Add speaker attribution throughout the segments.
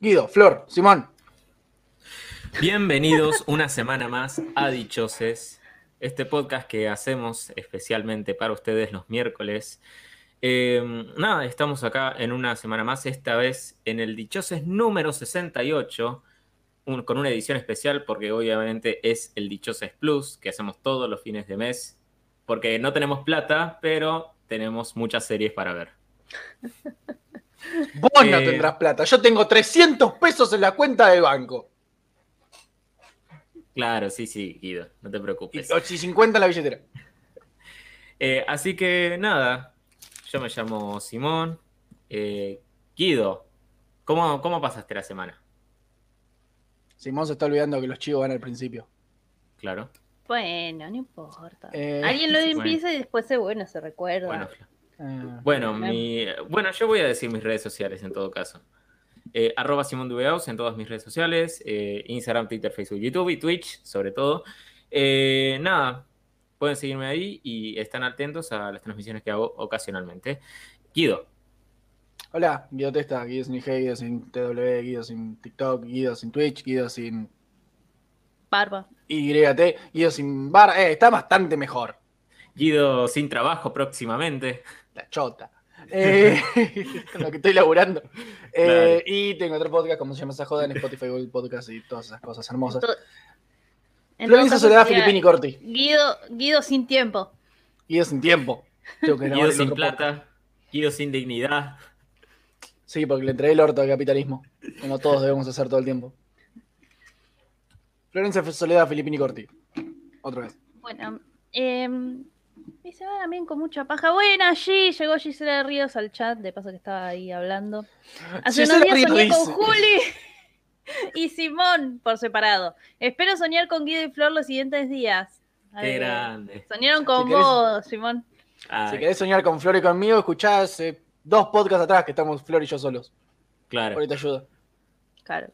Speaker 1: Guido, Flor, Simón.
Speaker 2: Bienvenidos una semana más a Dichoses, este podcast que hacemos especialmente para ustedes los miércoles. Eh, nada, estamos acá en una semana más, esta vez en el Dichoses número 68, un- con una edición especial porque obviamente es el Dichoses Plus que hacemos todos los fines de mes, porque no tenemos plata, pero tenemos muchas series para ver.
Speaker 1: Vos no
Speaker 2: Eh.
Speaker 1: tendrás plata. Yo tengo 300 pesos en la cuenta del banco.
Speaker 2: Claro, sí, sí, Guido, no te
Speaker 1: Y
Speaker 2: preocupes.
Speaker 1: 50 en la billetera.
Speaker 2: Eh, así que nada, yo me llamo Simón. Eh, Guido, ¿cómo, ¿cómo pasaste la semana?
Speaker 1: Simón se está olvidando que los chivos van al principio.
Speaker 2: Claro.
Speaker 3: Bueno, no importa.
Speaker 1: Eh,
Speaker 3: Alguien lo
Speaker 2: sí,
Speaker 3: empieza y después, eh, bueno, se recuerda.
Speaker 2: Bueno,
Speaker 1: Eh,
Speaker 2: bueno,
Speaker 3: Claro.
Speaker 2: mi- bueno, yo voy a decir mis redes sociales en todo caso. Eh, arroba Simón Dubeaus en todas mis redes sociales, eh, Instagram, Twitter, Facebook, YouTube y Twitch, sobre todo. Eh, nada, pueden seguirme ahí y están atentos a las transmisiones que hago ocasionalmente. Guido,
Speaker 1: hola, Guido Testa, Guido sin IG, Guido sin TW, Guido sin TikTok, Guido sin Twitch, Guido sin
Speaker 3: Barba.
Speaker 1: YT, Guido sin bar. Eh, está bastante mejor.
Speaker 2: Guido sin trabajo próximamente.
Speaker 1: La chota. Eh, con lo que estoy laburando. Eh, Y tengo otro podcast, como se llama esa joda, en Spotify, Google Podcast y todas esas cosas hermosas.
Speaker 3: To- en todo
Speaker 1: Florencia
Speaker 3: caso
Speaker 1: Soledad
Speaker 3: sería
Speaker 1: Filippini Corti.
Speaker 3: Guido, Guido sin tiempo.
Speaker 1: Guido sin tiempo. Tengo que grabar
Speaker 2: Guido
Speaker 1: el
Speaker 2: sin
Speaker 1: otro podcast.
Speaker 2: plata, Guido sin dignidad.
Speaker 1: Sí, porque le entregué el orto al capitalismo. Como todos debemos hacer todo el tiempo. Florencia Soledad Filippini Corti. Otra vez.
Speaker 3: Bueno, eh, mi semana "Ah, también con mucha paja. Bueno, allí llegó Gisela Ríos al chat, de paso que estaba ahí hablando. Hace
Speaker 1: Gisela
Speaker 3: unos días soñé
Speaker 1: Ríos.
Speaker 3: con Juli y Simón por separado. Espero soñar con Guido y Flor los siguientes días.
Speaker 2: Qué
Speaker 3: Ay,
Speaker 2: grande.
Speaker 3: Soñaron con
Speaker 1: Si querés-
Speaker 3: vos, Simón.
Speaker 2: Ay,
Speaker 1: Si querés soñar con Flor y conmigo, escuchá hace dos podcasts atrás que estamos Flor y yo solos.
Speaker 2: claro.
Speaker 1: Ahorita ayuda.
Speaker 3: Claro.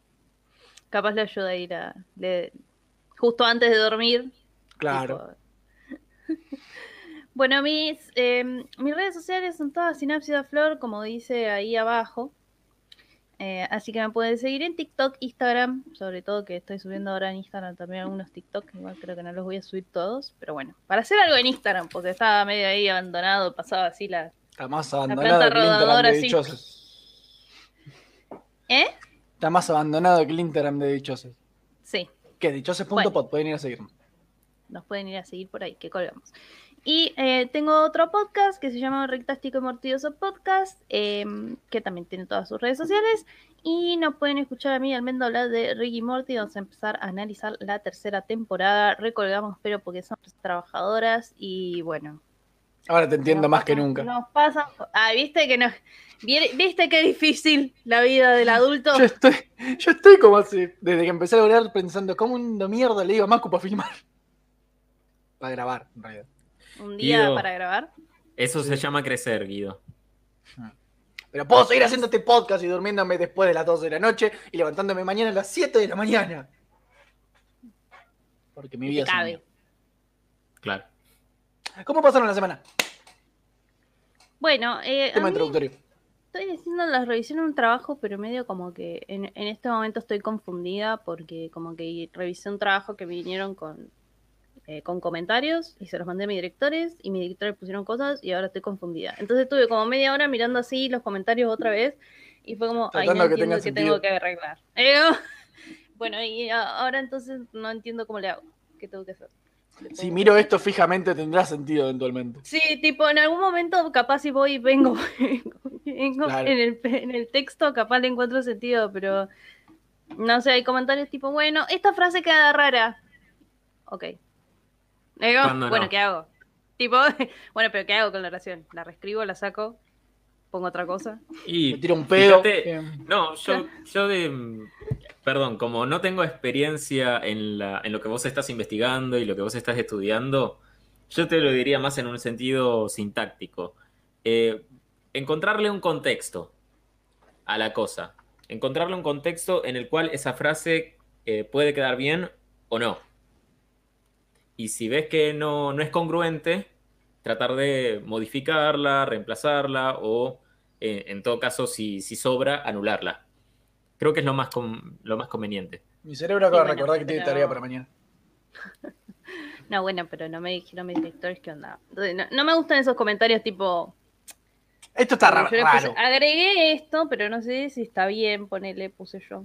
Speaker 3: Capaz le ayuda a ir a. le- justo antes de dormir.
Speaker 1: Claro.
Speaker 3: tipo. bueno, mis, eh, mis redes sociales son todas Sinapsis de Flor, como dice ahí abajo. Eh, así que me pueden seguir en TikTok, Instagram, sobre todo que estoy subiendo ahora en Instagram también algunos TikTok, igual creo que no los voy a subir todos, pero bueno, para hacer algo en Instagram, porque estaba medio ahí abandonado, pasaba así la...
Speaker 1: Está más
Speaker 3: planta
Speaker 1: abandonado que el Instagram
Speaker 3: rodadora,
Speaker 1: de
Speaker 3: sí.
Speaker 1: dichosos.
Speaker 3: ¿Eh?
Speaker 1: Está más abandonado que el Instagram de dichosos.
Speaker 3: Sí.
Speaker 1: Que dichoses.pod, pueden ir a seguirnos.
Speaker 3: nos pueden ir a seguir por ahí, que colgamos. Y eh, tengo otro podcast que se llama Rectástico y Mortioso Podcast, eh, que también tiene todas sus redes sociales. Y nos pueden escuchar a mí y al Mendo hablar de Ricky Morty. Vamos a empezar a analizar la tercera temporada. Recolgamos, pero porque somos trabajadoras y bueno.
Speaker 1: Ahora te entiendo
Speaker 3: nos
Speaker 1: más que
Speaker 3: pasan-
Speaker 1: nunca.
Speaker 3: Nos pasa. Ah, viste que nos. vi- Viste qué difícil la vida del adulto.
Speaker 1: Yo estoy, yo estoy como así, desde que empecé a hablar pensando, ¿cómo una mierda le digo a Macu para filmar? Para grabar, en realidad.
Speaker 3: Un día
Speaker 2: Guido.
Speaker 3: para grabar.
Speaker 2: Eso se llama crecer, Guido.
Speaker 1: Pero puedo seguir haciendo este podcast y durmiéndome después de las 12 de la noche y levantándome mañana a las 7 de la mañana. Porque mi
Speaker 3: que
Speaker 1: vida es un
Speaker 3: cabe.
Speaker 2: Claro.
Speaker 1: día. ¿Cómo pasaron la semana?
Speaker 3: Bueno, eh, a
Speaker 1: Tema
Speaker 3: mí
Speaker 1: introductorio.
Speaker 3: Estoy haciendo la revisión de un trabajo, pero medio como que en, en este momento estoy confundida porque como que revisé un trabajo que me vinieron con, eh, con comentarios y se los mandé a mis directores y mis directores pusieron cosas y ahora estoy confundida. Entonces estuve como media hora mirando así los comentarios otra vez y fue como, ay,
Speaker 1: Tratando
Speaker 3: no
Speaker 1: que
Speaker 3: entiendo
Speaker 1: tenga
Speaker 3: qué
Speaker 1: sentido.
Speaker 3: tengo que arreglar. Eh, bueno, y a- ahora entonces no entiendo cómo le hago, qué tengo que hacer. Le
Speaker 1: Si
Speaker 3: pongo-
Speaker 1: miro esto fijamente tendrá sentido eventualmente.
Speaker 3: Sí, tipo, en algún momento capaz si voy y vengo, vengo
Speaker 1: Claro.
Speaker 3: en, el, en el texto, capaz le encuentro sentido, pero no sé, hay comentarios tipo, bueno, esta frase queda rara. Ok. Digo,
Speaker 2: ¿Cuándo
Speaker 3: bueno,
Speaker 2: no?
Speaker 3: ¿qué hago? Tipo, bueno, pero ¿qué hago con la oración? ¿La reescribo, la saco, pongo otra cosa?
Speaker 2: Y
Speaker 1: Me tiro un pedo.
Speaker 2: fíjate-
Speaker 1: Eh,
Speaker 2: no, yo, yo de, mm, Perdón, como no tengo experiencia en, la, en lo que vos estás investigando y lo que vos estás estudiando, yo te lo diría más en un sentido sintáctico. Eh, encontrarle un contexto a la cosa. Encontrarle un contexto en el cual esa frase eh, puede quedar bien o no. Y si ves que no, no es congruente, tratar de modificarla, reemplazarla o, eh, en todo caso, si, si sobra, anularla. Creo que es lo más, con, lo más conveniente.
Speaker 1: Mi cerebro acaba de
Speaker 3: Sí, bueno,
Speaker 1: recordar que tiene
Speaker 3: pero-
Speaker 1: tarea para mañana.
Speaker 3: No, bueno, pero no me dijeron mis directores qué onda. Entonces, No, no me gustan esos comentarios tipo.
Speaker 1: Esto está
Speaker 3: como
Speaker 1: ra-
Speaker 3: yo le
Speaker 1: raro.
Speaker 3: puse, agregué esto, pero no sé si está bien, ponele, puse yo.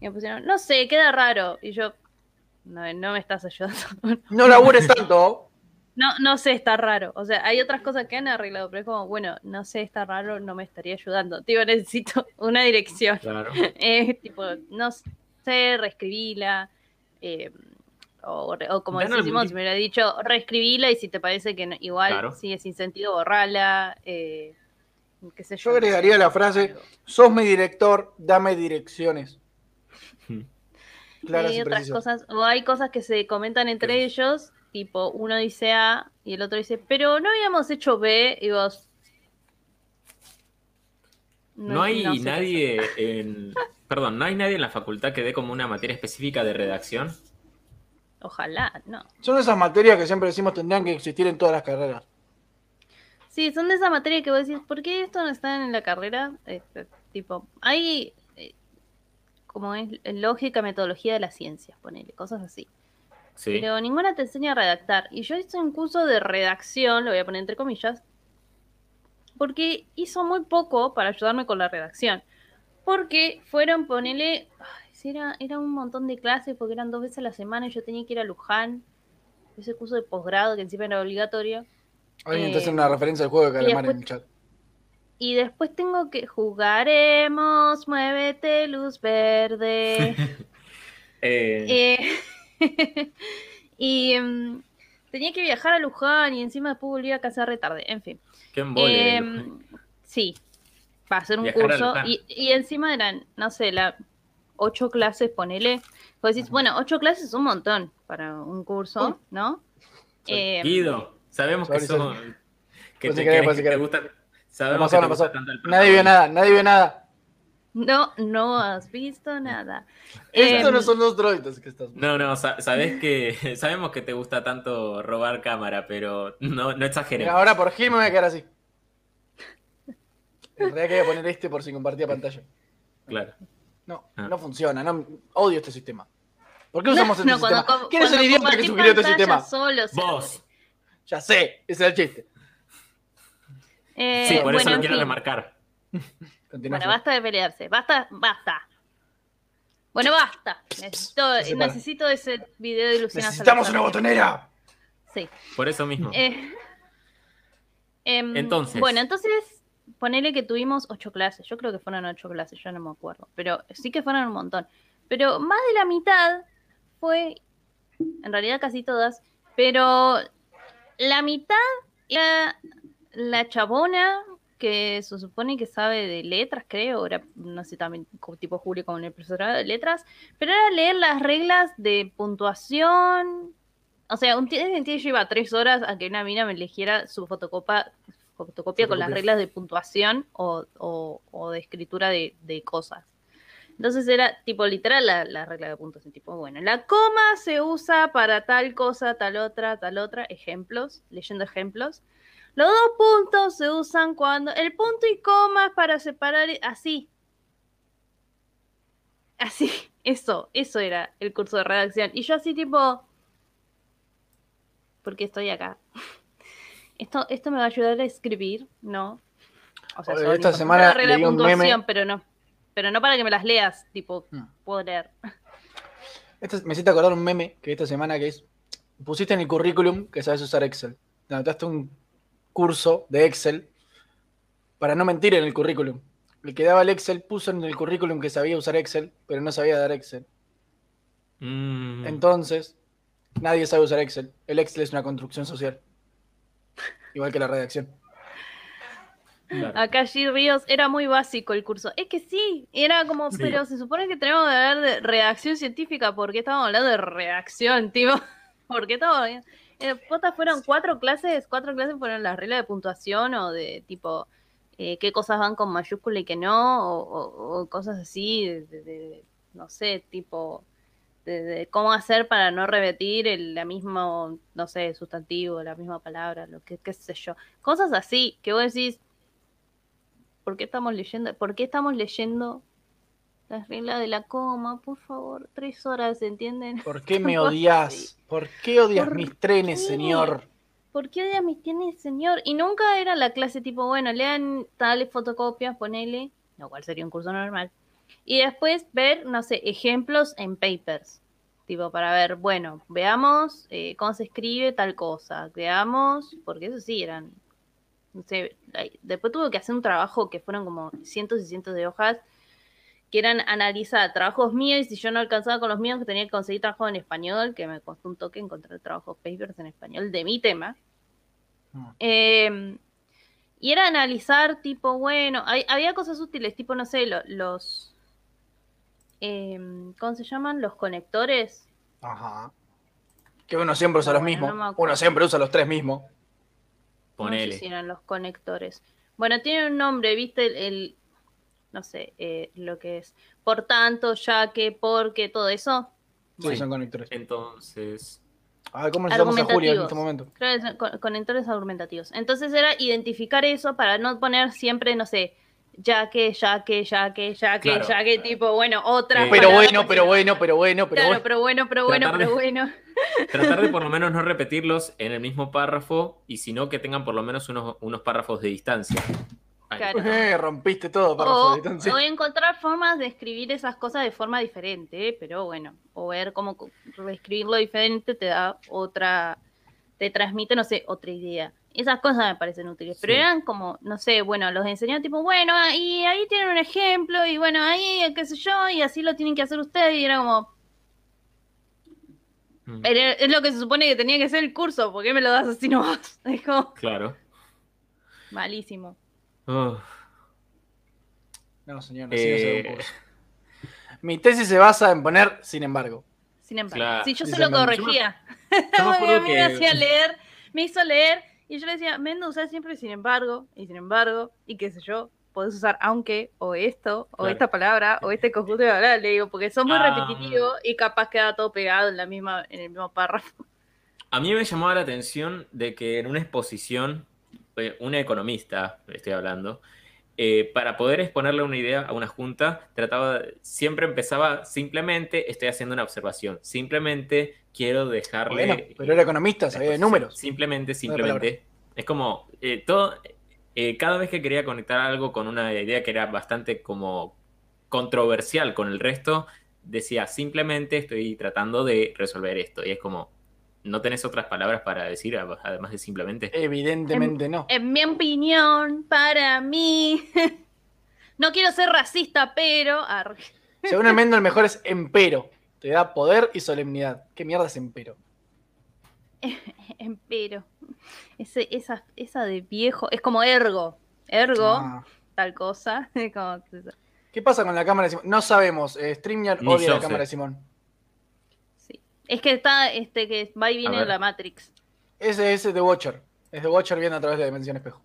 Speaker 3: Y me pusieron, no sé, queda raro. Y yo, no, no me estás ayudando.
Speaker 1: No labures tanto.
Speaker 3: No, no sé, está raro. O sea, hay otras cosas que han arreglado, pero es como, bueno, no sé, está raro, no me estaría ayudando. Tío, necesito una dirección.
Speaker 2: Claro.
Speaker 3: Es tipo, no sé, reescribila. eh, o, re- o como
Speaker 2: Dan
Speaker 3: decís,
Speaker 2: algún
Speaker 3: Simón,
Speaker 2: tip.
Speaker 3: si me hubiera dicho, reescribila y si te parece que no- igual
Speaker 2: Claro.
Speaker 3: sigue sin sentido, borrala. eh, qué sé yo.
Speaker 1: Yo agregaría la frase, sos mi director, dame direcciones.
Speaker 2: Hmm.
Speaker 1: Claras
Speaker 3: hay
Speaker 1: y
Speaker 3: otras
Speaker 1: precisas.
Speaker 3: cosas, o hay cosas que se comentan entre
Speaker 2: ¿Qué?
Speaker 3: ellos, tipo uno dice A y el otro dice, pero no habíamos hecho B y vos.
Speaker 2: No hay
Speaker 3: no sé qué
Speaker 2: nadie en. Perdón, ¿no hay nadie en la facultad que dé como una materia específica de redacción?
Speaker 3: hacer. Ojalá, no.
Speaker 1: Son esas materias que siempre decimos tendrían que existir en todas las carreras.
Speaker 3: Sí, son de esa materia que vos decís, ¿por qué esto no está en la carrera? Este, tipo, hay eh, como es lógica, metodología de las ciencias, ponele, cosas así.
Speaker 2: Sí.
Speaker 3: Pero ninguna te enseña a redactar. Y yo hice un curso de redacción, lo voy a poner entre comillas, porque hizo muy poco para ayudarme con la redacción. Porque fueron, ponele, ay, sí, era, era un montón de clases, porque eran dos veces a la semana y yo tenía que ir a Luján, ese curso de posgrado que encima era obligatorio.
Speaker 1: Alguien está
Speaker 3: Eh,
Speaker 1: haciendo una referencia al juego de
Speaker 3: y
Speaker 1: calamar en el
Speaker 3: después-
Speaker 1: chat.
Speaker 3: Y después tengo que jugaremos, muévete, luz verde.
Speaker 2: Eh,
Speaker 3: Eh, y mm, tenía que viajar a Luján y encima después volví a casa retarde. En fin.
Speaker 2: qué embole,
Speaker 3: Eh,
Speaker 2: Luján.
Speaker 3: sí, para hacer un
Speaker 2: Viajar a
Speaker 3: curso.
Speaker 2: Luján.
Speaker 3: Y, y encima eran, no sé, la ocho clases, ponele. Vos decís, bueno, ocho clases es un montón para un
Speaker 2: Uh.
Speaker 3: curso, ¿no? Eh,
Speaker 2: Guido, sabemos que
Speaker 1: sorry,
Speaker 2: son.
Speaker 1: sorry.
Speaker 2: Que
Speaker 1: Pues
Speaker 2: te,
Speaker 1: si querés,
Speaker 2: querés
Speaker 1: pues
Speaker 2: que
Speaker 1: si
Speaker 2: te
Speaker 1: querés.
Speaker 2: gusta.
Speaker 1: No
Speaker 2: Sabemos
Speaker 1: pasó,
Speaker 2: que te
Speaker 1: no
Speaker 2: gusta
Speaker 1: pasó.
Speaker 2: tanto el
Speaker 1: Nadie vio
Speaker 2: protagonismo.
Speaker 1: nada, nadie vio nada.
Speaker 3: no, no has visto nada.
Speaker 1: Estos
Speaker 3: Em,
Speaker 1: no son los droides que estás.
Speaker 2: No, no, sa- sabés que, sabemos que te gusta tanto robar cámara, pero no, no
Speaker 1: Mira,
Speaker 2: exageremos.
Speaker 1: ahora por Gil me voy a quedar así. En realidad quería poner este por si compartía pantalla.
Speaker 2: Claro.
Speaker 1: No,
Speaker 2: Ah.
Speaker 1: no funciona. No, odio este sistema. ¿Por qué usamos este
Speaker 3: No, cuando
Speaker 1: sistema?
Speaker 3: com-
Speaker 1: ¿Quién es el
Speaker 3: cuando
Speaker 1: idiota que
Speaker 3: compartís
Speaker 1: sugirió este
Speaker 3: pantalla
Speaker 1: sistema?
Speaker 3: solo, o sea,
Speaker 2: Vos.
Speaker 1: Ya sé, ese es el chiste.
Speaker 3: eh,
Speaker 2: Sí, por eso
Speaker 3: bueno,
Speaker 2: lo
Speaker 3: en
Speaker 2: quiero
Speaker 3: fin.
Speaker 2: remarcar.
Speaker 1: Continúa.
Speaker 3: Bueno, basta de pelearse. Basta, basta. Bueno, basta. Necesito,
Speaker 1: Se separa.
Speaker 3: necesito ese video de Luciana
Speaker 1: Necesitamos una
Speaker 3: Salazar.
Speaker 1: botonera.
Speaker 3: Sí.
Speaker 2: Por eso mismo.
Speaker 3: Eh, em,
Speaker 2: Entonces.
Speaker 3: Bueno, entonces, ponele que tuvimos ocho clases. Yo creo que fueron ocho clases, yo no me acuerdo. Pero sí que fueron un montón. Pero más de la mitad fue, en realidad casi todas, pero la mitad era la chabona que se supone que sabe de letras, creo, era, no sé, también co- tipo Julio con el profesorado de letras, pero era leer las reglas de puntuación. O sea, un día yo iba tres horas a que una mina me eligiera su fotocopa, fotocopia con las
Speaker 1: Fotocopia.
Speaker 3: reglas de puntuación o, o- o de escritura de, de cosas. Entonces era tipo literal la, la regla de puntuación, tipo, bueno, la coma se usa para tal cosa, tal otra, tal otra, ejemplos, leyendo ejemplos. Los dos puntos se usan cuando. El punto y coma es para separar. Así. Así. Eso. Eso era el curso de redacción. Y yo así tipo. Porque estoy acá. Esto, esto me va a ayudar a escribir, ¿no? O
Speaker 1: Oye,
Speaker 3: son
Speaker 1: esta
Speaker 3: importantes
Speaker 1: semana
Speaker 3: las reglas de
Speaker 1: leí un
Speaker 3: puntuación,
Speaker 1: meme.
Speaker 3: pero no. Pero no para que me las leas, tipo,
Speaker 1: Hmm.
Speaker 3: puedo leer.
Speaker 1: Esto me hiciste acordar un meme que esta semana que es. Pusiste en el currículum que sabes usar Excel. Te Anotaste un curso de Excel para no mentir en el currículum. El que daba el Excel puso en el currículum que sabía usar Excel, pero no sabía dar Excel.
Speaker 2: Mm.
Speaker 1: Entonces, nadie sabe usar Excel. El Excel es una construcción social. Igual que la redacción.
Speaker 2: Claro.
Speaker 3: Acá G. Ríos era muy básico el curso. Es que sí, era como,
Speaker 2: Sí.
Speaker 3: pero se supone que tenemos que hablar de redacción científica. ¿Por qué estamos hablando de redacción, tío? ¿Por qué estamos eh, posta, fueron cuatro clases, cuatro clases fueron las reglas de puntuación o de tipo eh, qué cosas van con mayúscula y qué no, o, o- o cosas así, de, de- de- no sé, tipo de, de cómo hacer para no repetir el la mismo, no sé, sustantivo, la misma palabra, lo que qué sé yo. Cosas así que vos decís, ¿por qué estamos leyendo? ¿Por qué estamos leyendo las reglas de la coma? Por favor, tres horas, ¿entienden?
Speaker 1: ¿Por qué me
Speaker 3: Vos
Speaker 1: odias?
Speaker 3: sí.
Speaker 1: ¿Por qué odias
Speaker 3: ¿Por
Speaker 1: mis trenes,
Speaker 3: qué?
Speaker 1: señor?
Speaker 3: ¿Por qué odias mis tienes, señor? Y nunca era la clase tipo, bueno, lean tales fotocopias, ponele, lo cual sería un curso normal. Y después ver, no sé, ejemplos en papers. Tipo, para ver, bueno, veamos eh, cómo se escribe tal cosa. Veamos, porque eso sí eran. No sé, ay, después tuve que hacer un trabajo que fueron como cientos y cientos de hojas, que eran analizar trabajos míos, y si yo no alcanzaba con los míos, que tenía que conseguir trabajo en español, que me costó un toque encontrar trabajos papers en español de mi tema.
Speaker 1: Mm.
Speaker 3: Eh, y era analizar, tipo, bueno, hay- había cosas útiles, tipo, no sé, lo- los. em, ¿Cómo se llaman? Los conectores.
Speaker 1: Ajá. Que uno siempre usa los
Speaker 3: Bueno,
Speaker 1: mismos.
Speaker 3: no me acuerdo.
Speaker 1: uno siempre usa los tres mismos.
Speaker 3: No sé si
Speaker 2: Ponele.
Speaker 3: eran los conectores. Bueno, tiene un nombre, viste, el, el- no sé, eh, lo que es. Por tanto, ya que, porque, todo eso.
Speaker 1: Sí,
Speaker 2: Sí.
Speaker 1: son conectores.
Speaker 2: Entonces.
Speaker 1: A ver, ¿cómo necesitamos a Julio en
Speaker 3: Argumentativos.
Speaker 1: este momento?
Speaker 3: Creo que son con- conectores argumentativos. Entonces era identificar eso para no poner siempre, no sé, ya que, ya que, ya que, ya que,
Speaker 2: Claro.
Speaker 3: ya que, tipo, bueno, otra.
Speaker 2: Eh,
Speaker 1: Pero
Speaker 2: Para-
Speaker 1: bueno, pero bueno, pero bueno, pero
Speaker 3: Claro,
Speaker 1: bueno.
Speaker 3: pero bueno, pero bueno,
Speaker 2: Tratar de-
Speaker 3: pero bueno.
Speaker 2: Tratar de por lo menos no repetirlos en el mismo párrafo y sino que tengan por lo menos unos, unos párrafos de distancia. Ahí.
Speaker 3: Claro. Oh, eh.
Speaker 1: Eh, rompiste todo, párrafo
Speaker 3: O,
Speaker 1: de distancia.
Speaker 3: o encontrar formas de escribir esas cosas de forma diferente, ¿eh? pero bueno, o ver cómo co- reescribirlo diferente te da otra, te transmite, no sé, otra idea. Esas cosas me parecen útiles, pero
Speaker 2: Sí.
Speaker 3: eran como, no sé, bueno, los enseñó tipo, bueno, y ahí tienen un ejemplo, y bueno, ahí, qué sé yo, y así lo tienen que hacer ustedes, y era como,
Speaker 2: Mm,
Speaker 3: era- es lo que se supone que tenía que ser el curso, ¿por qué me lo das así nomás? Dijo,
Speaker 2: Claro.
Speaker 3: malísimo.
Speaker 2: Uf.
Speaker 1: No, señor, así no se da un
Speaker 2: Eh.
Speaker 1: curso. Mi tesis se basa en poner, sin embargo.
Speaker 3: Sin embargo,
Speaker 2: Claro.
Speaker 3: si yo se
Speaker 1: Dice
Speaker 3: lo
Speaker 1: Mendoza.
Speaker 3: corregía.
Speaker 2: Yo me
Speaker 3: Porque a
Speaker 2: acuerdo
Speaker 3: mí me hacía
Speaker 2: que.
Speaker 3: leer, me hizo leer, y yo le decía, Mendoza siempre sin embargo, y sin embargo, y qué sé yo, podés usar aunque, o esto, o
Speaker 2: Claro.
Speaker 3: esta palabra, o este conjunto de palabras, le digo, porque son muy
Speaker 2: Ah.
Speaker 3: repetitivos y capaz queda todo pegado en la misma, en el mismo párrafo.
Speaker 2: A mí me llamaba la atención de que en una exposición, eh, una economista, estoy hablando, eh, para poder exponerle una idea a una junta, trataba, siempre empezaba simplemente estoy haciendo una observación, simplemente quiero dejarle.
Speaker 1: Bueno, pero era economista, sabía de Eh, números.
Speaker 2: Simplemente, simplemente. Es como eh, todo. eh, cada vez que quería conectar algo con una idea que era bastante como controversial con el resto, decía simplemente estoy tratando de resolver esto. Y es como, ¿no tenés otras palabras para decir ad- además de simplemente?
Speaker 1: Evidentemente no.
Speaker 3: En mi opinión, para mí, no quiero ser racista, pero... arre.
Speaker 1: Según el Mendo, el mejor es empero. Te da poder y solemnidad. ¿Qué mierda es empero?
Speaker 3: Empero. Ese, esa, esa de viejo. Es como ergo. Ergo,
Speaker 1: Ah.
Speaker 3: tal cosa. es como-
Speaker 1: ¿Qué pasa con la cámara de Simón? No sabemos. Eh, StreamYard
Speaker 2: Ni
Speaker 1: odia
Speaker 2: yo
Speaker 1: la cámara de
Speaker 2: sé.
Speaker 1: Simón.
Speaker 3: sí. Es que está, este, que va y viene
Speaker 2: ver.
Speaker 3: la Matrix.
Speaker 1: Ese es The Watcher. Es The Watcher viendo a través de la dimensión espejo.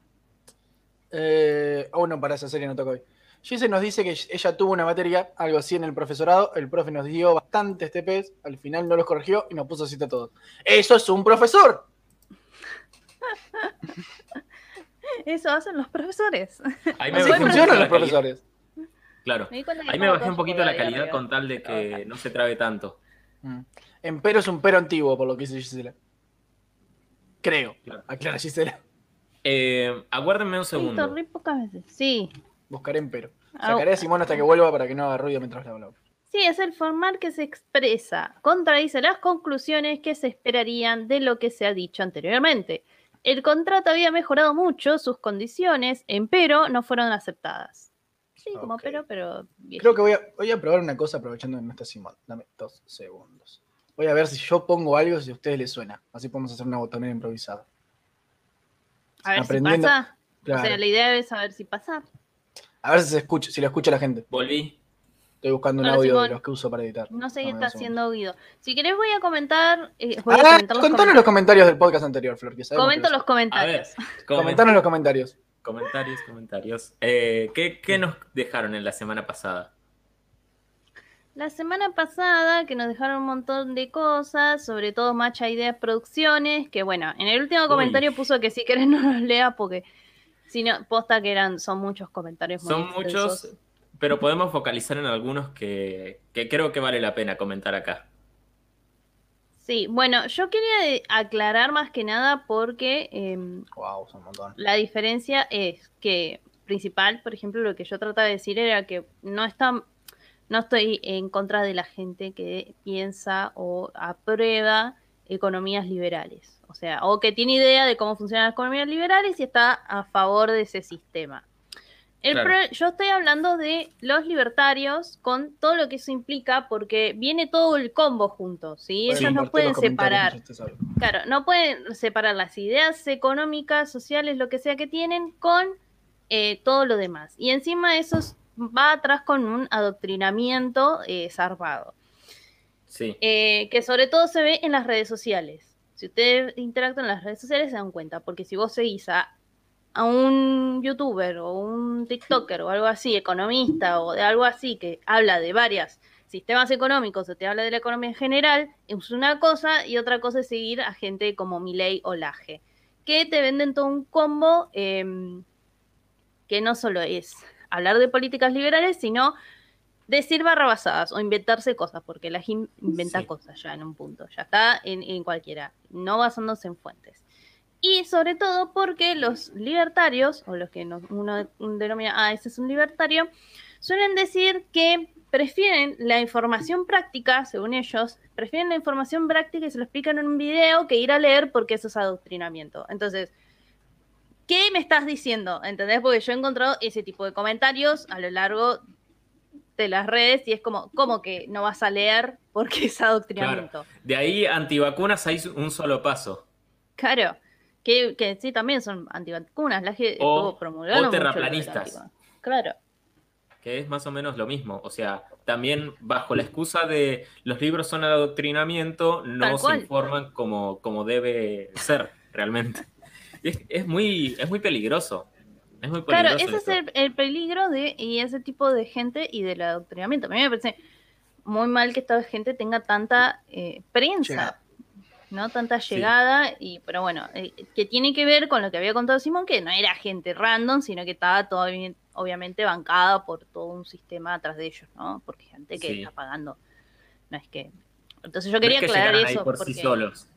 Speaker 1: Eh, oh, no, para esa serie no toca hoy. Jesse nos dice que ella tuvo una materia, algo así en el profesorado. El profe nos dio bastantes TPs, al final no los corrigió y nos puso cita a todos. ¡Eso es un profesor!
Speaker 3: Eso hacen los profesores.
Speaker 2: Ahí
Speaker 1: Así
Speaker 3: bajé un
Speaker 1: funcionan los
Speaker 2: poquito la calidad.
Speaker 1: profesores.
Speaker 2: Claro.
Speaker 3: Me di cuenta que
Speaker 2: Ahí me
Speaker 3: estaba
Speaker 2: bajé un
Speaker 3: todo
Speaker 2: poquito la
Speaker 3: ahí
Speaker 2: calidad
Speaker 3: arriba.
Speaker 2: con tal de que no se trabe tanto.
Speaker 1: Mm. Empero es un pero antiguo, por lo que dice Gisela. Creo.
Speaker 2: Claro.
Speaker 1: Aclara Gisela.
Speaker 2: Eh, aguárdenme un
Speaker 3: He visto
Speaker 2: segundo.
Speaker 3: re pocas veces. Sí.
Speaker 1: Buscaré empero.
Speaker 3: Au.
Speaker 1: Sacaré a Simón hasta que vuelva para que no haga ruido mientras la hablo.
Speaker 3: Sí, es el formal que se expresa. Contradice las conclusiones que se esperarían de lo que se ha dicho anteriormente. El contrato había mejorado mucho sus condiciones, empero no fueron aceptadas. Sí, como
Speaker 1: Ok.
Speaker 3: pero, pero. viejito.
Speaker 1: Creo que voy a, voy a probar una cosa aprovechando que no está Simón. Dame dos segundos. Voy a ver si yo pongo algo, si a ustedes les suena. Así podemos hacer una botonera improvisada.
Speaker 3: A ver si
Speaker 1: aprendiendo-
Speaker 3: pasa. O sea,
Speaker 1: Claro.
Speaker 3: la idea es saber si pasa.
Speaker 1: A ver si se escucha, si lo escucha la gente.
Speaker 2: Volví.
Speaker 1: Estoy buscando un
Speaker 3: Hola,
Speaker 1: audio de
Speaker 3: Simón.
Speaker 1: los que uso para editar.
Speaker 3: No sé qué
Speaker 1: Dame
Speaker 3: está
Speaker 1: un segundo.
Speaker 3: haciendo Guido. Si querés voy a comentar... eh, voy a
Speaker 1: Ah,
Speaker 3: comentar los
Speaker 1: contanos los comentarios del podcast anterior, Flor. Que sabemos
Speaker 3: Comento
Speaker 1: que
Speaker 3: los
Speaker 2: A ver,
Speaker 3: comentarios.
Speaker 1: los...
Speaker 2: comen-
Speaker 1: Comentanos los comentarios.
Speaker 2: comentarios, comentarios. Eh, ¿qué, qué nos dejaron en la semana pasada?
Speaker 3: La semana pasada que nos dejaron un montón de cosas, sobre todo Macha Ideas Producciones, que bueno, en el último comentario puso que si querés no los lea porque si no, posta que eran, son muchos comentarios. muy
Speaker 2: Son
Speaker 3: extensos.
Speaker 2: muchos, pero podemos focalizar en algunos que, que creo que vale la pena comentar acá.
Speaker 3: Sí, bueno, yo quería de- aclarar más que nada porque em,
Speaker 1: Wow, son un montón.
Speaker 3: la diferencia es que principal, por ejemplo, lo que yo trataba de decir era que no está, no estoy en contra de la gente que piensa o aprueba economías liberales, o sea, o que tiene idea de cómo funcionan las economías liberales y está a favor de ese sistema. El
Speaker 2: Claro.
Speaker 3: pro- yo estoy hablando de los libertarios con todo lo que eso implica, porque viene todo el combo junto,
Speaker 1: Pueden
Speaker 3: ¿sí? Ellos
Speaker 1: compartir
Speaker 3: no
Speaker 1: los
Speaker 3: pueden
Speaker 1: comentarios,
Speaker 3: separar.
Speaker 1: usted sabe.
Speaker 3: Claro, no pueden separar las ideas económicas, sociales, lo que sea que tienen, con eh, todo lo demás. Y encima eso es- va atrás con un adoctrinamiento eh, zarpado,
Speaker 2: Sí.
Speaker 3: eh, que sobre todo se ve en las redes sociales. Si ustedes interactúan en las redes sociales se dan cuenta, porque si vos seguís a, a un youtuber o un tiktoker o algo así, economista o de algo así, que habla de varias sistemas económicos o te habla de la economía en general, es una cosa y otra cosa es seguir a gente como Milei o Laje, que te venden todo un combo em, que no solo es hablar de políticas liberales, sino decir barrabasadas o inventarse cosas, porque la gente inventa
Speaker 2: Sí.
Speaker 3: cosas ya en un punto, ya está en, en cualquiera, no basándose en fuentes. Y sobre todo porque los libertarios, o los que no- uno denomina, ah, ese es un libertario, suelen decir que prefieren la información práctica, según ellos, prefieren la información práctica y se lo explican en un video que ir a leer porque eso es adoctrinamiento. Entonces, ¿qué me estás diciendo? ¿Entendés? Porque yo he encontrado ese tipo de comentarios a lo largo de las redes y es como, ¿cómo que no vas a leer porque es adoctrinamiento?
Speaker 2: De ahí, antivacunas, hay un solo paso.
Speaker 3: Claro. Que, que sí, también son antivacunas. La que
Speaker 2: O-
Speaker 3: estuvo promulgando
Speaker 2: o
Speaker 3: mucho lo de la
Speaker 2: terraplanistas.
Speaker 3: antivacuna. Claro.
Speaker 2: que es más o menos lo mismo. O sea, también bajo la excusa de los libros son adoctrinamiento,
Speaker 3: Tal
Speaker 2: no se
Speaker 3: cual.
Speaker 2: informan como, como debe ser realmente. Y Es, es muy, es muy peligroso. Es muy
Speaker 3: Claro,
Speaker 2: peligroso
Speaker 3: ese es
Speaker 2: esto.
Speaker 3: el, el peligro de y ese tipo de gente y del adoctrinamiento. A mí me parece muy mal que esta gente tenga tanta eh, prensa,
Speaker 1: Llegada.
Speaker 3: ¿no? Tanta llegada, y pero bueno, eh, que tiene que ver con lo que había contado Simón, que no era gente random, sino que estaba todo, bien- obviamente bancada por todo un sistema atrás de ellos, ¿no? Porque gente que
Speaker 2: Sí.
Speaker 3: está pagando. No es que... Entonces yo
Speaker 2: No es
Speaker 3: quería
Speaker 2: que
Speaker 3: aclarar
Speaker 2: llegaran ahí
Speaker 3: eso.
Speaker 2: por sí
Speaker 3: porque-
Speaker 2: solos.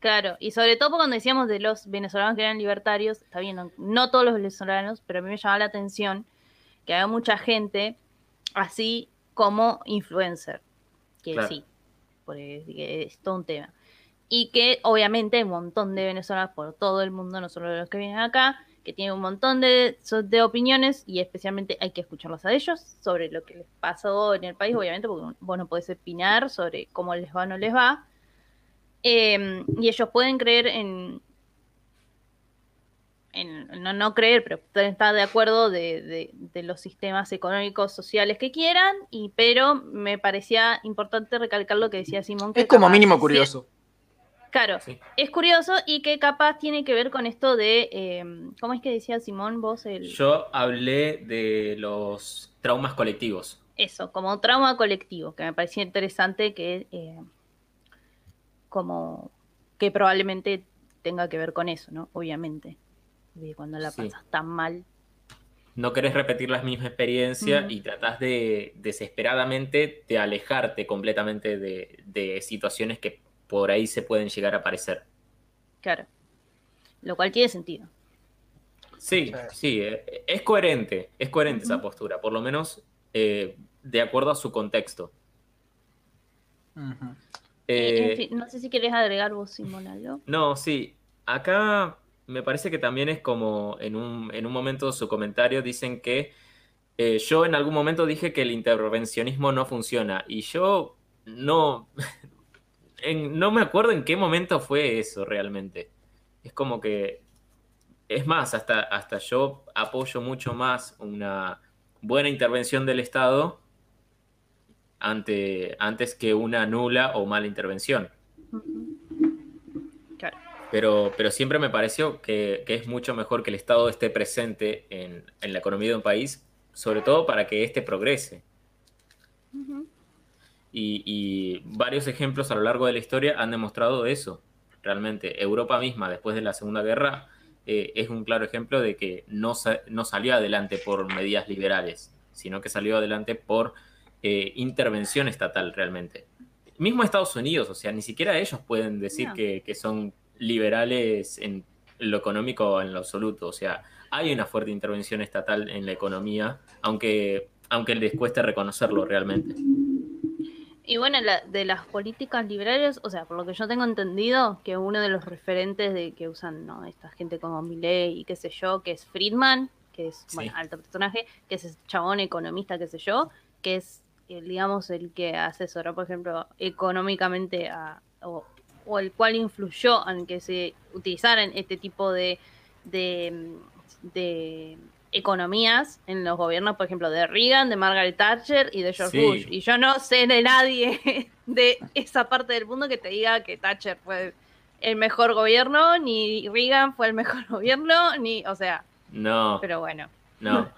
Speaker 3: Claro, y sobre todo cuando decíamos de los venezolanos que eran libertarios, está bien, no, no todos los venezolanos, pero a mí me llamaba la atención que había mucha gente así como influencer, que
Speaker 2: Claro.
Speaker 3: sí, porque es- que es todo un tema. Y que obviamente hay un montón de venezolanos por todo el mundo, no solo los que vienen acá, que tienen un montón de, so- de opiniones y especialmente hay que escucharlos a ellos sobre lo que les pasó en el país, obviamente, porque vos no podés opinar sobre cómo les va o no les va. Eh, y ellos pueden creer en. en- no, no creer, pero pueden estar de acuerdo de, de- de los sistemas económicos, sociales que quieran, y pero me parecía importante recalcar lo que decía Simón. que
Speaker 1: Es como
Speaker 3: capaz
Speaker 1: mínimo
Speaker 3: sí-
Speaker 1: curioso.
Speaker 3: claro,
Speaker 2: Sí.
Speaker 3: es curioso y que capaz tiene que ver con esto de. eh, ¿Cómo es que decía Simón vos? El,
Speaker 2: Yo hablé de los traumas colectivos.
Speaker 3: eso, como trauma colectivo, que me parecía interesante que eh, como que probablemente tenga que ver con eso, ¿no? Obviamente. De cuando la
Speaker 2: Sí.
Speaker 3: pasas tan mal.
Speaker 2: No querés repetir la misma experiencia
Speaker 3: Ujú.
Speaker 2: y tratás de desesperadamente de alejarte completamente de, de situaciones que por ahí se pueden llegar a aparecer.
Speaker 3: Claro. Lo cual tiene sentido.
Speaker 2: Sí,
Speaker 1: Sí.
Speaker 2: sí, eh, es coherente, es coherente esa
Speaker 3: Ujú.
Speaker 2: postura, por lo menos eh, de acuerdo a su contexto.
Speaker 1: Ujú.
Speaker 3: Eh, en
Speaker 2: Eh,
Speaker 3: fin, no sé si querés agregar vos, Simón, algo.
Speaker 2: No, sí, acá me parece que también es como en un, en un momento de su comentario dicen que eh, yo en algún momento dije que el intervencionismo no funciona y yo no, en- no me acuerdo en qué momento fue eso realmente. Es como que es más, hasta, hasta yo apoyo mucho más una buena intervención del Estado ante, antes que una nula o mala intervención.
Speaker 3: Claro.
Speaker 2: Pero, pero siempre me pareció que, que es mucho mejor que el Estado esté presente en, en la economía de un país, sobre todo para que éste progrese.
Speaker 3: Ujú.
Speaker 2: Y, y varios ejemplos a lo largo de la historia han demostrado eso. Realmente, Europa misma, después de la Segunda Guerra, eh, es un claro ejemplo de que no, sa- no salió adelante por medidas liberales, sino que salió adelante por eh, intervención estatal realmente. Mismo Estados Unidos, o sea, ni siquiera ellos pueden decir
Speaker 3: No.
Speaker 2: que, que son liberales en lo económico o en lo absoluto. O sea, hay una fuerte intervención estatal en la economía, aunque, aunque les cueste reconocerlo realmente.
Speaker 3: Y bueno, la- de las políticas liberales, o sea, por lo que yo tengo entendido, que uno de los referentes de que usan ¿no? esta gente como Milei y qué sé yo, que es Friedman, que es
Speaker 2: Sí.
Speaker 3: bueno, alto personaje, que es ese chabón economista, qué sé yo, que es, el, digamos, el que asesoró, por ejemplo, económicamente a, o, o el cual influyó en que se utilizaran este tipo de, de, de economías en los gobiernos, por ejemplo, de Reagan, de Margaret Thatcher y de George
Speaker 2: Sí.
Speaker 3: Bush. Y yo no sé de nadie de esa parte del mundo que te diga que Thatcher fue el mejor gobierno, ni Reagan fue el mejor gobierno, ni, o sea,
Speaker 2: No.
Speaker 3: pero bueno.
Speaker 2: No,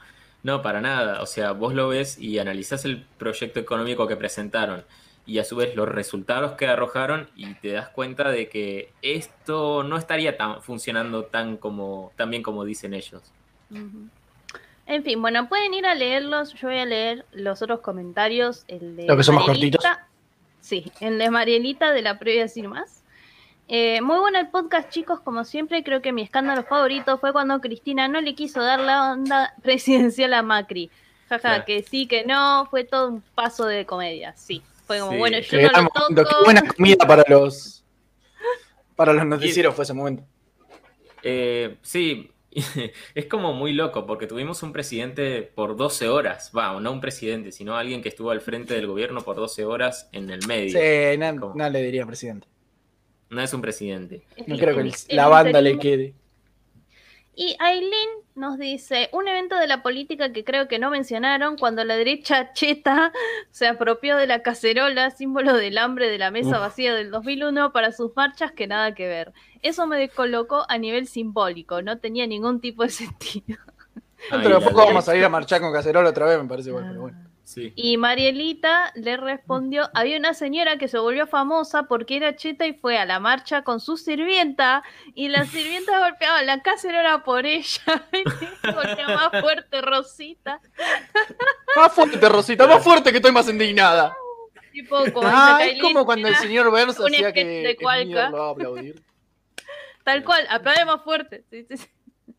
Speaker 2: no, para nada. O sea, vos lo ves y analizás el proyecto económico que presentaron y a su vez los resultados que arrojaron y te das cuenta de que esto no estaría tan, funcionando tan, como, tan bien como dicen ellos.
Speaker 3: Ujú. En fin, bueno, pueden ir a leerlos. Yo voy a leer los otros comentarios. El de
Speaker 1: Los que son más
Speaker 3: Marielita.
Speaker 1: cortitos.
Speaker 3: Sí, el de Marielita de la previa Sin Más. Eh, muy bueno el podcast, chicos. Como siempre, creo que mi escándalo favorito fue cuando Cristina no le quiso dar la onda presidencial a Macri. Jaja,
Speaker 2: Claro.
Speaker 3: que sí, que no. Fue todo un paso de comedia. Sí, fue como,
Speaker 2: Sí,
Speaker 3: bueno, yo
Speaker 1: Que
Speaker 3: no lo
Speaker 1: estamos comiendo. Qué
Speaker 3: toco.
Speaker 1: buena comida para los, para los noticieros fue ese momento.
Speaker 2: Eh, sí, es como muy loco porque tuvimos un presidente por 12 horas. Va, no un presidente, sino alguien que estuvo al frente del gobierno por 12 horas en el medio.
Speaker 1: Sí, na-
Speaker 2: ¿Cómo?
Speaker 1: no le diría presidente.
Speaker 2: No es un presidente.
Speaker 1: No creo que el-
Speaker 3: El
Speaker 1: la banda le
Speaker 3: interismo.
Speaker 1: quede.
Speaker 3: Y Aileen nos dice, un evento de la política que creo que no mencionaron, cuando la derecha cheta se apropió de la cacerola, símbolo del hambre de la mesa
Speaker 1: Uf.
Speaker 3: vacía del 2001, para sus marchas que nada que ver. Eso me descolocó a nivel simbólico, no tenía ningún tipo de sentido.
Speaker 2: Ay,
Speaker 1: Pero
Speaker 2: la
Speaker 1: poco vamos a
Speaker 2: derecha.
Speaker 1: ir a marchar con Cacerola otra vez, me parece igual, pero bueno. Mm.
Speaker 2: Sí.
Speaker 3: Y Marielita le respondió, había una señora que se volvió famosa porque era cheta y fue a la marcha con su sirvienta y la sirvienta golpeaba la cacerola por ella. Y golpeaba más fuerte Rosita.
Speaker 1: Más fuerte, Rosita, más fuerte que estoy más indignada.
Speaker 3: Tipo, como dice
Speaker 1: Ah, es
Speaker 3: Kailin,
Speaker 1: como cuando el
Speaker 3: era
Speaker 1: señor Burns
Speaker 3: un
Speaker 1: hacía
Speaker 3: sketch
Speaker 1: que
Speaker 3: de Cualca.
Speaker 1: Skinner lo va a aplaudir.
Speaker 3: Tal cual, aplaude más fuerte. sí, sí, sí.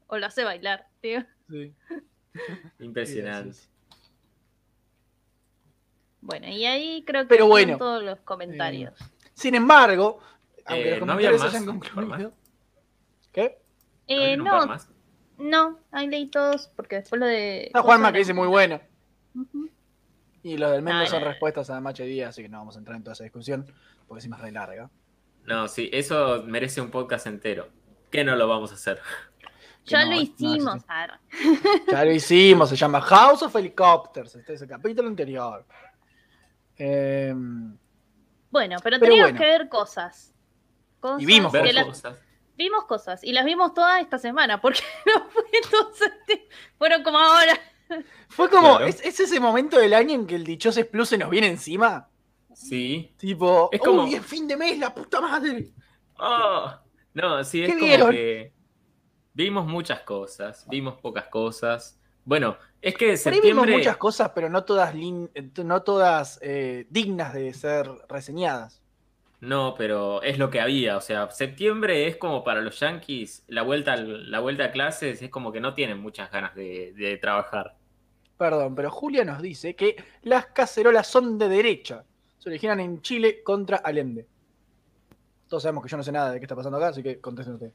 Speaker 3: O lo hace bailar, tío.
Speaker 1: Sí,
Speaker 2: Impresionante.
Speaker 1: sí,
Speaker 3: Bueno, y ahí creo que
Speaker 1: Pero
Speaker 3: están
Speaker 1: bueno,
Speaker 3: todos los comentarios.
Speaker 1: sí. Sin embargo, aunque
Speaker 2: Eh,
Speaker 1: los
Speaker 2: ¿no había
Speaker 1: comentarios
Speaker 2: más?
Speaker 1: hayan concluido. ¿Qué?
Speaker 3: Eh,
Speaker 2: ¿Había un par
Speaker 3: no,
Speaker 2: más?
Speaker 3: no, ahí leí todos porque después lo de...
Speaker 1: Está Ah, Juanma que dice muy bueno.
Speaker 3: Ujú.
Speaker 1: Y los del Mendo
Speaker 3: Ah,
Speaker 1: son
Speaker 3: no.
Speaker 1: respuestas a Macho Díaz, así que no vamos a entrar en toda esa discusión, porque es más re larga.
Speaker 2: No, sí, eso merece un podcast entero. Que no lo vamos a hacer.
Speaker 1: Que
Speaker 3: Ya
Speaker 1: no,
Speaker 3: lo
Speaker 1: no, sí,
Speaker 3: hicimos.
Speaker 1: sí.
Speaker 3: arre.
Speaker 1: Ya lo hicimos, se llama House of Helicopters. Este es el capítulo anterior. Em,
Speaker 3: Bueno, pero,
Speaker 1: Pero
Speaker 3: teníamos
Speaker 1: bueno.
Speaker 3: que ver cosas. Cosas
Speaker 1: Y vimos
Speaker 2: Ver
Speaker 3: que las-
Speaker 2: cosas.
Speaker 3: vimos cosas y las vimos todas esta semana porque no fue entonces te- fueron como ahora.
Speaker 1: Fue como,
Speaker 2: Claro.
Speaker 1: es, es ese momento del año en que el dichoso Plus se nos viene encima.
Speaker 2: Sí.
Speaker 1: Tipo,
Speaker 2: Es como-
Speaker 1: uy, es fin de mes, la puta madre.
Speaker 2: Oh, no, sí, es
Speaker 1: ¿Qué
Speaker 2: como
Speaker 1: vieron?
Speaker 2: que vimos muchas cosas, vimos pocas cosas. Bueno, es que
Speaker 1: Por ahí vimos
Speaker 2: septiembre.
Speaker 1: muchas cosas, pero no todas, lin- no todas eh, dignas de ser reseñadas.
Speaker 2: No, pero es lo que había. O sea, septiembre es como para los yankees, la vuelta, al- la vuelta a clases es como que no tienen muchas ganas de, de trabajar.
Speaker 1: Perdón, pero Julia nos dice que las cacerolas son de derecha. Se originan en Chile contra Allende. Todos sabemos que yo no sé nada de qué está pasando acá, así que contesten ustedes.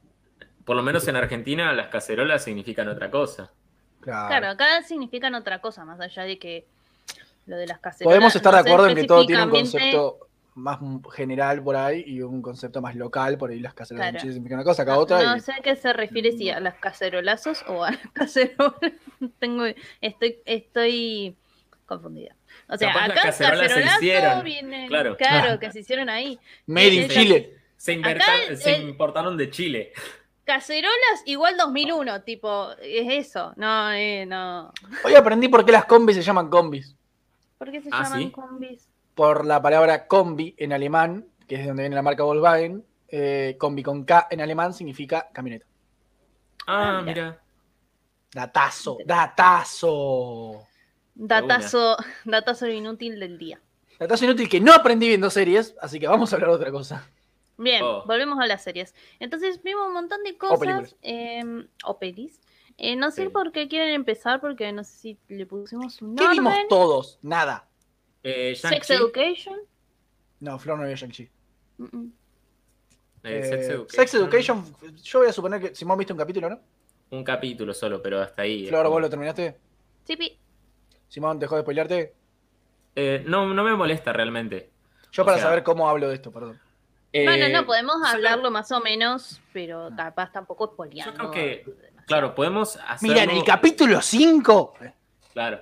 Speaker 2: Por lo menos en Argentina las cacerolas significan otra cosa.
Speaker 1: Claro.
Speaker 3: Claro, acá significan otra cosa más allá de que lo de las cacerolas.
Speaker 1: Podemos estar
Speaker 3: no
Speaker 1: de
Speaker 3: sé
Speaker 1: acuerdo en que todo tiene un
Speaker 3: específicamente-
Speaker 1: concepto más general por ahí y un concepto más local, por ahí las cacerolas
Speaker 3: Claro.
Speaker 1: de un chile significan una cosa, acá
Speaker 3: No-
Speaker 1: otra.
Speaker 3: No
Speaker 1: y-
Speaker 3: sé a qué se refiere, si a los cacerolazos o a las cacerolas. Tengo, estoy, estoy confundida. O sea,
Speaker 2: Capaz las
Speaker 3: acá
Speaker 2: cacerolas se
Speaker 3: cacerolazo
Speaker 2: hicieron.
Speaker 3: viene.
Speaker 2: Claro.
Speaker 3: Claro.
Speaker 1: Ah.
Speaker 3: que se hicieron ahí.
Speaker 1: Made in
Speaker 3: Esa-
Speaker 1: Chile.
Speaker 2: Se, inverta-
Speaker 3: Acá el-
Speaker 2: se
Speaker 3: el-
Speaker 2: importaron de Chile.
Speaker 3: Cacerolas igual 2001, tipo, es eso. No, eh, no.
Speaker 1: Hoy aprendí por qué las combis se llaman combis.
Speaker 3: ¿Por qué se
Speaker 2: Ah,
Speaker 3: llaman
Speaker 2: ¿sí?
Speaker 3: combis?
Speaker 1: por la palabra combi en alemán, que es de donde viene la marca Volkswagen. eh, combi con K en alemán significa camioneta.
Speaker 2: Ah,
Speaker 3: Ah, mira.
Speaker 2: mira.
Speaker 1: Datazo, datazo.
Speaker 3: Datazo, datazo inútil del día.
Speaker 1: Datazo inútil que no aprendí viendo series, así que vamos a hablar de otra cosa.
Speaker 3: Bien,
Speaker 2: Oh.
Speaker 3: volvemos a las series. Entonces vimos un montón de
Speaker 1: películas.
Speaker 3: cosas. eh, o pelis. Eh, no sé
Speaker 2: Sí.
Speaker 3: por qué quieren empezar, porque no sé si le pusimos un
Speaker 1: ¿Qué vimos
Speaker 3: orden.
Speaker 1: todos? Nada.
Speaker 2: Eh, Shang-Chi,
Speaker 3: Sex Education.
Speaker 1: No, Flor no vio Shang-Chi.
Speaker 3: Mm, mm.
Speaker 2: eh,
Speaker 1: Eh,
Speaker 2: Sex Education.
Speaker 1: Sex Education, yo voy a suponer que Simón viste un capítulo, ¿no?
Speaker 2: Un capítulo solo, pero hasta ahí.
Speaker 1: Flor, vos lo terminaste.
Speaker 3: Sí, pi-
Speaker 1: Simón, dejó de spoilearte.
Speaker 2: Eh, no, no me molesta realmente.
Speaker 1: Yo
Speaker 2: O
Speaker 1: para
Speaker 2: sea-
Speaker 1: saber cómo hablo de esto, perdón.
Speaker 3: No, no,
Speaker 2: Eh,
Speaker 3: no, podemos
Speaker 2: solo-
Speaker 3: hablarlo más o menos, pero
Speaker 1: Ah.
Speaker 3: capaz tampoco spoileando.
Speaker 2: Yo creo que- Claro, podemos hacerlo.
Speaker 1: Mira, en el capítulo 5.
Speaker 2: Claro.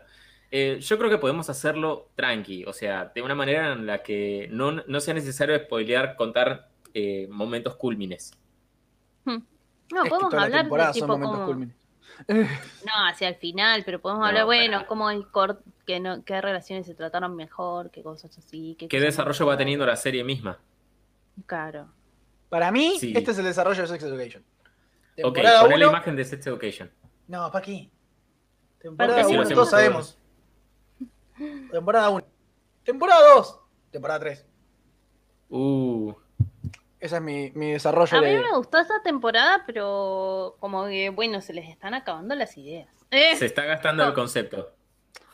Speaker 2: Eh, yo creo que podemos hacerlo tranqui, o sea, de una manera en la que no, no sea necesario spoilear, contar eh, momentos cúlmines.
Speaker 3: No,
Speaker 1: es que
Speaker 3: podemos
Speaker 1: toda la
Speaker 3: hablar
Speaker 1: temporada
Speaker 3: de
Speaker 1: son
Speaker 3: tipo
Speaker 1: momentos
Speaker 3: como...
Speaker 1: culmines.
Speaker 3: No, hacia el final, pero podemos
Speaker 2: No,
Speaker 3: hablar, bueno,
Speaker 2: pará.
Speaker 3: cómo el cort, que no, qué relaciones se trataron mejor, qué cosas así. Qué,
Speaker 2: ¿Qué
Speaker 3: cosas
Speaker 2: desarrollo
Speaker 3: no.
Speaker 2: va teniendo la serie misma?
Speaker 3: Claro.
Speaker 1: Para mí,
Speaker 2: Sí.
Speaker 1: este es el desarrollo de Sex Education.
Speaker 2: Ok,
Speaker 1: Temporada
Speaker 2: poné la
Speaker 1: uno-
Speaker 2: imagen de Sex Education.
Speaker 1: No, pa' aquí. Temporada
Speaker 3: Porque
Speaker 1: 1,
Speaker 3: si lo
Speaker 1: todos
Speaker 3: hacemos
Speaker 1: sabemos. Temporada 1. Temporada 2. Temporada 3.
Speaker 2: Uh,
Speaker 1: Ese es mi, mi desarrollo
Speaker 3: A mí
Speaker 1: de.
Speaker 3: me gustó esta temporada, pero como que, bueno, se les están acabando las ideas. Eh,
Speaker 2: se está gastando el concepto.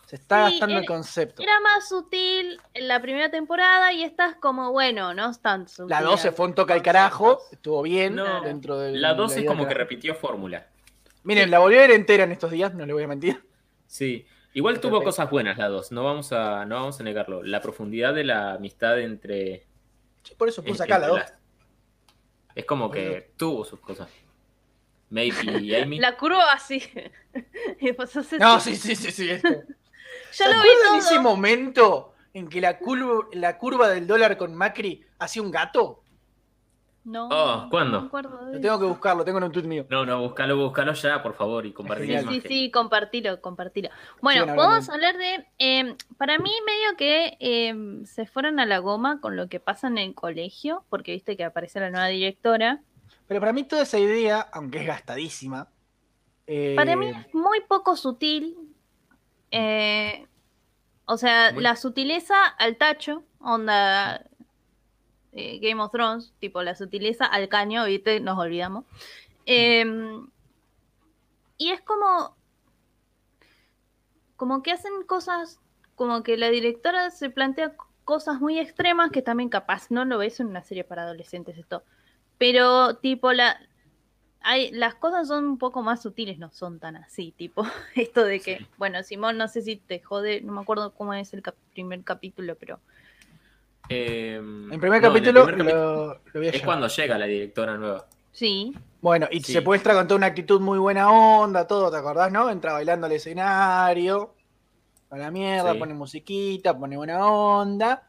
Speaker 1: Se está
Speaker 3: Sí,
Speaker 1: gastando el
Speaker 3: era-
Speaker 1: concepto.
Speaker 3: Era más sutil en la primera temporada y esta es como, bueno, no es tan sutil.
Speaker 1: La 2 se fue un toca al carajo. Estuvo bien
Speaker 2: No,
Speaker 1: dentro de
Speaker 2: La 2 es
Speaker 1: idea
Speaker 2: como que
Speaker 1: era.
Speaker 2: repitió fórmula.
Speaker 1: Miren, la volví a ver entera en estos días, no le voy a mentir.
Speaker 2: Sí, igual
Speaker 1: Perfecto.
Speaker 2: tuvo cosas buenas la 2, no vamos a no vamos a negarlo. La profundidad de la amistad entre
Speaker 1: Yo por eso puse
Speaker 2: entre
Speaker 1: acá la 2.
Speaker 2: las- Es como que tuvo sus cosas. Maybe y Amy.
Speaker 3: La curva así. y después hace
Speaker 1: No,
Speaker 3: así.
Speaker 1: sí, sí, sí, sí. Esto.
Speaker 3: Ya
Speaker 1: ¿Se
Speaker 3: lo vi
Speaker 1: acuerdan ese
Speaker 3: todo.
Speaker 1: momento en que la, curva- la curva del dólar con Macri hacía un gato?
Speaker 3: No,
Speaker 2: Oh, ¿cuándo?
Speaker 3: no me acuerdo de
Speaker 1: Lo tengo que buscar, lo tengo en un tweet mío.
Speaker 2: No, no, búscalo, búscalo ya, por favor, y compartí la
Speaker 1: Genial.
Speaker 3: Sí,
Speaker 2: imagen.
Speaker 3: sí, sí, compartilo, compartilo. Bueno,
Speaker 1: hablando.
Speaker 3: vamos a hablar de. eh, para mí, medio que eh, se fueron a la goma con lo que pasa en el colegio, porque viste que aparece la nueva directora.
Speaker 1: Pero para mí toda esa idea, aunque es gastadísima, eh,
Speaker 3: Para mí es muy poco sutil. eh, o sea,
Speaker 2: Muy-
Speaker 3: la sutileza al tacho, onda eh, Game of Thrones, tipo la sutileza al caño, viste, nos olvidamos. Eh, y es como. Como que hacen cosas. Como que la directora se plantea cosas muy extremas que también capaz no lo ves en una serie para adolescentes esto. Pero tipo la, hay, las cosas son un poco más sutiles, no son tan así, tipo, esto de que, bueno, Simón, no sé si te jode, no me acuerdo cómo es el cap- primer capítulo, pero
Speaker 2: Eh,
Speaker 1: en primer
Speaker 2: no,
Speaker 1: capítulo
Speaker 2: primer capítulo
Speaker 1: lo, lo vi
Speaker 2: es
Speaker 1: yo.
Speaker 2: cuando llega la directora nueva.
Speaker 3: sí,
Speaker 1: Bueno, y
Speaker 2: Sí.
Speaker 1: se muestra con toda una actitud muy buena onda, todo, ¿te acordás, no? Entra bailando al escenario, a la mierda,
Speaker 2: Sí.
Speaker 1: pone musiquita, pone buena onda.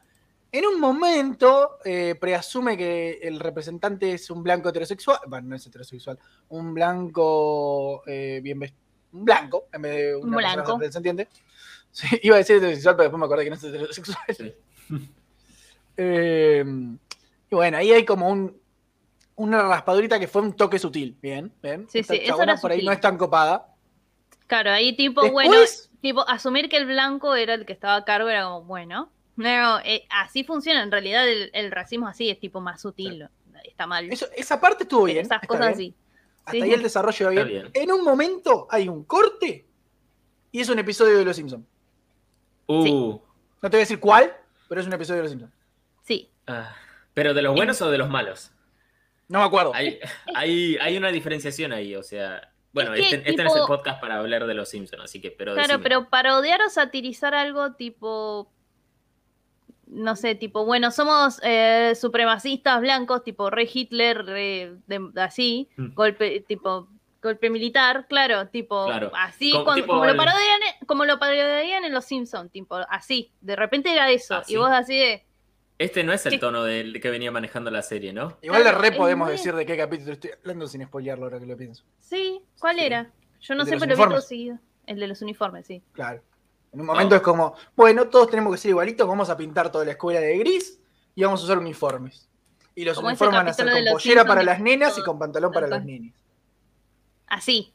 Speaker 1: En un momento eh, preasume que el representante es un blanco heterosexual, bueno, no es heterosexual, un blanco eh, bien vestido, un blanco, en vez de una
Speaker 3: Un
Speaker 1: persona
Speaker 3: blanco.
Speaker 1: trans, ¿se entiende? Sí, iba a decir heterosexual, pero después me acordé que no es heterosexual.
Speaker 2: Sí.
Speaker 1: Eh, y bueno, ahí hay como un, una raspadurita que fue un toque sutil. Bien, bien.
Speaker 3: Sí,
Speaker 1: Esta
Speaker 3: sí, eso
Speaker 1: chabona
Speaker 3: era
Speaker 1: por ahí
Speaker 3: sutil.
Speaker 1: no es tan copada.
Speaker 3: claro, ahí tipo, bueno,
Speaker 1: Después,
Speaker 3: tipo, asumir que el blanco era el que estaba a cargo era como, bueno, no, eh, así funciona, en realidad el, el racismo así es tipo más sutil, está mal,
Speaker 1: eso- esa parte estuvo
Speaker 3: pero
Speaker 1: bien.
Speaker 3: esas
Speaker 1: está
Speaker 3: cosas
Speaker 1: bien.
Speaker 3: así.
Speaker 1: Hasta
Speaker 3: sí.
Speaker 1: ahí el desarrollo va bien.
Speaker 2: Está bien.
Speaker 1: En un momento hay un corte y es un episodio de Los Simpsons.
Speaker 2: Uh,
Speaker 1: No te voy a decir cuál, pero es un episodio de Los Simpsons.
Speaker 3: Sí,
Speaker 2: ah, ¿Pero de los buenos o de los malos?
Speaker 1: No me acuerdo.
Speaker 2: Hay, hay, hay una diferenciación ahí, o sea. Bueno,
Speaker 3: Es que,
Speaker 2: este, este no
Speaker 3: tipo-
Speaker 2: es el podcast para hablar de los Simpsons, así que, pero.
Speaker 3: claro,
Speaker 2: decime.
Speaker 3: pero parodiar o satirizar algo tipo, no sé, tipo, bueno, somos eh, supremacistas blancos, tipo re Hitler, re de- así,
Speaker 2: Mm.
Speaker 3: golpe, tipo, golpe militar, claro, tipo,
Speaker 2: Claro.
Speaker 3: así,
Speaker 2: Como-
Speaker 3: cuando-
Speaker 2: tipo
Speaker 3: como,
Speaker 2: el-
Speaker 3: lo parodian, como lo parodian en Los Simpsons, tipo, así, de repente era eso,
Speaker 2: Así.
Speaker 3: y vos así de,
Speaker 2: Este no es el
Speaker 3: Sí.
Speaker 2: tono del que venía manejando la serie, ¿no?
Speaker 1: Igual de
Speaker 3: Claro,
Speaker 1: re
Speaker 3: es
Speaker 1: podemos
Speaker 3: muy-
Speaker 1: decir de qué capítulo estoy hablando sin spoilearlo ahora que lo pienso.
Speaker 3: sí, ¿cuál
Speaker 2: Sí.
Speaker 3: era? Yo no
Speaker 1: El de
Speaker 3: sé,
Speaker 1: los
Speaker 3: pero vi todo
Speaker 1: uniformes.
Speaker 3: seguido, el de los uniformes, sí.
Speaker 1: Claro. En un momento es como, bueno, todos tenemos que ser igualitos, vamos a pintar toda la escuela de gris y vamos a usar uniformes. Y los
Speaker 3: Como ese
Speaker 1: uniformes van a ser
Speaker 3: capítulo
Speaker 1: con
Speaker 3: de Los
Speaker 1: pollera para
Speaker 3: Simpsons
Speaker 1: las
Speaker 3: que
Speaker 1: nenas y
Speaker 3: todos
Speaker 1: con pantalón para los
Speaker 3: cantan.
Speaker 1: nenes.
Speaker 3: Así,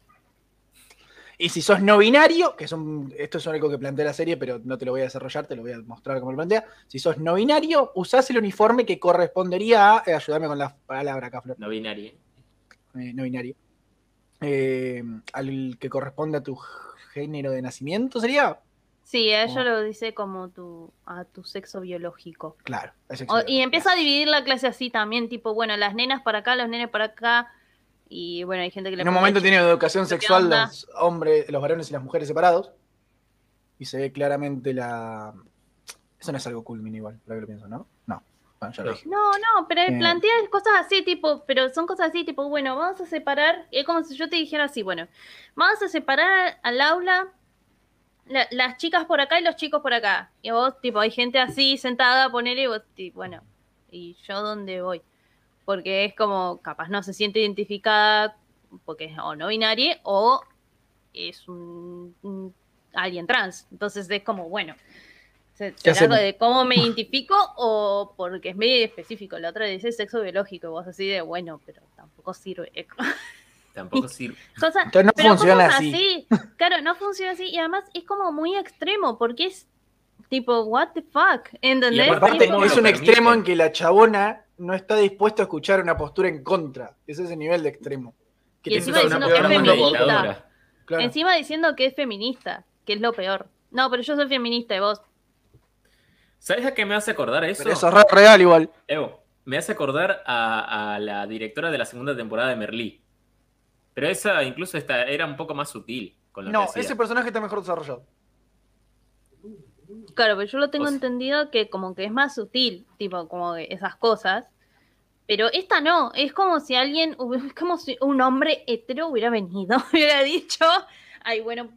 Speaker 1: Y si sos no binario, que son, esto es algo que plantea la serie, pero no te lo voy a desarrollar, te lo voy a mostrar cómo lo plantea. Si sos no binario, usás el uniforme que correspondería a. eh, ayúdame con la palabra acá, Flor.
Speaker 2: No binario.
Speaker 1: eh, no binario. Eh, al que corresponde a tu género de nacimiento, ¿sería?
Speaker 3: sí, a
Speaker 2: Oh.
Speaker 3: ella
Speaker 1: Como-
Speaker 3: lo dice como tu, a tu sexo biológico.
Speaker 1: Claro. ese
Speaker 3: O-
Speaker 1: sexo.
Speaker 3: y empieza a dividir la clase así también, tipo, bueno, las nenas para acá, los nenes para acá. Y bueno, hay gente que le
Speaker 1: En un
Speaker 3: pone
Speaker 1: momento
Speaker 3: ch-
Speaker 1: tiene educación
Speaker 3: ¿Qué
Speaker 1: sexual
Speaker 3: onda?
Speaker 1: los hombres, los varones y las mujeres separados. Y se ve claramente la. Eso no es algo culmin igual, lo que lo pienso, ¿no? No. Bueno, ya lo
Speaker 2: No.
Speaker 1: dije.
Speaker 3: No, no, pero
Speaker 1: Eh.
Speaker 3: él plantea cosas así, tipo, pero son cosas así, tipo, bueno, vamos a separar. Es como si yo te dijera así, bueno, vamos a separar al aula la- las chicas por acá y los chicos por acá. Y vos, tipo, hay gente así sentada, ponele, y vos, ti- bueno, ¿y yo dónde voy? Porque es como, capaz no se siente identificada porque es o no binaria o es un, un alguien trans. Entonces es como, bueno, se- ¿será algo
Speaker 1: hacemos?
Speaker 3: de cómo me identifico o porque es medio específico? La otra dice sexo biológico, y vos así de, bueno, pero tampoco sirve.
Speaker 2: Tampoco sirve.
Speaker 3: Cosas,
Speaker 1: Entonces no
Speaker 3: pero
Speaker 1: funciona
Speaker 3: cosas
Speaker 1: así.
Speaker 3: Claro, no funciona así. Y además es como muy extremo porque es tipo, what the fuck, ¿entendés?
Speaker 2: Y
Speaker 1: Aparte,
Speaker 2: ¿Cómo
Speaker 1: es
Speaker 2: lo
Speaker 1: un
Speaker 2: permiten?
Speaker 1: extremo en que la chabona no está dispuesta a escuchar una postura en contra. Ese es el nivel de extremo.
Speaker 3: Y
Speaker 1: te
Speaker 3: encima
Speaker 1: saca
Speaker 3: diciendo
Speaker 1: peor
Speaker 3: que es
Speaker 1: mano por
Speaker 3: feminista.
Speaker 1: todo. Claro.
Speaker 3: Encima diciendo que es feminista, que es lo peor. No, pero yo soy feminista y vos.
Speaker 2: ¿Sabes a qué me hace acordar eso?
Speaker 1: Pero eso es re real igual.
Speaker 2: Evo, me hace acordar a, a la directora de la segunda temporada de Merlí. Pero esa incluso esta, era un poco más sutil con lo
Speaker 1: No,
Speaker 2: que hacía.
Speaker 1: ese personaje está mejor desarrollado.
Speaker 3: Claro, pero yo lo tengo
Speaker 2: O sea-
Speaker 3: entendido que como que es más sutil, tipo, como que esas cosas. Pero esta no, es como si alguien, hub- es como si un hombre hetero hubiera venido, hubiera dicho, ay, bueno,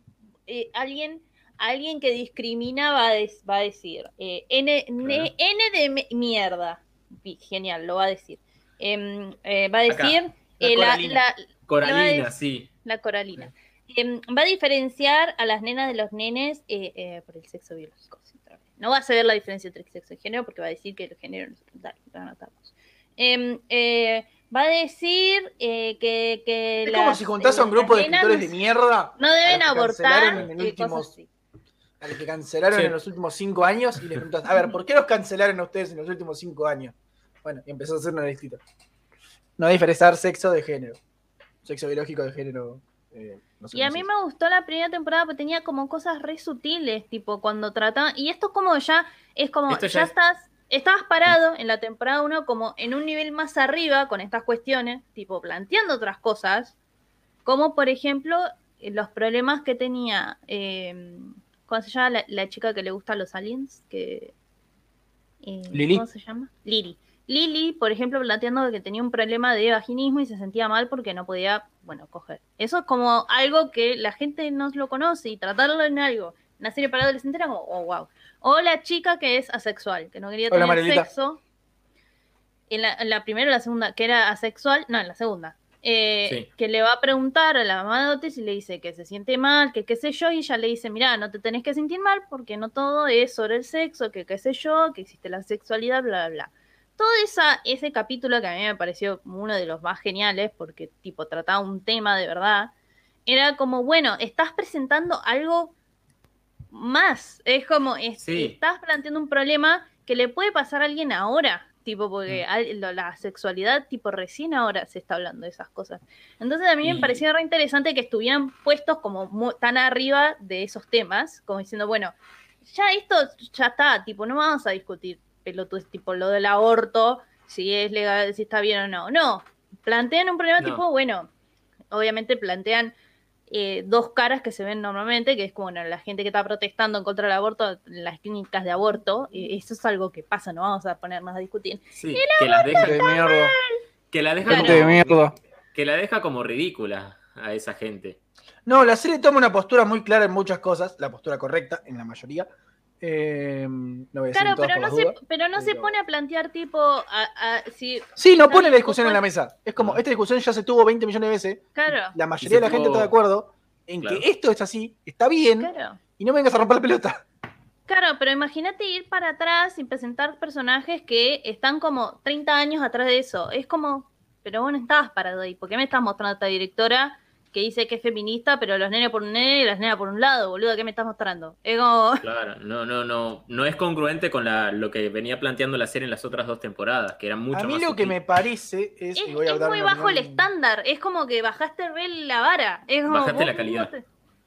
Speaker 3: eh, alguien, alguien que discrimina va a, des- va a decir, eh, N,
Speaker 2: Claro.
Speaker 3: N- N de me- mierda, Bi- genial, lo va a decir. Em, eh, va a
Speaker 2: Acá,
Speaker 3: decir
Speaker 1: la
Speaker 3: eh, la-
Speaker 1: Coralina.
Speaker 3: la,
Speaker 2: Coralina,
Speaker 3: No es-
Speaker 2: sí.
Speaker 3: La coralina. Em, va a diferenciar a las nenas de los nenes eh, eh, por el sexo biológico. sí, otra vez. No va a saber la diferencia entre sexo y género porque va a decir que el género no es dale, lo anotamos. Em, eh, va a decir eh, que, que
Speaker 1: Es como
Speaker 3: las-
Speaker 1: si juntás a un
Speaker 3: eh,
Speaker 1: grupo de
Speaker 3: las nenas
Speaker 1: escritores de
Speaker 3: no-
Speaker 1: mierda
Speaker 3: No deben
Speaker 1: a los que cancelaron
Speaker 3: abortar.
Speaker 1: en el
Speaker 3: eh,
Speaker 1: último-
Speaker 3: cosas así.
Speaker 1: a los que cancelaron
Speaker 2: Sí.
Speaker 1: en los últimos cinco años y les preguntás, a ver, ¿por qué los cancelaron a ustedes en los últimos cinco años? Bueno, y empezó a hacer una listita. No diferenciar sexo de género. Sexo biológico de género. eh, no sé
Speaker 3: Y a
Speaker 1: cómo se
Speaker 3: mí
Speaker 1: dice.
Speaker 3: me gustó la primera temporada porque tenía como cosas re sutiles, tipo cuando trataban. Y esto es como ya, es como,
Speaker 2: Esto
Speaker 3: ya,
Speaker 2: ya es-
Speaker 3: estás, estabas parado
Speaker 1: Mm.
Speaker 3: en la temporada 1 como en un nivel más arriba con estas cuestiones, tipo planteando otras cosas, como por ejemplo eh, los problemas que tenía, eh, ¿cómo se llama la, la chica que le gusta a los aliens? Que, eh,
Speaker 1: Lili.
Speaker 3: ¿Cómo se llama? Lili. Lili, por ejemplo, planteando que tenía un problema de vaginismo y se sentía mal porque no podía, bueno, coger. Eso es como algo que la gente no lo conoce y tratarlo en algo. Una serie para adolescentes era como, oh, wow. O la chica que es asexual, que no quería
Speaker 1: Hola,
Speaker 3: tener
Speaker 1: Marielita.
Speaker 3: sexo. En la, en la primera o la segunda, que era asexual, no, en la segunda. Eh,
Speaker 2: Sí.
Speaker 3: Que le va a preguntar a la mamá de Otis y le dice que se siente mal, que qué sé yo, y ella le dice, mira, no te tenés que sentir mal porque no todo es sobre el sexo, que qué sé yo, que existe la sexualidad, bla, bla, bla. Todo esa, ese capítulo que a mí me pareció uno de los más geniales porque tipo trataba un tema de verdad, era como, bueno, estás presentando algo más. Es como, es-
Speaker 2: Sí.
Speaker 3: estás planteando un problema que le puede pasar a alguien ahora, tipo, porque
Speaker 2: Mm.
Speaker 3: al- lo- la sexualidad, tipo, recién ahora se está hablando de esas cosas. Entonces a mí
Speaker 2: Y-
Speaker 3: me pareció re interesante que estuvieran puestos como mu- tan arriba de esos temas, como diciendo, bueno, ya esto ya está, tipo, no vamos a discutir pelotudes, tipo, lo del aborto, si es legal, si está bien o no. No, plantean un problema
Speaker 2: No.
Speaker 3: tipo, bueno, obviamente plantean eh, dos caras que se ven normalmente, que es como bueno, la gente que está protestando en contra del aborto, las clínicas de aborto, eh, eso es algo que pasa, no vamos a ponernos a discutir.
Speaker 2: Sí, que la deja,
Speaker 1: Gente de mierda.
Speaker 2: que la deja
Speaker 3: Claro.
Speaker 1: Gente de mierda.
Speaker 2: como, que la deja como ridícula a esa gente.
Speaker 1: No, la serie toma una postura muy clara en muchas cosas, la postura correcta en la mayoría. Eh, no voy a decir
Speaker 3: Claro,
Speaker 1: en todas por
Speaker 3: pero no,
Speaker 1: las
Speaker 3: se,
Speaker 1: dudas.
Speaker 3: pero no se
Speaker 1: pero-
Speaker 3: pone a plantear tipo, a- a- si,
Speaker 1: Sí, no
Speaker 3: Claro,
Speaker 1: pone la discusión en la
Speaker 3: ocupa-
Speaker 1: mesa. Es como,
Speaker 2: Ajá.
Speaker 1: esta discusión ya se tuvo 20 millones de veces.
Speaker 3: claro,
Speaker 1: La
Speaker 2: Ah. se
Speaker 1: mayoría de la gente
Speaker 2: tuvo-
Speaker 1: está de acuerdo en
Speaker 2: Claro.
Speaker 1: que esto es así, está bien,
Speaker 3: claro.
Speaker 1: y no vengas a romper la pelota.
Speaker 3: Claro, pero imagínate ir para atrás y presentar personajes que están como 30 años atrás de eso. Es como, pero vos no estabas parado ahí. ¿Por qué me estás mostrando a esta directora que dice que es feminista, pero los nenes por un nene y las nenas por un lado, boludo? ¿Qué me estás mostrando? Es como,
Speaker 2: Claro, no, no, no, no es congruente con la, lo que venía planteando la serie en las otras dos temporadas, que era mucho
Speaker 1: a mí
Speaker 2: más
Speaker 1: lo que
Speaker 2: sutil.
Speaker 1: me parece es.
Speaker 3: es,
Speaker 1: y voy a
Speaker 3: es
Speaker 1: dar
Speaker 3: muy
Speaker 1: una
Speaker 3: bajo el
Speaker 1: opinión-
Speaker 3: estándar. Es como que bajaste re la vara. Es como,
Speaker 2: Bajaste
Speaker 3: vos
Speaker 2: la calidad.
Speaker 3: mismo te-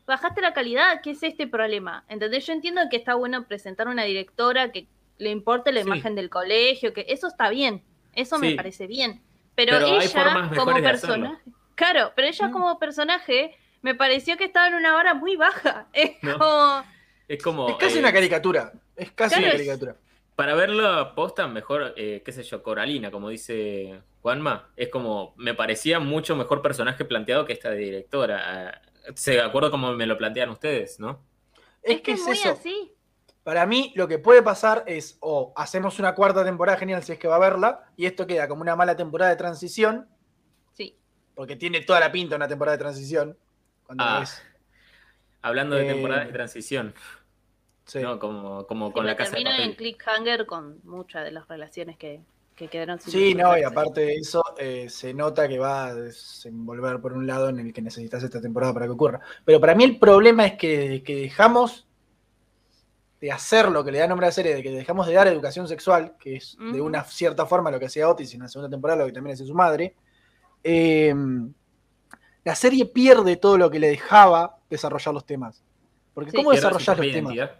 Speaker 3: bajaste la calidad. ¿Qué es este problema? ¿Entendés? Yo entiendo que está bueno presentar una directora que le importe la
Speaker 2: Sí.
Speaker 3: imagen del colegio, que eso está bien. Eso
Speaker 2: Sí.
Speaker 3: me parece bien. Pero,
Speaker 2: Pero hay
Speaker 3: ella
Speaker 2: formas
Speaker 3: como
Speaker 2: mejores de hacerlo.
Speaker 3: personaje. Claro, pero ella
Speaker 1: Mm.
Speaker 3: como personaje me pareció que estaba en una vara muy baja. Es
Speaker 2: No.
Speaker 3: como.
Speaker 2: Es como.
Speaker 1: Es casi
Speaker 2: eh,
Speaker 1: una caricatura. Es casi
Speaker 3: Claro,
Speaker 1: una
Speaker 3: es-
Speaker 1: caricatura.
Speaker 2: Para verla posta, mejor, eh, qué sé yo, Coralina, como dice Juanma. Es como, me parecía mucho mejor personaje planteado que esta directora. Eh, Se acuerdo como me lo plantean ustedes, ¿no?
Speaker 1: Es, que es
Speaker 3: muy
Speaker 1: eso.
Speaker 3: así.
Speaker 1: Para mí, lo que puede pasar es o hacemos una cuarta temporada genial si es que va a verla, y esto queda como una mala temporada de transición,
Speaker 3: Sí.
Speaker 1: porque tiene toda la pinta una temporada de transición. Cuando
Speaker 2: Ah,
Speaker 1: la ves.
Speaker 2: Hablando de
Speaker 1: Eh,
Speaker 2: temporadas de transición,
Speaker 1: Sí.
Speaker 2: ¿no? Como, como
Speaker 3: Y
Speaker 2: con
Speaker 3: me
Speaker 2: la casa de
Speaker 3: termino en
Speaker 2: papel.
Speaker 3: cliffhanger con muchas de las relaciones que, que quedaron sin
Speaker 1: Sí, no, y
Speaker 3: resolverse.
Speaker 1: aparte de eso, eh, se nota que va a desenvolver por un lado en el que necesitas esta temporada para que ocurra. Pero para mí el problema es que, desde que dejamos de hacer lo que le da nombre a la serie, de que dejamos de dar educación sexual, que es de
Speaker 3: Ujú.
Speaker 1: una cierta forma lo que hacía Otis en la segunda temporada, lo que también hacía su madre, eh, la serie pierde todo lo que le dejaba desarrollar los temas. Porque
Speaker 3: Sí.
Speaker 1: ¿cómo
Speaker 2: Pierde su
Speaker 1: desarrollar los
Speaker 2: propia
Speaker 1: temas?
Speaker 2: identidad.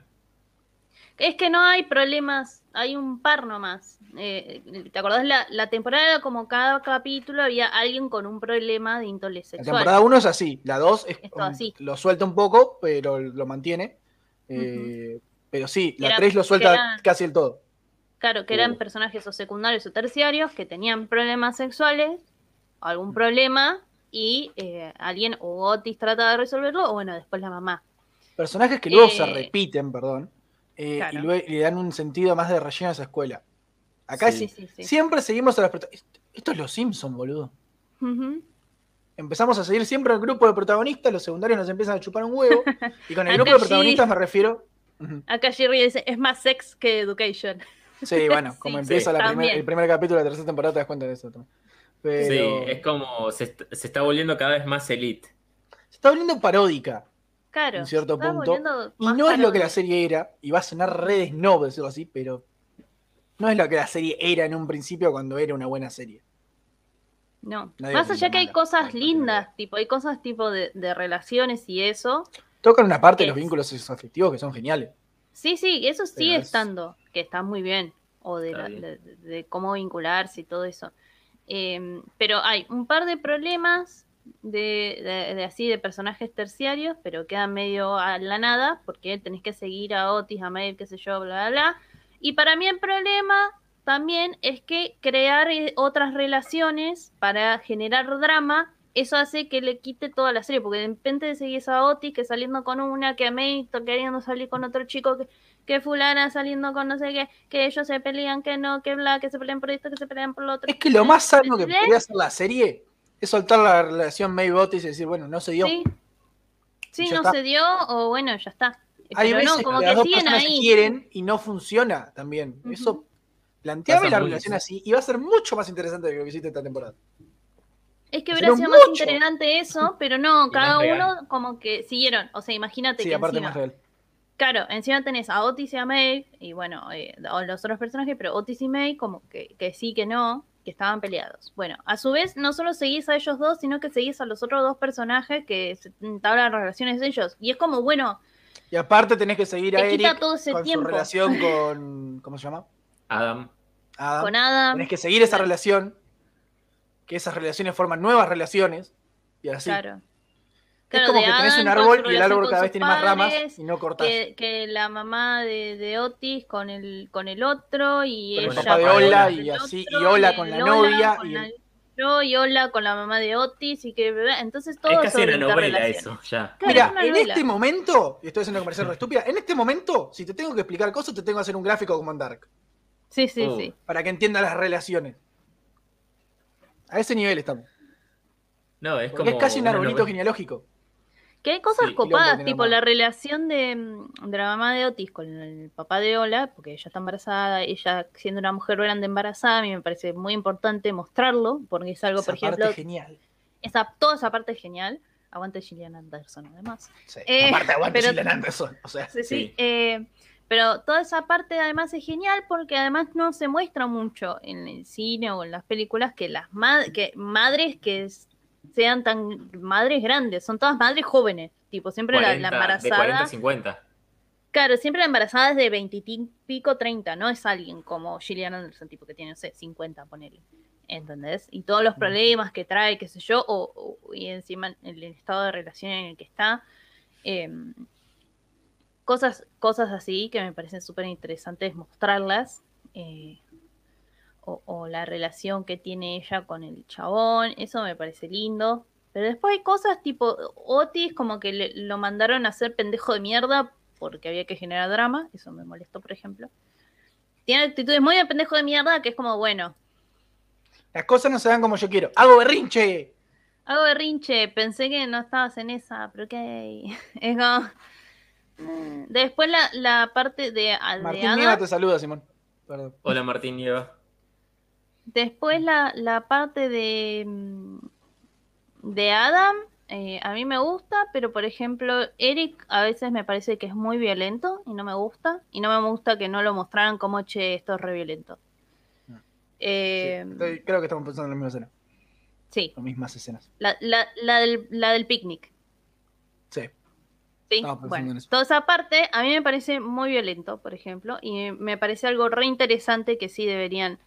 Speaker 3: Es que no hay problemas, hay un par nomás. Eh, ¿Te acordás? La, la temporada era como cada capítulo había alguien con un problema de índole
Speaker 1: La
Speaker 3: sexual.
Speaker 1: temporada 1 es así, la 2 es,
Speaker 3: Es todo así.
Speaker 1: lo suelta un poco, pero lo mantiene. Eh, pero sí, la
Speaker 3: Era-
Speaker 1: 3 lo suelta
Speaker 3: era-
Speaker 1: casi el todo.
Speaker 3: Claro, que eran
Speaker 2: Uh.
Speaker 3: personajes o secundarios o terciarios que tenían problemas sexuales,
Speaker 1: Mm.
Speaker 3: algún problema, y eh, alguien o Otis trata de resolverlo, o bueno, después la mamá.
Speaker 1: Personajes que luego se
Speaker 3: Eh,
Speaker 1: repiten, perdón, eh,
Speaker 3: claro.
Speaker 1: y luego le dan un sentido más de relleno a esa escuela. Acá
Speaker 2: Sí.
Speaker 3: Sí,
Speaker 1: es-
Speaker 3: sí, sí.
Speaker 1: siempre seguimos a las prota- Esto, esto es los Simpson, boludo.
Speaker 3: Ujú.
Speaker 1: Empezamos a seguir siempre al grupo de protagonistas, los secundarios nos empiezan a chupar un huevo. Y con el
Speaker 3: Acá
Speaker 1: grupo de
Speaker 3: sí.
Speaker 1: protagonistas me refiero. Ujú.
Speaker 3: Acá Jerry dice, es más sex que education.
Speaker 1: Sí, bueno,
Speaker 3: Sí,
Speaker 1: como
Speaker 3: sí,
Speaker 1: empieza la primer-
Speaker 3: también.
Speaker 1: el primer capítulo de la tercera temporada, te das cuenta de eso también. Pero
Speaker 2: Sí, es como se, est- se está volviendo cada vez más elite.
Speaker 1: se está volviendo paródica.
Speaker 3: Claro.
Speaker 1: En cierto
Speaker 3: estaba
Speaker 1: punto.
Speaker 3: volviendo
Speaker 1: Y
Speaker 3: más
Speaker 1: no es lo que
Speaker 3: paranoia.
Speaker 1: la serie era, y va a sonar redes snob decirlo así, pero no es lo que la serie era en un principio cuando era una buena serie.
Speaker 3: No,
Speaker 1: Nadie
Speaker 3: más
Speaker 1: opina
Speaker 3: allá que hay
Speaker 1: mal,
Speaker 3: cosas
Speaker 1: no, no
Speaker 3: lindas,
Speaker 1: creo.
Speaker 3: tipo, hay cosas tipo de, de relaciones y eso.
Speaker 1: Tocan una parte de los
Speaker 3: Es.
Speaker 1: vínculos afectivos que son geniales.
Speaker 3: Sí, sí, eso sigue
Speaker 1: Pero es-
Speaker 3: estando, que está muy bien, o de,
Speaker 2: Está
Speaker 3: la-
Speaker 2: bien.
Speaker 3: de- de cómo vincularse y todo eso. Eh, pero hay un par de problemas de, de- de así, de personajes terciarios, pero quedan medio a la nada, porque tenés que seguir a Otis, a Mail, qué sé yo, bla, bla, bla. Y para mí el problema también es que crear eh, otras relaciones para generar drama, eso hace que le quite toda la serie, porque de repente seguís a Otis que saliendo con una, que a May to- queriendo salir con otro chico, que, que fulana saliendo con no sé qué, que ellos se pelean, que no, que bla, que se pelean por esto, que se pelean por lo otro.
Speaker 1: Es que lo más sano que
Speaker 3: ¿Entendés?
Speaker 1: podría hacer la serie es soltar la relación May Otis y decir, bueno, no se dio.
Speaker 3: Sí, Sí,
Speaker 1: ya
Speaker 3: no
Speaker 1: está.
Speaker 3: se dio, o bueno, ya está.
Speaker 1: Hay
Speaker 3: Pero
Speaker 1: veces
Speaker 3: no, como
Speaker 1: que
Speaker 3: que,
Speaker 1: las dos
Speaker 3: siguen
Speaker 1: personas
Speaker 3: ahí.
Speaker 1: quieren y no funciona también.
Speaker 3: Ujú.
Speaker 1: Eso, planteame
Speaker 2: Pasa
Speaker 1: la
Speaker 2: muy
Speaker 1: relación
Speaker 2: bien.
Speaker 1: así y va a ser mucho más interesante de lo que hiciste esta temporada.
Speaker 3: Es que
Speaker 1: Hicieron
Speaker 3: hubiera sido más
Speaker 1: mucho.
Speaker 3: interesante eso, pero no,
Speaker 2: Y
Speaker 3: cada
Speaker 2: más real.
Speaker 3: uno como que siguieron. O sea, imagínate
Speaker 1: Sí,
Speaker 3: que
Speaker 1: aparte
Speaker 3: encima-
Speaker 1: más real.
Speaker 3: Claro, encima tenés a Otis y a May, y bueno, eh, o los otros personajes, pero Otis y May como que, que sí, que no, que estaban peleados. Bueno, a su vez, no solo seguís a ellos dos, sino que seguís a los otros dos personajes que se entablan relaciones de ellos. Y es como, bueno,
Speaker 1: Y aparte tenés que seguir a
Speaker 3: te quita
Speaker 1: Eric
Speaker 3: todo ese
Speaker 1: con su
Speaker 3: tiempo
Speaker 1: relación con. ¿Cómo se llama?
Speaker 2: Adam,
Speaker 1: Adam.
Speaker 3: con Adam.
Speaker 1: Tenés que seguir esa relación, que esas relaciones forman nuevas relaciones, y así.
Speaker 3: Claro. Claro,
Speaker 1: es como
Speaker 3: de
Speaker 1: que tenés un
Speaker 3: Adam con
Speaker 1: árbol y
Speaker 3: su
Speaker 1: el
Speaker 3: relación
Speaker 1: árbol
Speaker 3: con
Speaker 1: cada vez
Speaker 3: sus
Speaker 1: tiene más ramas
Speaker 3: padres,
Speaker 1: y no cortás.
Speaker 3: Que, que la mamá de, de Otis con el, con el otro y
Speaker 1: Con el
Speaker 3: ella
Speaker 1: papá de
Speaker 3: con
Speaker 1: Ola
Speaker 3: el
Speaker 1: y así, y
Speaker 3: otro,
Speaker 1: Ola
Speaker 3: el
Speaker 1: con la
Speaker 3: Ola
Speaker 1: novia
Speaker 3: con
Speaker 1: y
Speaker 3: la
Speaker 1: el-
Speaker 3: yo y Ola con la mamá de Otis y que bla, entonces todo
Speaker 2: Es casi
Speaker 3: sobre
Speaker 2: una novela
Speaker 3: interrelaciones.
Speaker 2: eso, ya.
Speaker 3: Claro, es
Speaker 1: Mira,
Speaker 3: una
Speaker 1: en
Speaker 3: novela.
Speaker 1: este momento, y estoy haciendo una conversación re estúpida, en este momento, si te tengo que explicar cosas, te tengo que hacer un gráfico como en Dark,
Speaker 3: Sí, sí,
Speaker 1: Uh.
Speaker 2: Oh.
Speaker 3: sí.
Speaker 1: para que entiendas las relaciones. A ese nivel estamos.
Speaker 2: No, es
Speaker 1: Porque
Speaker 2: como.
Speaker 1: es casi un
Speaker 2: una
Speaker 1: arbolito
Speaker 2: novela.
Speaker 1: genealógico.
Speaker 3: Que hay cosas
Speaker 2: Sí,
Speaker 1: quilombo
Speaker 3: copadas,
Speaker 1: tiene
Speaker 3: tipo
Speaker 1: la
Speaker 3: la
Speaker 1: mamá.
Speaker 3: relación de, mm, de la mamá de Otis con el papá de Ola, porque ella está embarazada, ella siendo una mujer grande embarazada, a mí me parece muy importante mostrarlo, porque es algo,
Speaker 1: Esa
Speaker 3: por ejemplo,
Speaker 1: parte genial.
Speaker 3: esa, toda esa parte es genial. Aguante Gillian Anderson, además.
Speaker 1: Sí.
Speaker 3: Eh,
Speaker 1: Aparte, aguante
Speaker 3: pero-
Speaker 1: Gillian Anderson. O sea,
Speaker 3: Sí, sí.
Speaker 2: Sí.
Speaker 3: eh, pero toda esa parte además es genial porque además no se muestra mucho en el cine o en las películas que las ma- que madres que s- sean tan madres grandes, son todas madres jóvenes, tipo siempre la-
Speaker 2: 40,
Speaker 3: la,
Speaker 2: De 40
Speaker 3: embarazada.
Speaker 2: 50.
Speaker 3: Claro, siempre la embarazada es de 20 y pico, 30, no es alguien como Gillian Anderson, tipo que tiene, no sé, 50, ponele. ¿Entendés? Y todos los problemas que trae, qué sé yo, o, o- y encima el, el estado de relación en el que está. em, cosas, cosas así que me parecen súper interesantes mostrarlas. eh, o, o la relación que tiene ella con el chabón, eso me parece lindo. Pero después hay cosas tipo Otis, como que le- lo mandaron a hacer pendejo de mierda porque había que generar drama, eso me molestó, por ejemplo. Tiene actitudes muy de pendejo de mierda que es como, bueno,
Speaker 1: las cosas no se dan como yo quiero. ¡Hago berrinche!
Speaker 3: hago berrinche, pensé que no estabas en esa, pero ok. Es como... mm. Después la, la parte de, ah, de
Speaker 1: Martín
Speaker 3: Adam,
Speaker 1: Nieva te saluda, Simón. Perdón.
Speaker 2: Hola Martín Nieva.
Speaker 3: Después la, la parte de, mm, de Adam, eh, a mí me gusta, pero por ejemplo, Eric a veces me parece que es muy violento y no me gusta. Y no me gusta que no lo mostraran como, che, esto es re violento.
Speaker 1: Ah. Sí,
Speaker 3: Eh,
Speaker 1: estoy- creo que estamos pensando en la misma escena.
Speaker 3: sí,
Speaker 1: Las mismas escenas.
Speaker 3: la, la, la del, la del picnic.
Speaker 1: Sí.
Speaker 3: Sí,
Speaker 1: Estaba pensando
Speaker 3: bueno,
Speaker 1: Ah, en eso.
Speaker 3: toda esa parte a mí me parece muy violento, por ejemplo, y me parece algo re interesante que sí deberían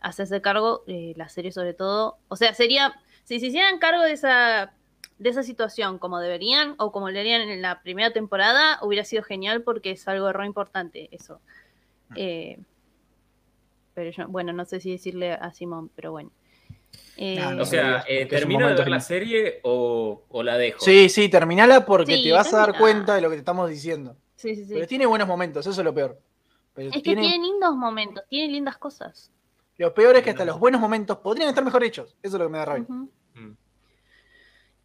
Speaker 3: hacerse cargo, eh, la serie sobre todo. O sea, sería, si se hicieran cargo de esa, de esa situación como deberían o como lo harían en la primera temporada, hubiera sido genial porque es algo re importante eso.
Speaker 1: Ah.
Speaker 3: Eh, pero yo, bueno, no sé si decirle a Simón, pero bueno. Eh,
Speaker 1: Ah, no
Speaker 2: O
Speaker 1: sé.
Speaker 2: sea,
Speaker 1: Porque
Speaker 2: eh,
Speaker 1: es un
Speaker 2: ¿termino de
Speaker 1: momento
Speaker 2: ver la
Speaker 1: genial.
Speaker 2: serie o, o la dejo?
Speaker 1: Sí, sí, terminala porque
Speaker 3: Sí,
Speaker 1: te vas a dar
Speaker 3: terminala.
Speaker 1: cuenta de lo que te estamos diciendo.
Speaker 3: sí, sí, sí.
Speaker 1: Pero tiene buenos momentos, eso es lo peor. Pero
Speaker 3: Es que
Speaker 1: tiene-
Speaker 3: tiene lindos momentos, tiene lindas cosas.
Speaker 1: Lo peor es que hasta
Speaker 2: No.
Speaker 1: los buenos momentos podrían estar mejor hechos. Eso es lo que me da rabia.
Speaker 3: Ujú.
Speaker 2: Mm.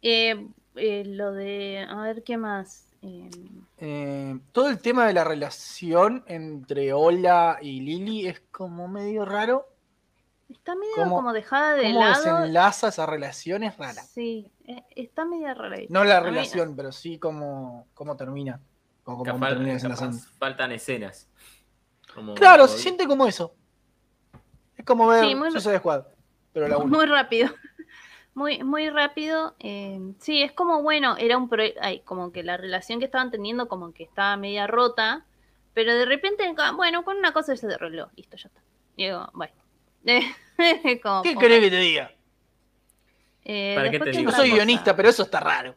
Speaker 3: Eh, eh, lo de. A ver, ¿qué más? Eh,
Speaker 1: Eh, todo el tema de la relación entre Ola y Lili es como medio raro.
Speaker 3: está medio
Speaker 1: ¿Cómo-
Speaker 3: como dejada de
Speaker 1: ¿Cómo
Speaker 3: lado.
Speaker 1: desenlaza esa relación? Es rara.
Speaker 3: Sí, eh, está media rara. ahí.
Speaker 1: No la
Speaker 3: A mí-
Speaker 1: relación, pero sí cómo, cómo termina. O cómo
Speaker 2: Capaz-
Speaker 1: termina
Speaker 2: capaz
Speaker 1: desenlazando.
Speaker 2: faltan escenas. Como-
Speaker 1: Claro,
Speaker 2: como-
Speaker 1: se siente como eso. Es como ver
Speaker 3: Sí, muy-
Speaker 1: Suicide Squad, pero la uno.
Speaker 3: Muy rápido. Muy, muy rápido. eh, sí, es como bueno, era un pro- ay, como que la relación que estaban teniendo como que estaba media rota, pero de repente, ah, bueno, con una cosa se arregló, listo, ya está. Y digo, bueno. como,
Speaker 1: ¿Qué
Speaker 3: ok.
Speaker 1: querés que te diga?
Speaker 3: Eh,
Speaker 2: ¿Para qué
Speaker 3: después
Speaker 1: Yo no
Speaker 2: te
Speaker 3: tiene
Speaker 2: digo?
Speaker 3: otra
Speaker 1: soy
Speaker 3: cosa.
Speaker 1: guionista, pero eso está raro.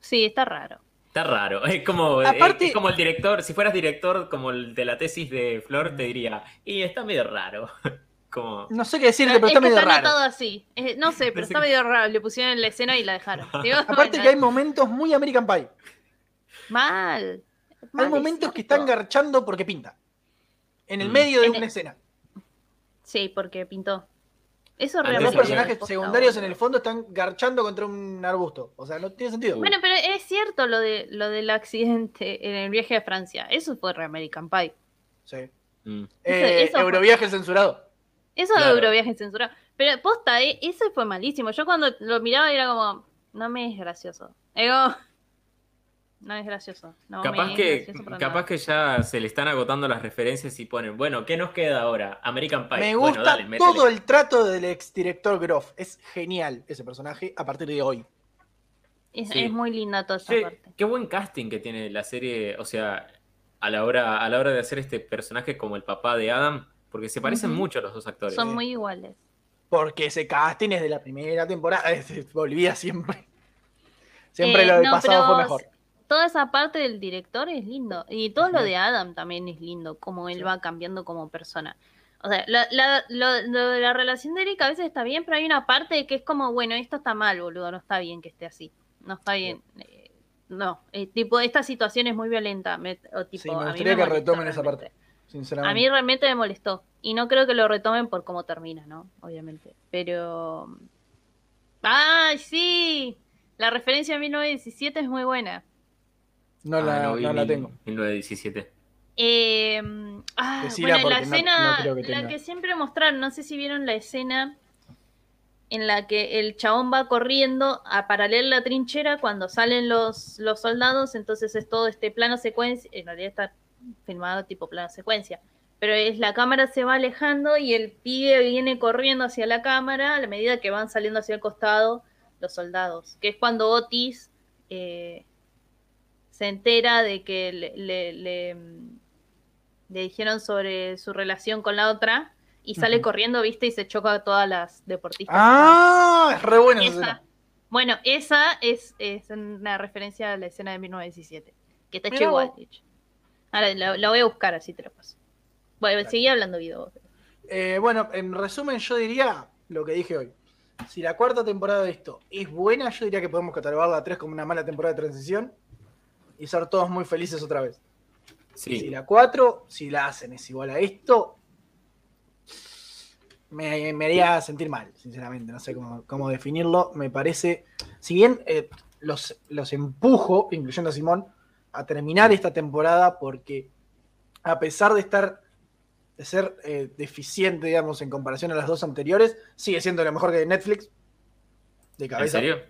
Speaker 3: Sí, está raro.
Speaker 2: Está raro. Es como,
Speaker 1: Aparte-
Speaker 2: es como el director. Si fueras director como el de la tesis de Flor, te diría, y está medio raro. como,
Speaker 1: No sé qué decirte, pero
Speaker 3: es
Speaker 1: está
Speaker 3: que
Speaker 1: medio
Speaker 3: está
Speaker 1: raro.
Speaker 3: anotado así. Eh, no sé, pero
Speaker 2: Dice
Speaker 3: está
Speaker 2: que-
Speaker 3: medio raro. Le pusieron en la escena y la dejaron. Digo,
Speaker 1: Aparte
Speaker 3: bueno,
Speaker 1: que hay momentos muy American Pie.
Speaker 3: Mal.
Speaker 1: Hay
Speaker 3: Mal,
Speaker 1: momentos
Speaker 3: es
Speaker 1: que
Speaker 3: cierto.
Speaker 1: están garchando porque pinta. En el
Speaker 2: Mm.
Speaker 1: medio de
Speaker 3: En
Speaker 1: una
Speaker 3: el-
Speaker 1: escena.
Speaker 3: Sí, porque pintó. Eso
Speaker 2: Ah,
Speaker 1: Los dos
Speaker 2: Antes
Speaker 3: realmente.
Speaker 2: había-
Speaker 1: personajes
Speaker 3: posta,
Speaker 1: secundarios en
Speaker 3: boludo.
Speaker 1: el fondo están garchando contra un arbusto. O sea, no tiene sentido.
Speaker 3: Bueno, pero es cierto lo de lo del accidente en el viaje a Francia. Eso fue re American Pie.
Speaker 1: Sí.
Speaker 2: mm.
Speaker 1: Eh,
Speaker 3: eso fue-
Speaker 1: Euroviaje censurado.
Speaker 3: Eso
Speaker 2: Claro.
Speaker 3: es Euroviaje censurado. Pero posta, eh, eso fue malísimo. Yo cuando lo miraba era como, no me es gracioso. Digo, no es gracioso. No me
Speaker 2: capaz
Speaker 3: es
Speaker 2: que,
Speaker 3: gracioso para nada.
Speaker 2: capaz que ya se le están agotando las referencias y ponen, bueno, ¿qué nos queda ahora? American Pie.
Speaker 1: Me
Speaker 2: Bueno,
Speaker 1: gusta
Speaker 2: dale, métele.
Speaker 1: todo el trato del exdirector Groff. Es genial ese personaje a partir de hoy.
Speaker 3: Es,
Speaker 2: Sí.
Speaker 3: es muy linda toda esa
Speaker 2: Che,
Speaker 3: parte.
Speaker 2: qué buen casting que tiene la serie, o sea, a la hora, a la hora de hacer este personaje como el papá de Adam, porque se parecen
Speaker 3: Ujú.
Speaker 2: mucho los dos actores.
Speaker 1: eh.
Speaker 3: Son muy iguales.
Speaker 1: Porque ese casting es de la primera temporada. Se olvida siempre. Siempre
Speaker 3: Eh,
Speaker 1: lo del
Speaker 3: no,
Speaker 1: pasado fue
Speaker 3: pero
Speaker 1: mejor.
Speaker 3: Toda esa parte del director es lindo. Y todo lo
Speaker 1: Ujú.
Speaker 3: de Adam también es lindo, como él
Speaker 1: Sí.
Speaker 3: va cambiando como persona. O sea, la, la- lo, lo de la relación de Eric a veces está bien, pero hay una parte que es como, bueno, esto está mal, boludo, no está bien que esté así. No está bien. Eh, no, eh, tipo, esta situación es muy violenta. me- o tipo,
Speaker 1: Sí, me
Speaker 3: a mí
Speaker 1: gustaría que
Speaker 3: molestó
Speaker 1: retomen esa
Speaker 3: realmente.
Speaker 1: parte,
Speaker 3: A
Speaker 1: sinceramente.
Speaker 3: mí realmente me molestó. Y no creo que lo retomen por cómo termina, ¿no? Obviamente. Pero. mm, ¡Ay, sí! La referencia a 1917 es muy buena.
Speaker 1: no, la,
Speaker 2: Ah,
Speaker 1: no,
Speaker 2: vi
Speaker 1: la
Speaker 2: mil-
Speaker 1: tengo.
Speaker 2: 1917.
Speaker 3: Eh, ah,
Speaker 1: Decila
Speaker 3: bueno, la
Speaker 1: porque no-
Speaker 3: escena,
Speaker 1: no creo que tenga.
Speaker 3: la que siempre mostraron, no sé si vieron la escena en la que el chabón va corriendo a paralel la trinchera cuando salen los, los soldados, entonces es todo este plano secuencia, en realidad está filmado tipo plano secuencia, pero es la cámara se va alejando y el pibe viene corriendo hacia la cámara a la medida que van saliendo hacia el costado los soldados, que es cuando Otis eh, se entera de que le, le- le, mm, le dijeron sobre su relación con la otra y sale
Speaker 1: Ujú.
Speaker 3: corriendo, viste, y se choca a todas las deportistas.
Speaker 1: ¡Ah! Es re buena esa
Speaker 3: Esa-
Speaker 1: escena.
Speaker 3: bueno, esa es, es una referencia a la escena de 1917, que está
Speaker 1: Mirá
Speaker 3: hecha igual,
Speaker 1: vos.
Speaker 3: de hecho. Ahora la, la voy a buscar, así te la paso. Bueno, seguí hablando, Guido.
Speaker 1: Eh, bueno, en resumen, yo diría lo que dije hoy. Si la cuarta temporada de esto es buena, yo diría que podemos catalogarla a 3 como una mala temporada de transición y ser todos muy felices otra vez. Si
Speaker 2: Sí,
Speaker 1: la 4, si la hacen es igual a esto, me, me haría sentir mal, sinceramente. No sé cómo, cómo definirlo. Me parece, si bien eh, los, los empujo, incluyendo a Simón, a terminar esta temporada porque a pesar de estar de ser eh, deficiente, digamos, en comparación a las dos anteriores, sigue siendo lo mejor que hay en Netflix. De
Speaker 2: ¿en
Speaker 1: cabeza.
Speaker 2: serio?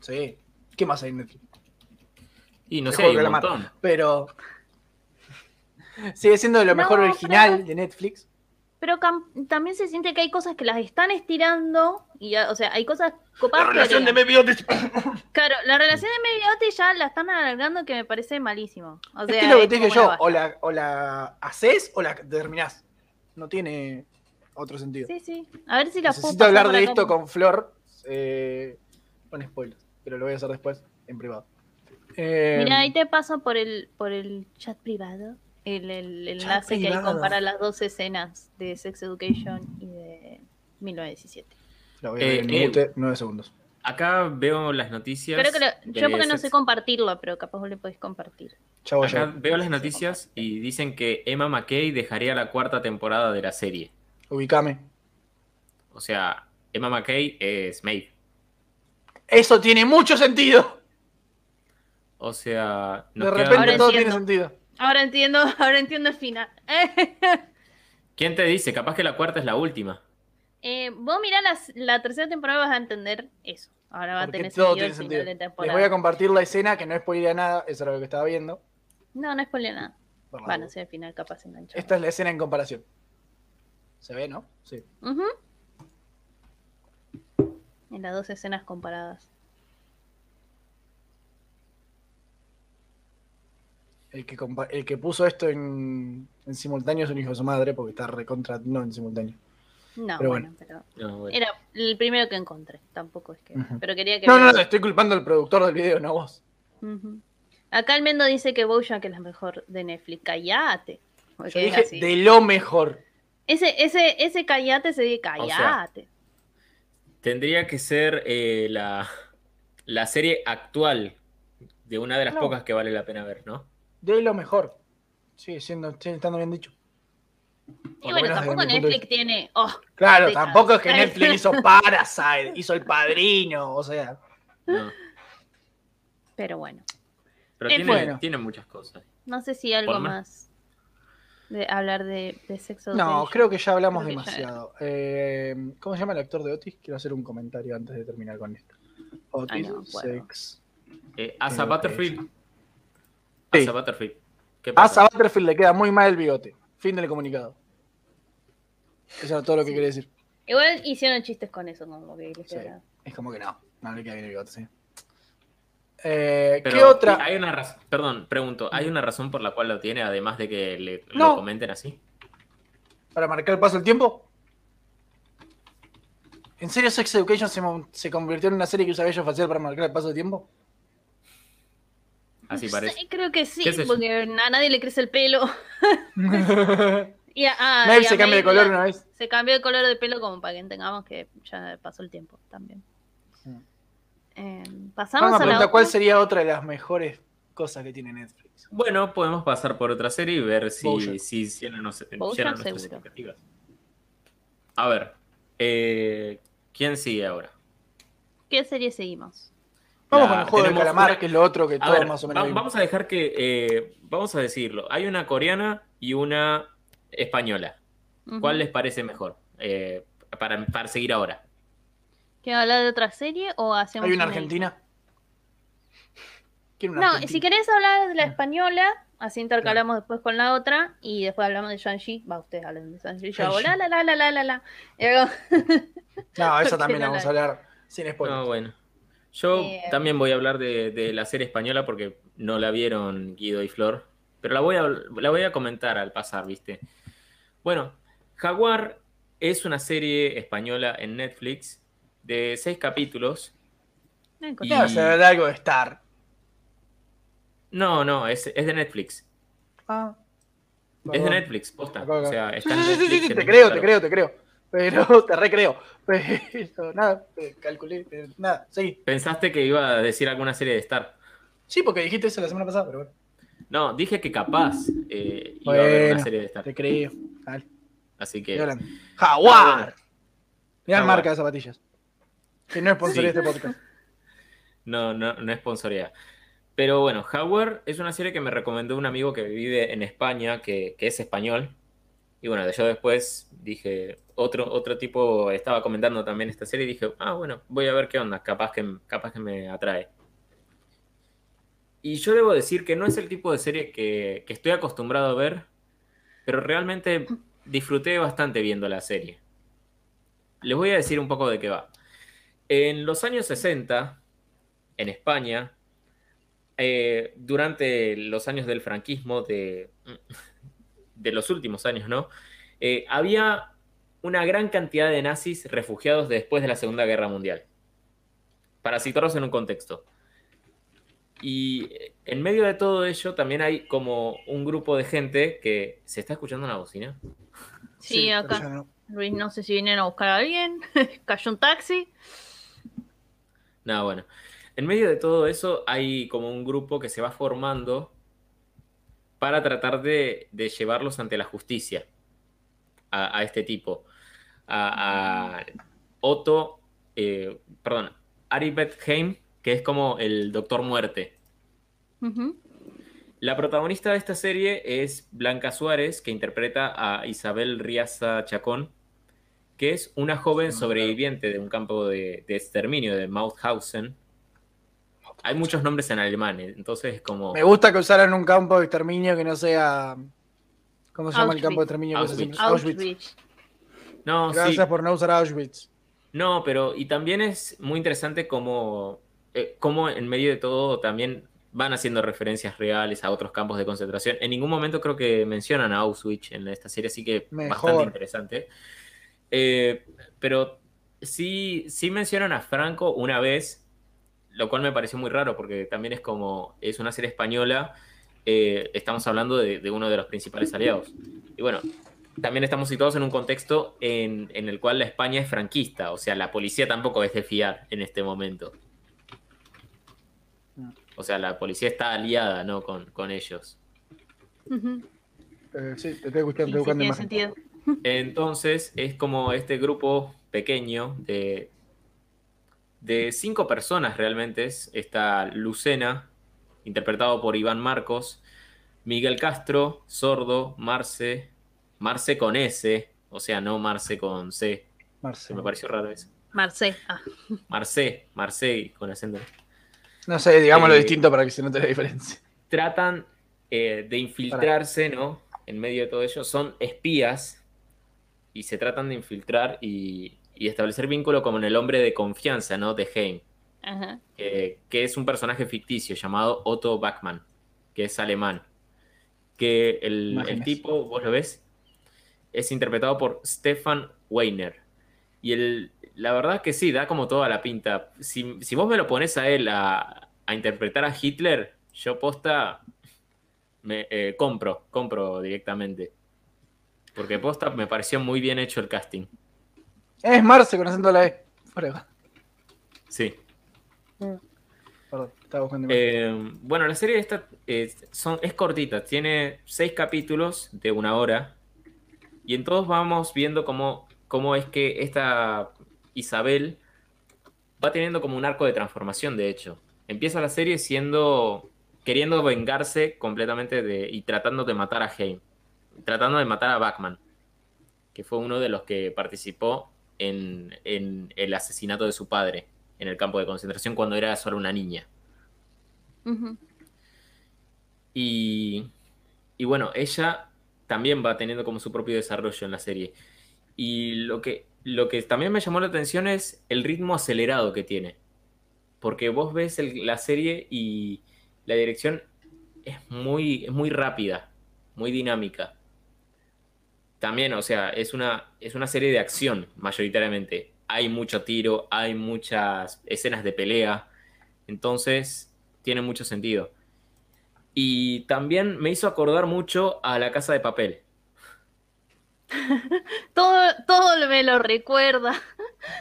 Speaker 1: Sí. ¿Qué más hay en Netflix?
Speaker 2: Y no
Speaker 1: El
Speaker 2: sé,
Speaker 1: juego
Speaker 2: hay un
Speaker 1: del calamar.
Speaker 2: montón.
Speaker 1: Pero sigue siendo de lo
Speaker 3: No,
Speaker 1: mejor original
Speaker 3: pero-
Speaker 1: de Netflix.
Speaker 3: Pero cam- también se siente que hay cosas que las están estirando, y ya- o sea, hay cosas copadas. que agregan.
Speaker 1: Mebiotis.
Speaker 3: Claro, la relación de Mary ya la están alargando que me parece malísimo. O sea,
Speaker 1: es que es lo que
Speaker 3: es
Speaker 1: te dije
Speaker 3: como
Speaker 1: yo,
Speaker 3: una
Speaker 1: o
Speaker 3: baja.
Speaker 1: la, o la haces o la terminás. No tiene otro sentido.
Speaker 3: Sí, sí. A ver si la puedo
Speaker 1: Necesito
Speaker 3: pasar
Speaker 1: hablar
Speaker 3: por
Speaker 1: de
Speaker 3: acá.
Speaker 1: esto con Flor, eh, con spoilers, pero lo voy a hacer después en privado. Eh,
Speaker 3: Mira, ahí te paso por el, por el chat privado el, el enlace que
Speaker 1: privado.
Speaker 3: ahí compara las dos escenas de Sex Education y de 1917.
Speaker 1: lo voy a ver en
Speaker 2: Eh, eh.
Speaker 1: mute, nueve segundos.
Speaker 2: Acá veo las noticias.
Speaker 3: Creo que lo- yo
Speaker 2: de
Speaker 3: porque no
Speaker 2: Sex-
Speaker 3: sé compartirlo, pero capaz vos le podés compartir.
Speaker 1: Ya voy
Speaker 2: Acá
Speaker 1: ya.
Speaker 2: veo las noticias y dicen que Emma McKay dejaría la cuarta temporada de la serie.
Speaker 1: Ubicame.
Speaker 2: O sea, Emma McKay es Maeve.
Speaker 1: Eso tiene mucho sentido.
Speaker 2: O sea,
Speaker 1: De
Speaker 2: nos
Speaker 1: repente
Speaker 2: quedan-
Speaker 1: todo
Speaker 3: Ahora
Speaker 1: tiene
Speaker 3: entiendo.
Speaker 1: sentido.
Speaker 3: Ahora entiendo, ahora entiendo el final.
Speaker 2: ¿Quién te dice? Capaz que la cuarta es la última.
Speaker 3: Eh, vos mirá las- la tercera temporada vas a entender eso. Ahora va a
Speaker 1: Porque
Speaker 3: tener
Speaker 1: todo
Speaker 3: sentido
Speaker 1: tiene
Speaker 3: el
Speaker 1: sentido.
Speaker 3: final de
Speaker 1: Les
Speaker 3: temporada.
Speaker 1: voy a compartir la escena que no spoilea nada, eso era lo que estaba viendo.
Speaker 3: No, no spoilé nada.
Speaker 1: por la
Speaker 3: Bueno,
Speaker 1: duda.
Speaker 3: sí, al final capaz enganchado.
Speaker 1: Esta es la escena en comparación. ¿Se ve, no? Sí.
Speaker 3: Ujú. En las dos escenas comparadas.
Speaker 1: El que, compa- el que puso esto en, en simultáneo es un hijo de su madre, porque está recontra no en simultáneo.
Speaker 3: No,
Speaker 1: Pero
Speaker 3: bueno, pero
Speaker 2: No, bueno.
Speaker 3: era el primero que encontré. Tampoco es que.
Speaker 1: Ujú.
Speaker 3: Pero quería que.
Speaker 1: No, no,
Speaker 3: veas-
Speaker 1: no, estoy culpando al productor del video, no a vos.
Speaker 3: Ujú. Acá el Mendo dice que Bojack es la mejor de Netflix. Callate. Porque
Speaker 1: Yo
Speaker 3: es
Speaker 1: dije
Speaker 3: así.
Speaker 1: de lo mejor.
Speaker 3: Ese, ese, ese callate se dice
Speaker 2: O sea,
Speaker 3: callate.
Speaker 2: Tendría que ser eh, la, la serie actual de una de las
Speaker 1: No.
Speaker 2: pocas que vale la pena ver, ¿no?
Speaker 1: De lo mejor. Sigue siendo, sigue estando bien dicho.
Speaker 3: y
Speaker 1: por lo
Speaker 3: bueno,
Speaker 1: menos desde
Speaker 3: tampoco
Speaker 1: mi punto de
Speaker 3: Netflix tiene. Oh,
Speaker 1: Claro,
Speaker 3: Sí,
Speaker 1: tampoco es que
Speaker 3: claro.
Speaker 1: Netflix hizo Parasite, hizo El Padrino, o sea.
Speaker 3: ¿Eh?
Speaker 2: No.
Speaker 3: pero bueno.
Speaker 2: Pero
Speaker 3: Es
Speaker 2: tiene,
Speaker 1: bueno.
Speaker 2: tiene muchas cosas. Eh,
Speaker 3: No sé si algo
Speaker 2: Por más-
Speaker 3: más de hablar de, de sexo.
Speaker 1: No, creo que ya hablamos
Speaker 3: Creo que ya-
Speaker 1: demasiado. Eh, ¿Cómo se llama el actor de Otis? Quiero hacer un comentario antes de terminar con esto. Otis,
Speaker 3: no me acuerdo.
Speaker 1: sex.
Speaker 2: Eh, Asa
Speaker 1: Creo que
Speaker 2: Butterfield.
Speaker 1: Sí.
Speaker 2: Asa Butterfield. ¿Qué
Speaker 1: A
Speaker 2: pasa?
Speaker 1: Butterfield le queda muy mal el bigote. Fin del comunicado. Eso era todo lo que
Speaker 3: Sí.
Speaker 1: quería decir.
Speaker 3: Igual hicieron chistes con eso, como que les
Speaker 1: Sí.
Speaker 3: queda-
Speaker 1: Es como que no, no le queda bien el bigote, sí. Eh,
Speaker 2: Pero
Speaker 1: ¿Qué otra?
Speaker 2: Hay una razón, perdón, pregunto, ¿hay una razón por la cual lo tiene, además de que le,
Speaker 1: No.
Speaker 2: lo comenten así?
Speaker 1: ¿Para marcar el paso del tiempo? ¿En serio Sex Education se, mon- se convirtió en una serie que usa vello facial para marcar el paso del tiempo?
Speaker 2: Así
Speaker 3: No
Speaker 2: parece.
Speaker 3: sé, creo que sí,
Speaker 2: ¿Qué sé yo?
Speaker 3: porque a nadie le crece el pelo.
Speaker 1: Maeve
Speaker 3: Y a- ah, y a
Speaker 1: se cambia de
Speaker 3: Maeve
Speaker 1: color
Speaker 3: la-
Speaker 1: una vez.
Speaker 3: Se cambió de color de pelo como para que entendamos que ya pasó el tiempo también.
Speaker 1: Sí.
Speaker 3: Eh,
Speaker 1: Vamos
Speaker 3: pasamos
Speaker 1: a
Speaker 3: a la
Speaker 1: preguntar cuál
Speaker 3: otra.
Speaker 1: sería otra de las mejores cosas que tiene Netflix.
Speaker 2: Bueno, podemos pasar por otra serie y ver si,
Speaker 1: Bojack.
Speaker 2: si llenan, nos-
Speaker 3: Bojack
Speaker 2: llenan nuestras
Speaker 3: seguro.
Speaker 2: expectativas. A ver, eh, ¿quién sigue ahora?
Speaker 3: ¿Qué serie seguimos?
Speaker 1: Vamos
Speaker 2: La-
Speaker 1: con el juego de
Speaker 2: tenemos
Speaker 1: calamar,
Speaker 2: una-
Speaker 1: que es lo otro que
Speaker 2: A
Speaker 1: todos
Speaker 2: ver,
Speaker 1: más o
Speaker 2: va-
Speaker 1: menos. vimos.
Speaker 2: vamos a dejar que. eh, vamos a decirlo. Hay una coreana y una española.
Speaker 3: Ujú.
Speaker 2: ¿Cuál les parece mejor? Eh, para, para seguir ahora.
Speaker 3: ¿Quieren hablar de otra serie o hacemos
Speaker 1: ¿Hay una
Speaker 3: ahí?
Speaker 1: Argentina? Quiero una
Speaker 3: No,
Speaker 1: Argentina. Ah.
Speaker 3: si querés hablar de la española, así intercalamos después con la otra y después hablamos de Shang-Chi. Va, ustedes hablan de Shang-Chi. Yo hago la la la la la la la. Y hago-
Speaker 1: No, esa
Speaker 3: ¿Por qué
Speaker 1: también
Speaker 3: no
Speaker 1: la vamos a
Speaker 3: la-
Speaker 1: hablar sin
Speaker 2: No,
Speaker 1: spoilers.
Speaker 2: bueno. Yo
Speaker 3: Ah, Eh,
Speaker 2: también voy a hablar de, de la serie española porque no la vieron Guido y Flor. Pero la voy a, la voy a comentar al pasar, ¿viste? Bueno, Jaguar es una serie española en Netflix de seis capítulos.
Speaker 3: No
Speaker 1: ¿Por
Speaker 3: encontré.
Speaker 1: qué vas a hablar de algo de Star?
Speaker 2: No, no, es, es de Netflix.
Speaker 1: Ah,
Speaker 2: Es de
Speaker 1: perdón.
Speaker 2: Netflix, posta.
Speaker 1: Acá, acá.
Speaker 2: O sea,
Speaker 1: Sí,
Speaker 2: está en
Speaker 1: sí, sí, sí,
Speaker 2: Netflix,
Speaker 1: sí, te
Speaker 2: tenés que
Speaker 1: creo, te
Speaker 2: verlo.
Speaker 1: creo, te creo. Pero te recreo. Pero nada, te calculé. pero Nada, seguí.
Speaker 2: Pensaste que iba a decir alguna serie de Star.
Speaker 1: Sí, porque dijiste eso la semana pasada, pero bueno.
Speaker 2: No, dije que capaz eh, iba a haber una
Speaker 1: Bueno,
Speaker 2: serie de Star.
Speaker 1: Te creo. Dale,
Speaker 2: Así
Speaker 1: estoy
Speaker 2: que.
Speaker 1: hablando. ¡Jaguar! Mirá
Speaker 2: Jaguar.
Speaker 1: la marca de zapatillas. Que no es sponsor de
Speaker 2: Sí.
Speaker 1: este podcast.
Speaker 2: No, no, no es sponsoría. Pero bueno, Howard es una serie que me recomendó un amigo que vive en España, que, que es español. Y bueno, yo después dije, otro, otro tipo estaba comentando también esta serie y dije, ah, bueno, voy a ver qué onda, capaz que, capaz que me atrae. Y yo debo decir que no es el tipo de serie que, que estoy acostumbrado a ver, pero realmente disfruté bastante viendo la serie. Les voy a decir un poco de qué va. En los años 60, en España, eh, durante los años del franquismo, de, mm, de los últimos años, ¿no? Eh, había una gran cantidad de nazis refugiados después de la Segunda Guerra Mundial. Para situarlos en un contexto. Y eh, en medio de todo ello también hay como un grupo de gente que se está escuchando en la bocina.
Speaker 3: Sí,
Speaker 1: pero
Speaker 3: acá.
Speaker 1: ya no.
Speaker 3: Luis, no sé si vienen a buscar a alguien. Cayó un taxi.
Speaker 2: Nada, bueno. En medio de todo eso hay como un grupo que se va formando para tratar de, de llevarlos ante la justicia a, a este tipo. A, a Otto, eh, perdón, Ari Bethheim, que es como el Doctor Muerte.
Speaker 3: Ujú.
Speaker 2: La protagonista de esta serie es Blanca Suárez, que interpreta a Isabel Riaza Chacón, que es una
Speaker 1: Ah,
Speaker 2: joven sobreviviente de un campo de, de exterminio de Mauthausen. Hay muchos nombres en alemán, eh, entonces es como
Speaker 1: Me gusta que usaran un campo de exterminio que no sea. ¿Cómo se llama el campo de exterminio? que se hace?
Speaker 2: Auschwitz.
Speaker 1: Auschwitz.
Speaker 3: Auschwitz.
Speaker 2: no, sí,
Speaker 1: Gracias por no usar Auschwitz.
Speaker 2: no, pero y también es muy interesante como como en medio de todo también van haciendo referencias reales a otros campos de concentración. En ningún momento creo que mencionan a Auschwitz en esta serie, así que bastante
Speaker 1: Mejor.
Speaker 2: interesante. Eh, pero sí, sí mencionan a Franco una vez, lo cual me pareció muy raro porque también es como, es una serie española, eh, estamos hablando de, de uno de los principales aliados. Y bueno, también estamos situados en un contexto en, en el cual la España es franquista, o sea, la policía tampoco es de fiar en este momento. O sea, la policía está aliada, ¿no? Con, con ellos.
Speaker 3: Ujú.
Speaker 1: Eh, sí, te estoy escuchando, estoy
Speaker 3: Sí, sí,
Speaker 1: buscando
Speaker 3: tiene
Speaker 1: imagen.
Speaker 3: sentido.
Speaker 2: Entonces, es como este grupo pequeño de, de cinco personas realmente. Es- Está Lucena, interpretado por Iván Marcos, Miguel Castro, Sordo, Marce, Marce con S, o sea, no Marce con C. Se
Speaker 1: Marce.
Speaker 2: me pareció raro eso.
Speaker 3: Marce. Ah,
Speaker 2: Marce, Marce con acento.
Speaker 1: No sé, digámoslo
Speaker 2: Eh,
Speaker 1: distinto para que se note la diferencia.
Speaker 2: tratan eh, de infiltrarse, ¿no? En medio de todo ello, son espías y se tratan de infiltrar y, y establecer vínculo con el hombre de confianza, ¿no? De Heim,
Speaker 3: ajá.
Speaker 2: eh, que es un personaje ficticio llamado Otto Bachmann, que es alemán. Que el, el
Speaker 1: Imágenes.
Speaker 2: tipo, vos lo ves, es interpretado por Stefan Weiner. Y el, la verdad que sí, da como toda la pinta. Si, si vos me lo pones a él a, a interpretar a Hitler, Yo posta me eh, compro, compro directamente. Porque posta me pareció muy bien hecho el casting.
Speaker 1: Es Marce conociendo la E. Prueba.
Speaker 2: Sí.
Speaker 1: Perdón, estaba buscando.
Speaker 2: Eh, bueno, la serie esta eh, son, es cortita, tiene seis capítulos de una hora. Y en todos vamos viendo cómo, cómo es que esta Isabel va teniendo como un arco de transformación, de hecho. Empieza la serie siendo. queriendo vengarse completamente de. y tratando de matar a Heim. Tratando de matar a Bachman. Que fue uno de los que participó en, en el asesinato de su padre en el campo de concentración cuando era solo una niña.
Speaker 3: Ujú.
Speaker 2: Y, y bueno, ella también va teniendo como su propio desarrollo en la serie. Y lo que, lo que también me llamó la atención es el ritmo acelerado que tiene. Porque vos ves el- la serie y la dirección es muy, es muy rápida, muy dinámica. También, o sea, es una, es una serie de acción mayoritariamente. Hay mucho tiro, hay muchas escenas de pelea. Entonces, tiene mucho sentido. Y también me hizo acordar mucho a La Casa de Papel.
Speaker 3: Todo, todo me lo recuerda.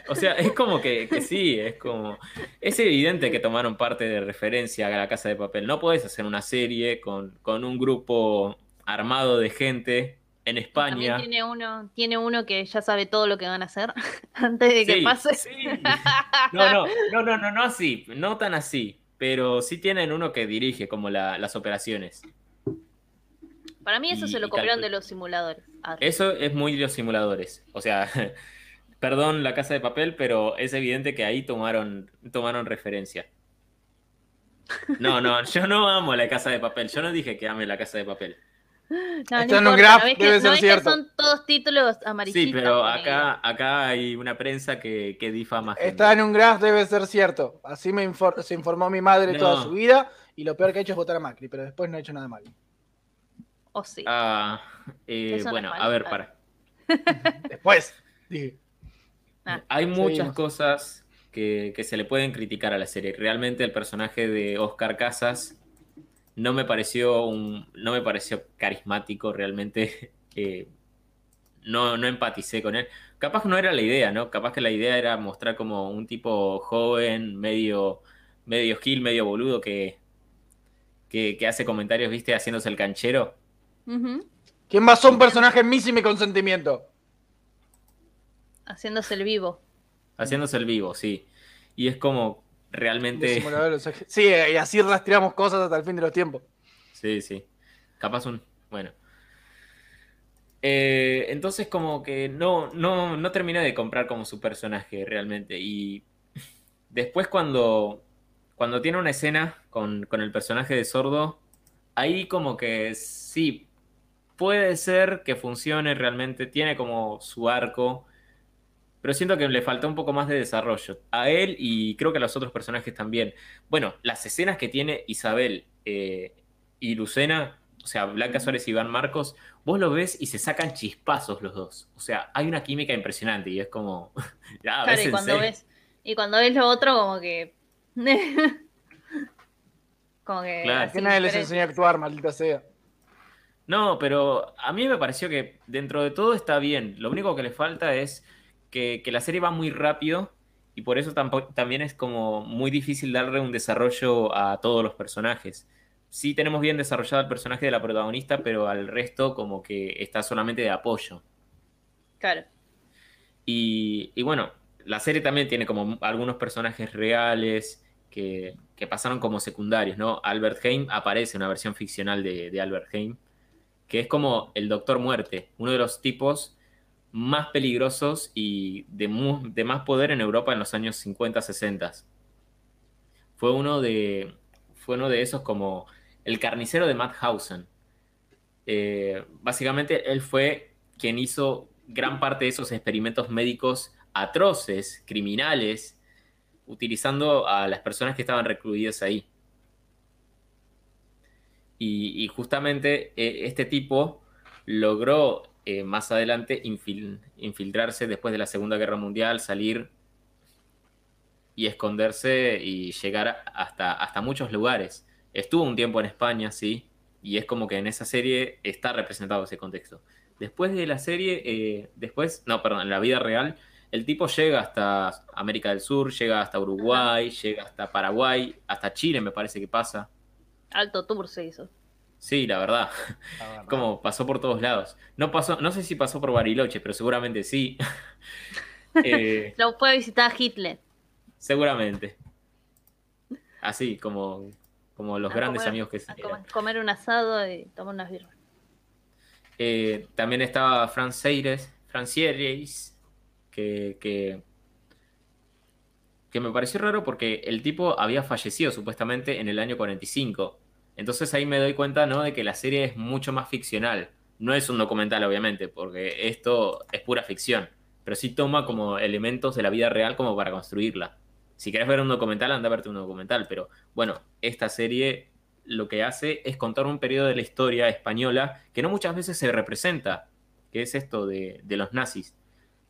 Speaker 2: O sea, es como que, que sí, es como. Es evidente que tomaron parte de referencia a La Casa de Papel. No podés hacer una serie con, con un grupo armado de gente en España.
Speaker 3: También tiene uno, tiene uno que ya sabe todo lo que van a hacer antes de que
Speaker 2: Sí,
Speaker 3: pase.
Speaker 2: sí. No, no, no, no, no, no así, no tan así. Pero sí tienen uno que dirige como la- las operaciones.
Speaker 3: Para mí eso
Speaker 2: Y- Eh,
Speaker 3: se lo
Speaker 2: y
Speaker 3: copiaron
Speaker 2: calcul-
Speaker 3: de los simuladores. Ah, Arre.
Speaker 2: Eso es muy de los simuladores. O sea, perdón la casa de papel, pero es evidente que ahí tomaron, tomaron referencia. No, no, yo no amo la casa de papel. Yo no dije que ame la casa de papel.
Speaker 3: No, no
Speaker 1: Está en un
Speaker 3: importa,
Speaker 1: graph,
Speaker 3: no es que-
Speaker 1: debe
Speaker 3: no
Speaker 1: ser
Speaker 3: es que
Speaker 1: cierto.
Speaker 3: son todos títulos amarillitos.
Speaker 2: Sí, pero acá, acá hay una prensa que, que difama. gente.
Speaker 1: Está en un graph, debe ser cierto. Así me infor- se informó mi madre
Speaker 2: No.
Speaker 1: toda su vida y lo peor que ha hecho es votar a Macri, pero después no ha hecho nada mal.
Speaker 3: O sí.
Speaker 2: Ah, eh,
Speaker 3: Eso no
Speaker 2: bueno,
Speaker 3: es
Speaker 2: a ver,
Speaker 3: malo,
Speaker 2: para.
Speaker 1: Después, dije.
Speaker 3: Ah,
Speaker 2: Hay muchas
Speaker 1: seguimos.
Speaker 2: cosas que, que se le pueden criticar a la serie. Realmente el personaje de Oscar Casas no me pareció un, no me pareció carismático realmente. eh, no, no empaticé con él. Capaz que no era la idea, ¿no? Capaz que la idea era mostrar como un tipo joven, medio, medio gil, medio boludo que, que, que hace comentarios, viste, haciéndose el canchero.
Speaker 3: Ujú.
Speaker 1: ¿Quién basó un personaje en mí sin mi consentimiento?
Speaker 3: Haciéndose el vivo.
Speaker 2: Haciéndose el vivo, sí. Y es como
Speaker 1: Los
Speaker 2: realmente.
Speaker 1: simuladores, o sea, Sí, y así rastreamos cosas hasta el fin de los tiempos.
Speaker 2: Sí, sí. Capaz un. Bueno. Eh, entonces, como que no, no, no terminé de comprar como su personaje realmente. Y después cuando. Cuando tiene una escena con, con el personaje de sordo. Ahí como que sí. Puede ser que funcione realmente. Tiene como su arco. Pero siento que le falta un poco más de desarrollo. A él y creo que a los otros personajes también. Bueno, las escenas que tiene Isabel. eh, y Lucena, o sea, Blanca Suárez y Iván Marcos, vos lo ves y se sacan chispazos los dos. O sea, hay una química impresionante y es como. ya,
Speaker 3: Claro,
Speaker 2: ¿ves
Speaker 3: y
Speaker 2: en
Speaker 3: cuando
Speaker 2: serio?
Speaker 3: ves, y cuando ves lo otro, como que. como que.
Speaker 2: Claro.
Speaker 1: Que
Speaker 3: así,
Speaker 1: nadie les
Speaker 3: diferente.
Speaker 1: enseñó a actuar, maldita sea.
Speaker 2: No, pero a mí me pareció que dentro de todo está bien. Lo único que le falta es que, que la serie va muy rápido y por eso tampo- también es como muy difícil darle un desarrollo a todos los personajes. Sí tenemos bien desarrollado el personaje de la protagonista, pero al resto como que está solamente de apoyo.
Speaker 3: Claro.
Speaker 2: Y, y bueno, la serie también tiene como algunos personajes reales que, que pasaron como secundarios, ¿no? Albert Heim aparece una versión ficcional de, de Albert Heim, que es como el Doctor Muerte, uno de los tipos más peligrosos y de, mu- de más poder en Europa en los años 50, 60. Fue uno de, fue uno de esos como el carnicero de Madhausen. Eh, básicamente él fue quien hizo gran parte de esos experimentos médicos atroces, criminales, utilizando a las personas que estaban recluidas ahí. Y, y justamente eh, este tipo logró eh, más adelante infil- infiltrarse después de la Segunda Guerra Mundial, salir y esconderse y llegar hasta, hasta muchos lugares. Estuvo un tiempo en España, sí, y es como que en esa serie está representado ese contexto. Después de la serie, eh, después, no, perdón, en la vida real, el tipo llega hasta América del Sur, llega hasta Uruguay, llega hasta Paraguay, hasta Chile me parece que pasa.
Speaker 3: Alto tour se hizo.
Speaker 2: Sí, la verdad. Como pasó por todos lados. No pasó, no sé si pasó por Bariloche, pero seguramente sí. Eh,
Speaker 3: Lo puede visitar Hitler.
Speaker 2: seguramente. Así, como, como los
Speaker 3: A
Speaker 2: grandes
Speaker 3: comer-
Speaker 2: amigos que
Speaker 3: a
Speaker 2: se
Speaker 3: com- comer un asado y tomar unas birras.
Speaker 2: Eh, también estaba Fran Seires, Fran Sieres, que, que, que me pareció raro porque el tipo había fallecido supuestamente en el año 45. Entonces ahí me doy cuenta, ¿no? De que la serie es mucho más ficcional. No es un documental, obviamente, porque esto es pura ficción. Pero sí toma como elementos de la vida real como para construirla. Si querés ver un documental, anda a verte un documental. Pero bueno, esta serie lo que hace es contar un periodo de la historia española que no muchas veces se representa, que es esto de, de los nazis.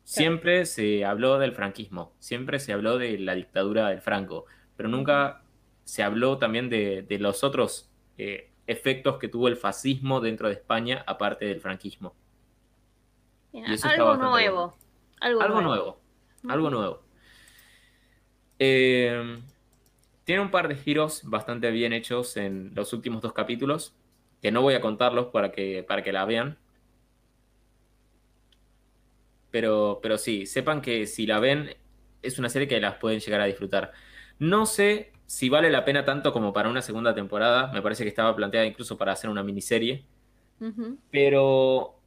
Speaker 2: Siempre se habló del franquismo, siempre se habló de la dictadura del Franco, pero nunca se habló también de, de los otros eh, efectos que tuvo el fascismo dentro de España, aparte del franquismo.
Speaker 3: Mira,
Speaker 2: Y eso está
Speaker 3: algo
Speaker 2: bastante
Speaker 3: nuevo. Algo,
Speaker 2: Algo nuevo. Algo nuevo. Eh, tiene un par de giros bastante bien hechos en los últimos dos capítulos, que no voy a contarlos para que, para que la vean. Pero, pero sí, sepan que si la ven, es una serie que las pueden llegar a disfrutar. No sé si vale la pena tanto como para una segunda temporada. Me parece que estaba planteada incluso para hacer una miniserie.
Speaker 3: Ujú.
Speaker 2: Pero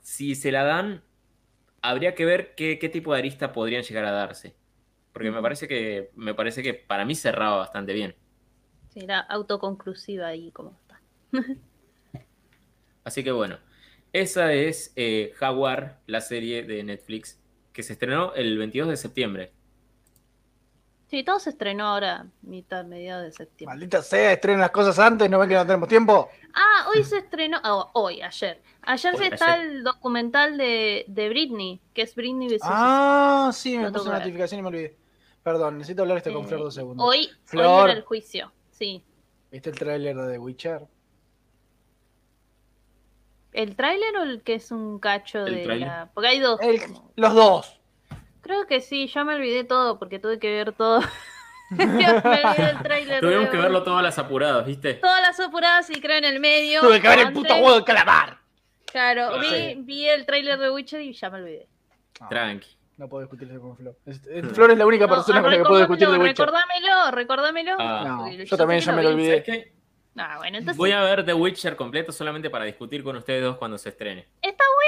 Speaker 2: si se la dan, habría que ver qué, qué tipo de arista podrían llegar a darse. Porque me parece que, me parece que para mí cerraba bastante bien.
Speaker 3: Sí, era autoconclusiva ahí como está.
Speaker 2: Así que bueno, esa es eh, Jaguar, la serie de Netflix, que se estrenó el 22 de septiembre.
Speaker 3: Sí, todo se estrenó ahora, mitad, mediados de septiembre.
Speaker 1: Maldita sea, estrenen las cosas antes, no ven que no tenemos tiempo.
Speaker 3: Ah, hoy se estrenó, ah, hoy, ayer. Ayer
Speaker 2: Hoy,
Speaker 3: se está
Speaker 2: ayer.
Speaker 3: el documental de, de Britney, que es Britney vs.
Speaker 1: Ah, sí, me
Speaker 3: Lo tengo
Speaker 1: puso
Speaker 3: que ver.
Speaker 1: una notificación y me olvidé. Perdón, necesito hablar esto con Flor dos segundos.
Speaker 3: Eh, Hoy, hoy
Speaker 1: Flor.
Speaker 3: era el juicio, sí.
Speaker 1: ¿Viste el tráiler de The Witcher?
Speaker 3: ¿El tráiler o el que es un cacho
Speaker 2: El
Speaker 3: de
Speaker 2: tráiler.
Speaker 3: la...? Porque hay dos.
Speaker 1: El- los dos.
Speaker 3: Creo que sí, ya me olvidé todo porque tuve que ver todo. me olvidé el tráiler.
Speaker 2: Tuvimos
Speaker 3: de-
Speaker 2: que verlo todas las apuradas, ¿viste?
Speaker 3: Todas las apuradas y creo en el medio.
Speaker 1: Tuve que ver el
Speaker 3: antes.
Speaker 1: puto huevo de calamar.
Speaker 3: Claro, vi,
Speaker 2: Ah, Sí.
Speaker 3: vi el tráiler de Witcher y ya me olvidé.
Speaker 2: Tranqui.
Speaker 1: No puedo discutir eso con Flor. Es- es- Flor es la única
Speaker 3: No,
Speaker 1: persona con la que
Speaker 3: recordámelo,
Speaker 1: puedo discutir The Witcher.
Speaker 3: Recordámelo, recordámelo.
Speaker 2: Ah.
Speaker 1: No,
Speaker 3: porque
Speaker 1: yo
Speaker 3: sé
Speaker 1: también
Speaker 3: que
Speaker 1: ya me lo
Speaker 3: vi.
Speaker 1: olvidé.
Speaker 2: ¿Sabes qué?
Speaker 3: Ah, bueno, entonces
Speaker 2: Voy a ver The Witcher completo solamente para discutir con ustedes dos cuando se estrene.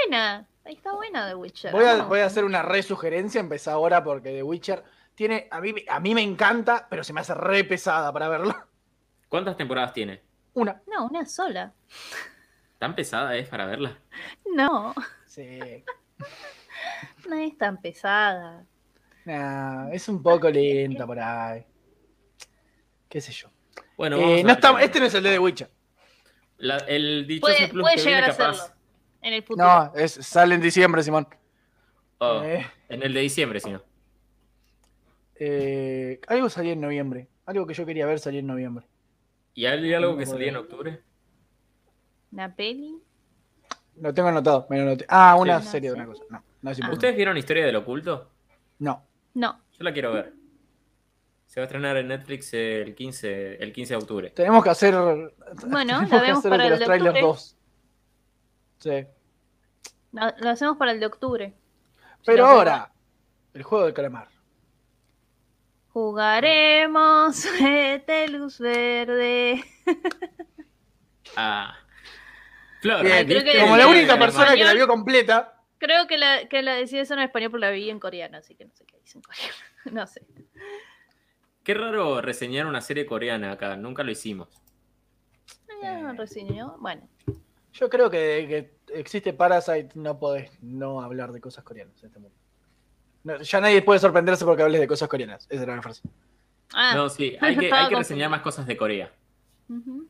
Speaker 3: buena. Ahí está buena The Witcher.
Speaker 1: Voy a,
Speaker 3: vamos.
Speaker 1: voy a hacer una resugerencia, empezá ahora porque The Witcher tiene. A mí, a mí me encanta, pero se me hace re pesada para verla.
Speaker 2: ¿Cuántas temporadas tiene?
Speaker 1: Una.
Speaker 3: No, una sola.
Speaker 2: ¿Tan pesada es para verla?
Speaker 3: No,
Speaker 1: Sí.
Speaker 3: no es tan pesada.
Speaker 1: Nah, es un poco lenta por ahí. ¿Qué sé yo?
Speaker 2: Bueno,
Speaker 1: Eh,
Speaker 2: vamos a
Speaker 1: no estamos-
Speaker 2: ver.
Speaker 1: este no es el de The Witcher.
Speaker 2: La- el dicho
Speaker 3: Puede-
Speaker 2: plus
Speaker 3: puede
Speaker 2: que
Speaker 3: llegar
Speaker 2: viene
Speaker 3: a
Speaker 2: capaz.
Speaker 3: serlo. En el futuro.
Speaker 1: No, es, sale en diciembre, Simón.
Speaker 2: Oh,
Speaker 1: Eh,
Speaker 2: En el de diciembre, si no.
Speaker 1: eh, algo salía en noviembre. Algo que yo quería ver salía en noviembre.
Speaker 2: ¿Y hay algo que
Speaker 1: No,
Speaker 2: salía en
Speaker 1: bueno.
Speaker 2: octubre?
Speaker 3: Una peli.
Speaker 1: Lo tengo anotado. me lo anoté. Ah, una
Speaker 3: Sí. Ah.
Speaker 1: serie de una cosa. No, no es importante.
Speaker 2: ¿Ustedes vieron Historia del Oculto?
Speaker 1: No.
Speaker 3: No.
Speaker 2: Yo la quiero ver. Se va a estrenar en Netflix el 15, el 15 de octubre.
Speaker 1: Tenemos que hacer.
Speaker 3: Bueno,
Speaker 1: tenemos
Speaker 3: la
Speaker 1: que
Speaker 3: vemos
Speaker 1: hacer
Speaker 3: para
Speaker 1: de
Speaker 3: el
Speaker 1: los
Speaker 3: de
Speaker 1: trailers
Speaker 3: octubre.
Speaker 1: 2. Sí.
Speaker 3: No, Lo hacemos para el de octubre. Si
Speaker 1: Pero
Speaker 3: nos
Speaker 1: ahora, el juego del calamar.
Speaker 3: Jugaremos de luz verde.
Speaker 2: Ah. Flor,
Speaker 1: Bien,
Speaker 3: creo que-
Speaker 1: como la
Speaker 3: ¿viste?
Speaker 1: única
Speaker 3: ¿En
Speaker 1: persona que la
Speaker 3: español?
Speaker 1: vio completa.
Speaker 3: Creo que la, que la decía eso en español porque la vi en coreano, así que no sé qué dice en coreano. No sé.
Speaker 2: Qué raro reseñar una serie coreana acá, nunca lo hicimos.
Speaker 3: Ah, reseñó. Bueno,
Speaker 1: Yo creo que desde que existe Parasite no podés no hablar de cosas coreanas en este mundo. No, ya nadie puede sorprenderse porque hables de cosas coreanas. Esa era la frase.
Speaker 3: ah,
Speaker 2: No, sí, hay que,
Speaker 3: Estaba
Speaker 2: hay que reseñar
Speaker 3: confundida.
Speaker 2: más cosas de Corea.
Speaker 3: ujú.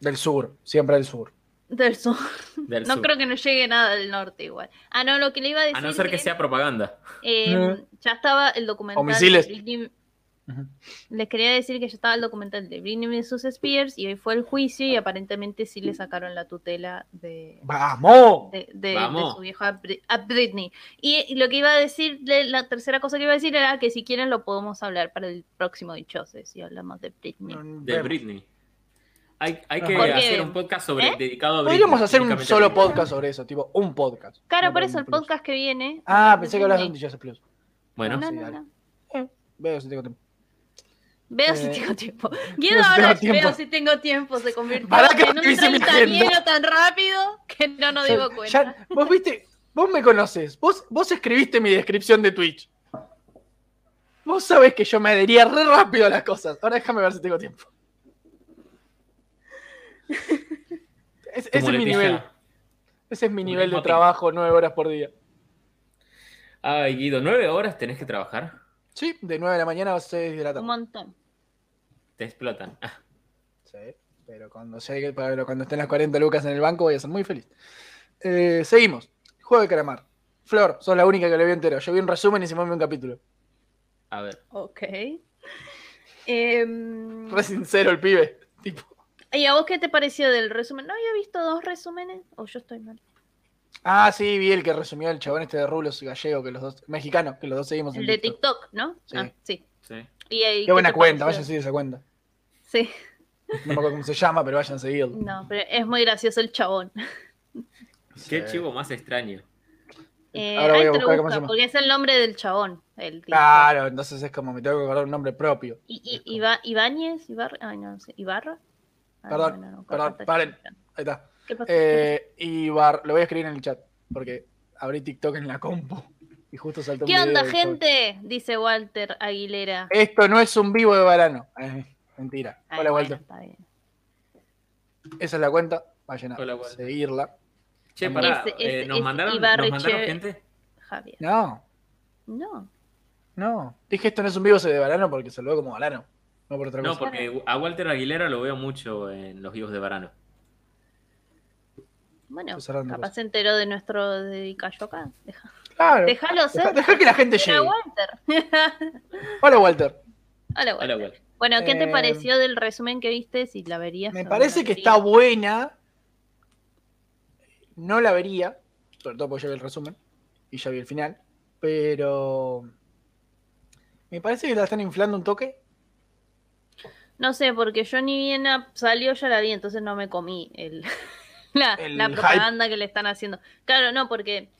Speaker 1: Del sur, siempre del sur.
Speaker 3: del sur.
Speaker 2: Del
Speaker 3: no
Speaker 2: sur.
Speaker 3: creo que no llegue nada del norte igual. Ah, no, lo que le iba a decir.
Speaker 2: A no ser que
Speaker 3: es,
Speaker 2: sea propaganda.
Speaker 3: eh,
Speaker 1: No.
Speaker 3: Ya estaba el documental.
Speaker 1: O misiles.
Speaker 3: de Britney-
Speaker 1: Ujú.
Speaker 3: Les quería decir que ya estaba el documental de Britney vs. Spears y hoy fue el juicio y aparentemente sí le sacaron la tutela de,
Speaker 1: ¡Vamos!
Speaker 3: de, de-
Speaker 2: Vamos.
Speaker 3: de su vieja a Bri- a Britney. Y y lo que iba a decir, de- la tercera cosa que iba a decir era que si quieren lo podemos hablar para el próximo Dichoses y hablamos de Britney.
Speaker 2: de
Speaker 1: Vemos.
Speaker 2: Britney. Hay, hay que
Speaker 1: Porque-
Speaker 2: hacer un podcast sobre
Speaker 3: ¿Eh?
Speaker 2: dedicado a Britney.
Speaker 1: Podríamos hacer un
Speaker 2: únicamente a
Speaker 1: solo
Speaker 2: Britney.
Speaker 1: podcast sobre eso, tipo un podcast.
Speaker 3: Claro,
Speaker 1: No
Speaker 3: por
Speaker 1: para
Speaker 3: eso
Speaker 1: un
Speaker 3: el
Speaker 1: plus.
Speaker 3: podcast que viene.
Speaker 1: Ah, pensé que hablabas de un
Speaker 3: Britney.
Speaker 1: DJ Plus.
Speaker 2: Bueno,
Speaker 1: No,
Speaker 3: No,
Speaker 1: sí,
Speaker 3: no,
Speaker 1: dale.
Speaker 3: no.
Speaker 1: Veo si tengo tiempo.
Speaker 3: Veo si
Speaker 1: Eh,
Speaker 3: tengo tiempo.
Speaker 1: veo
Speaker 3: Guido
Speaker 1: si
Speaker 3: ahora
Speaker 1: tengo tiempo.
Speaker 3: veo si tengo tiempo. Se convirtió
Speaker 1: Pará que
Speaker 3: en un
Speaker 1: hice mi agenda.
Speaker 3: treintañero tan rápido que no nos
Speaker 1: Ya-
Speaker 3: dimos cuenta.
Speaker 1: ya- vos viste, vos me conoces, vos, vos escribiste mi descripción de Twitch. Vos sabés que yo me adhería re rápido a las cosas. Ahora déjame ver si tengo tiempo. Es- ese es
Speaker 2: como
Speaker 1: mi
Speaker 2: Leticia-
Speaker 1: nivel. Ese es mi
Speaker 2: como
Speaker 1: nivel de
Speaker 2: Leticia.
Speaker 1: trabajo, nueve horas por día.
Speaker 2: Ay, Guido, nueve horas tenés que trabajar.
Speaker 1: Sí, de 9 de la mañana a 6 de la
Speaker 3: Un
Speaker 1: tarde.
Speaker 3: montón.
Speaker 2: Te explotan. Ah,
Speaker 1: Sí, pero cuando llegue, pero cuando estén las 40 lucas en el banco voy a ser muy feliz. Eh, seguimos. Juego de caramar. Flor, sos la única que lo vio entero. Yo vi un resumen y se me un capítulo.
Speaker 2: a ver.
Speaker 3: Ok. Em,
Speaker 1: Re sincero el pibe. Tipo.
Speaker 3: ¿Y a vos qué te pareció del resumen? ¿No había visto dos resúmenes? ¿O yo estoy mal?
Speaker 1: Ah, sí, vi el que resumió el chabón este de Rulos gallego, que los dos, mexicano, que los dos seguimos en
Speaker 3: El de
Speaker 1: TikTok.
Speaker 3: TikTok, ¿no?
Speaker 1: Sí.
Speaker 3: Ah, sí.
Speaker 2: Sí.
Speaker 3: Y ahí,
Speaker 1: Qué buena
Speaker 3: te
Speaker 1: cuenta,
Speaker 3: pareció?
Speaker 1: vayan a seguir esa cuenta.
Speaker 3: Sí,
Speaker 1: No me acuerdo cómo se llama, pero vayan a seguirlo.
Speaker 3: no, pero es muy gracioso el chabón.
Speaker 1: Sí.
Speaker 2: Qué chivo más extraño.
Speaker 3: Eh,
Speaker 1: Ahora voy
Speaker 3: ahí
Speaker 1: a
Speaker 3: te lo
Speaker 1: buscar cómo
Speaker 3: busca,
Speaker 1: se llama.
Speaker 3: porque es el nombre del chabón. El TikTok.
Speaker 1: Claro, entonces es como me tengo que acordar un nombre propio.
Speaker 3: ¿Y, y, Iba- Ibáñez? ¿Ibarra? Ay, no, no sé. ¿Ibarra? Ay,
Speaker 1: Perdón,
Speaker 3: bueno, no,
Speaker 1: perdón,
Speaker 3: corta,
Speaker 1: paren.
Speaker 3: chica.
Speaker 1: Ahí está.
Speaker 3: ¿Qué pasó?
Speaker 1: Eh, y bar, lo voy a escribir en el chat, porque abrí TikTok en la compu y justo saltó un
Speaker 3: ¿Qué onda,
Speaker 1: video del chabón.
Speaker 3: gente? Dice Walter Aguilera.
Speaker 1: Esto no es un vivo de verano. Eh, mentira.
Speaker 3: Ay,
Speaker 1: Hola,
Speaker 3: bueno,
Speaker 1: Walter.
Speaker 3: está bien.
Speaker 1: Esa es la cuenta. Vayan
Speaker 2: Hola,
Speaker 1: a
Speaker 2: Walter.
Speaker 1: seguirla.
Speaker 2: Che, pará,
Speaker 3: Ese- ese-
Speaker 2: eh, nos,
Speaker 3: ese
Speaker 2: mandaron,
Speaker 3: Ibarreche-
Speaker 2: nos mandaron gente.
Speaker 3: Javier.
Speaker 1: No,
Speaker 3: No.
Speaker 1: no. Dije esto no es un vivo de verano porque saludó como verano. No por otra
Speaker 2: No,
Speaker 1: cosa.
Speaker 2: porque a Walter Aguilera lo veo mucho en los vivos de verano.
Speaker 3: Bueno,
Speaker 1: Estoy cerrando
Speaker 3: capaz
Speaker 1: cosas.
Speaker 3: se enteró de nuestro dedicayo acá. Deja-
Speaker 1: Claro. Deja,
Speaker 3: Déjalo ser.
Speaker 1: deja que la gente llegue.
Speaker 3: Era Walter.
Speaker 1: Hola, Walter.
Speaker 3: Hola, Walter.
Speaker 2: Hola, Walter.
Speaker 3: Bueno, ¿qué te
Speaker 1: Eh,
Speaker 3: pareció del resumen que viste? Si la verías. o
Speaker 1: Me
Speaker 3: no
Speaker 1: parece
Speaker 3: la
Speaker 1: que
Speaker 3: verías.
Speaker 1: está buena. No la vería, sobre todo porque ya vi el resumen y ya vi el final. Pero me parece que la están inflando un toque.
Speaker 3: No sé, porque yo ni bien a- salió, ya la vi, entonces no me comí el, la,
Speaker 1: El
Speaker 3: la
Speaker 1: hype.
Speaker 3: propaganda que le están haciendo. Claro, no, porque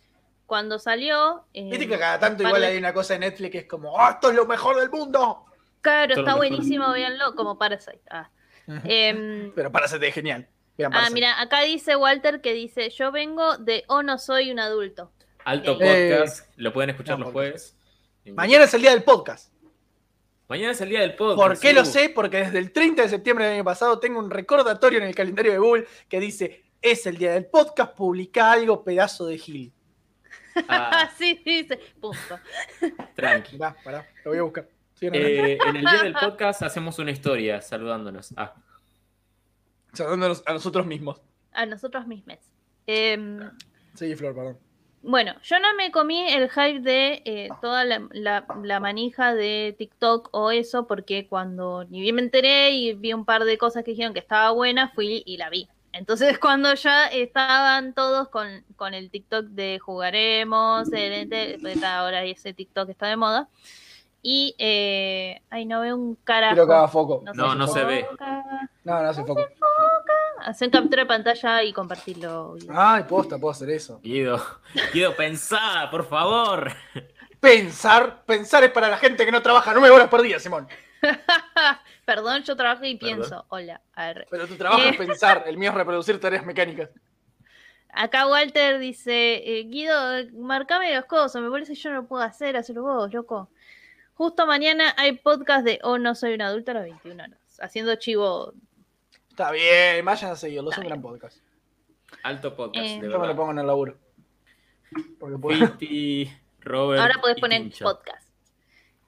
Speaker 3: cuando salió. eh,
Speaker 1: Viste que cada tanto
Speaker 3: par
Speaker 1: igual
Speaker 3: de-
Speaker 1: hay una cosa en Netflix que es como, ¡Ah, esto es lo mejor del mundo!
Speaker 3: Claro,
Speaker 2: Solo
Speaker 3: está
Speaker 2: mejor.
Speaker 3: buenísimo, véanlo, como Parasite. Ah. Em,
Speaker 1: Pero Parásite es genial. Vean
Speaker 3: ah,
Speaker 1: Parásite.
Speaker 3: mira, acá dice Walter que dice: Yo vengo de O no soy un adulto.
Speaker 2: Alto
Speaker 1: Eh,
Speaker 2: podcast, lo pueden escuchar
Speaker 1: no,
Speaker 2: los
Speaker 1: podcast.
Speaker 2: jueves.
Speaker 1: Mañana es el día del podcast.
Speaker 2: Mañana es el día del podcast. Uh,
Speaker 1: ¿Por qué lo
Speaker 2: Edu.
Speaker 1: sé? Porque desde el 30 de septiembre del año pasado tengo un recordatorio en el calendario de Google que dice, es el día del podcast, publica algo, pedazo de Gil.
Speaker 2: Ah,
Speaker 3: Así dice. Punto.
Speaker 2: tranqui.
Speaker 1: Mirá, pará, lo voy a buscar. Sigan hablando.
Speaker 2: Eh, en el día del podcast hacemos una historia saludándonos. Ah,
Speaker 1: Saludándonos a nosotros mismos.
Speaker 3: A nosotros mismos. Em,
Speaker 1: Sí, Flor, perdón.
Speaker 3: Bueno, yo no me comí el hype de eh, toda la, la- la manija de TikTok o eso, porque cuando ni bien me enteré y vi un par de cosas que dijeron que estaba buena, fui y la vi. Entonces, cuando ya estaban todos con, con el TikTok de jugaremos, el, ente- pues, ahora ese TikTok está de moda, y. eh, ay, no veo un carajo.
Speaker 1: Creo que haga foco.
Speaker 2: No, no se ve.
Speaker 3: enfoca.
Speaker 1: No, no hace foco.
Speaker 3: Hacer un captura de pantalla y compartirlo.
Speaker 1: Ay, posta, puedo hacer eso.
Speaker 2: Guido, Guido, pensá, por favor.
Speaker 1: Pensar, pensar es para la gente que no trabaja nueve horas por día, Simón.
Speaker 3: Perdón, yo trabajo y
Speaker 2: Perdón.
Speaker 3: pienso. Hola, arre.
Speaker 1: Pero tu trabajo es
Speaker 3: Eh.
Speaker 1: pensar, el mío es reproducir tareas mecánicas.
Speaker 3: Acá Walter dice, eh, Guido, eh, marcame los cosas, me parece que yo no puedo hacer, hacerlo vos, loco. Justo mañana hay podcast de Oh, no soy un adulto a las 21 horas, haciendo chivo.
Speaker 1: Está bien, vayan a seguirlo, es un gran podcast.
Speaker 2: Alto podcast,
Speaker 3: Eh,
Speaker 2: de
Speaker 1: Yo me lo
Speaker 2: verdad.
Speaker 1: pongo en el laburo. Porque puedo.
Speaker 2: Piti, Robert.
Speaker 3: Ahora podés
Speaker 2: y
Speaker 3: poner
Speaker 2: Tincho.
Speaker 3: podcast.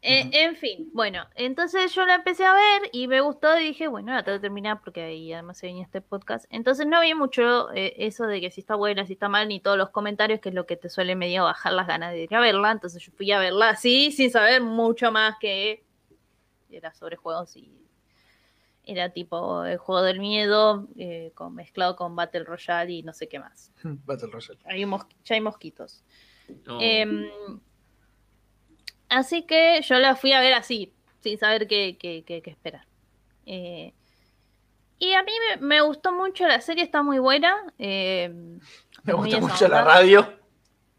Speaker 3: Eh, en fin, bueno, entonces yo la empecé a ver y me gustó y dije, bueno, la tengo que terminar porque ahí además se venía este podcast. Entonces no vi mucho eh, eso de que si está buena, si está mal, ni todos los comentarios, que es lo que te suele medio bajar las ganas de ir a verla. Entonces yo fui a verla así, sin saber mucho más que era sobre juegos y era tipo el juego del miedo eh, con, mezclado con Battle Royale y no sé qué más.
Speaker 1: Battle Royale.
Speaker 3: Hay un mos- ya hay mosquitos.
Speaker 2: No.
Speaker 3: Em, así que yo la fui a ver así, sin saber qué, qué- qué- qué esperar. Eh, y a mí me, me gustó mucho, la serie está muy buena. em,
Speaker 1: Me
Speaker 3: muy
Speaker 1: gusta mucho la
Speaker 3: desahogada.
Speaker 1: radio.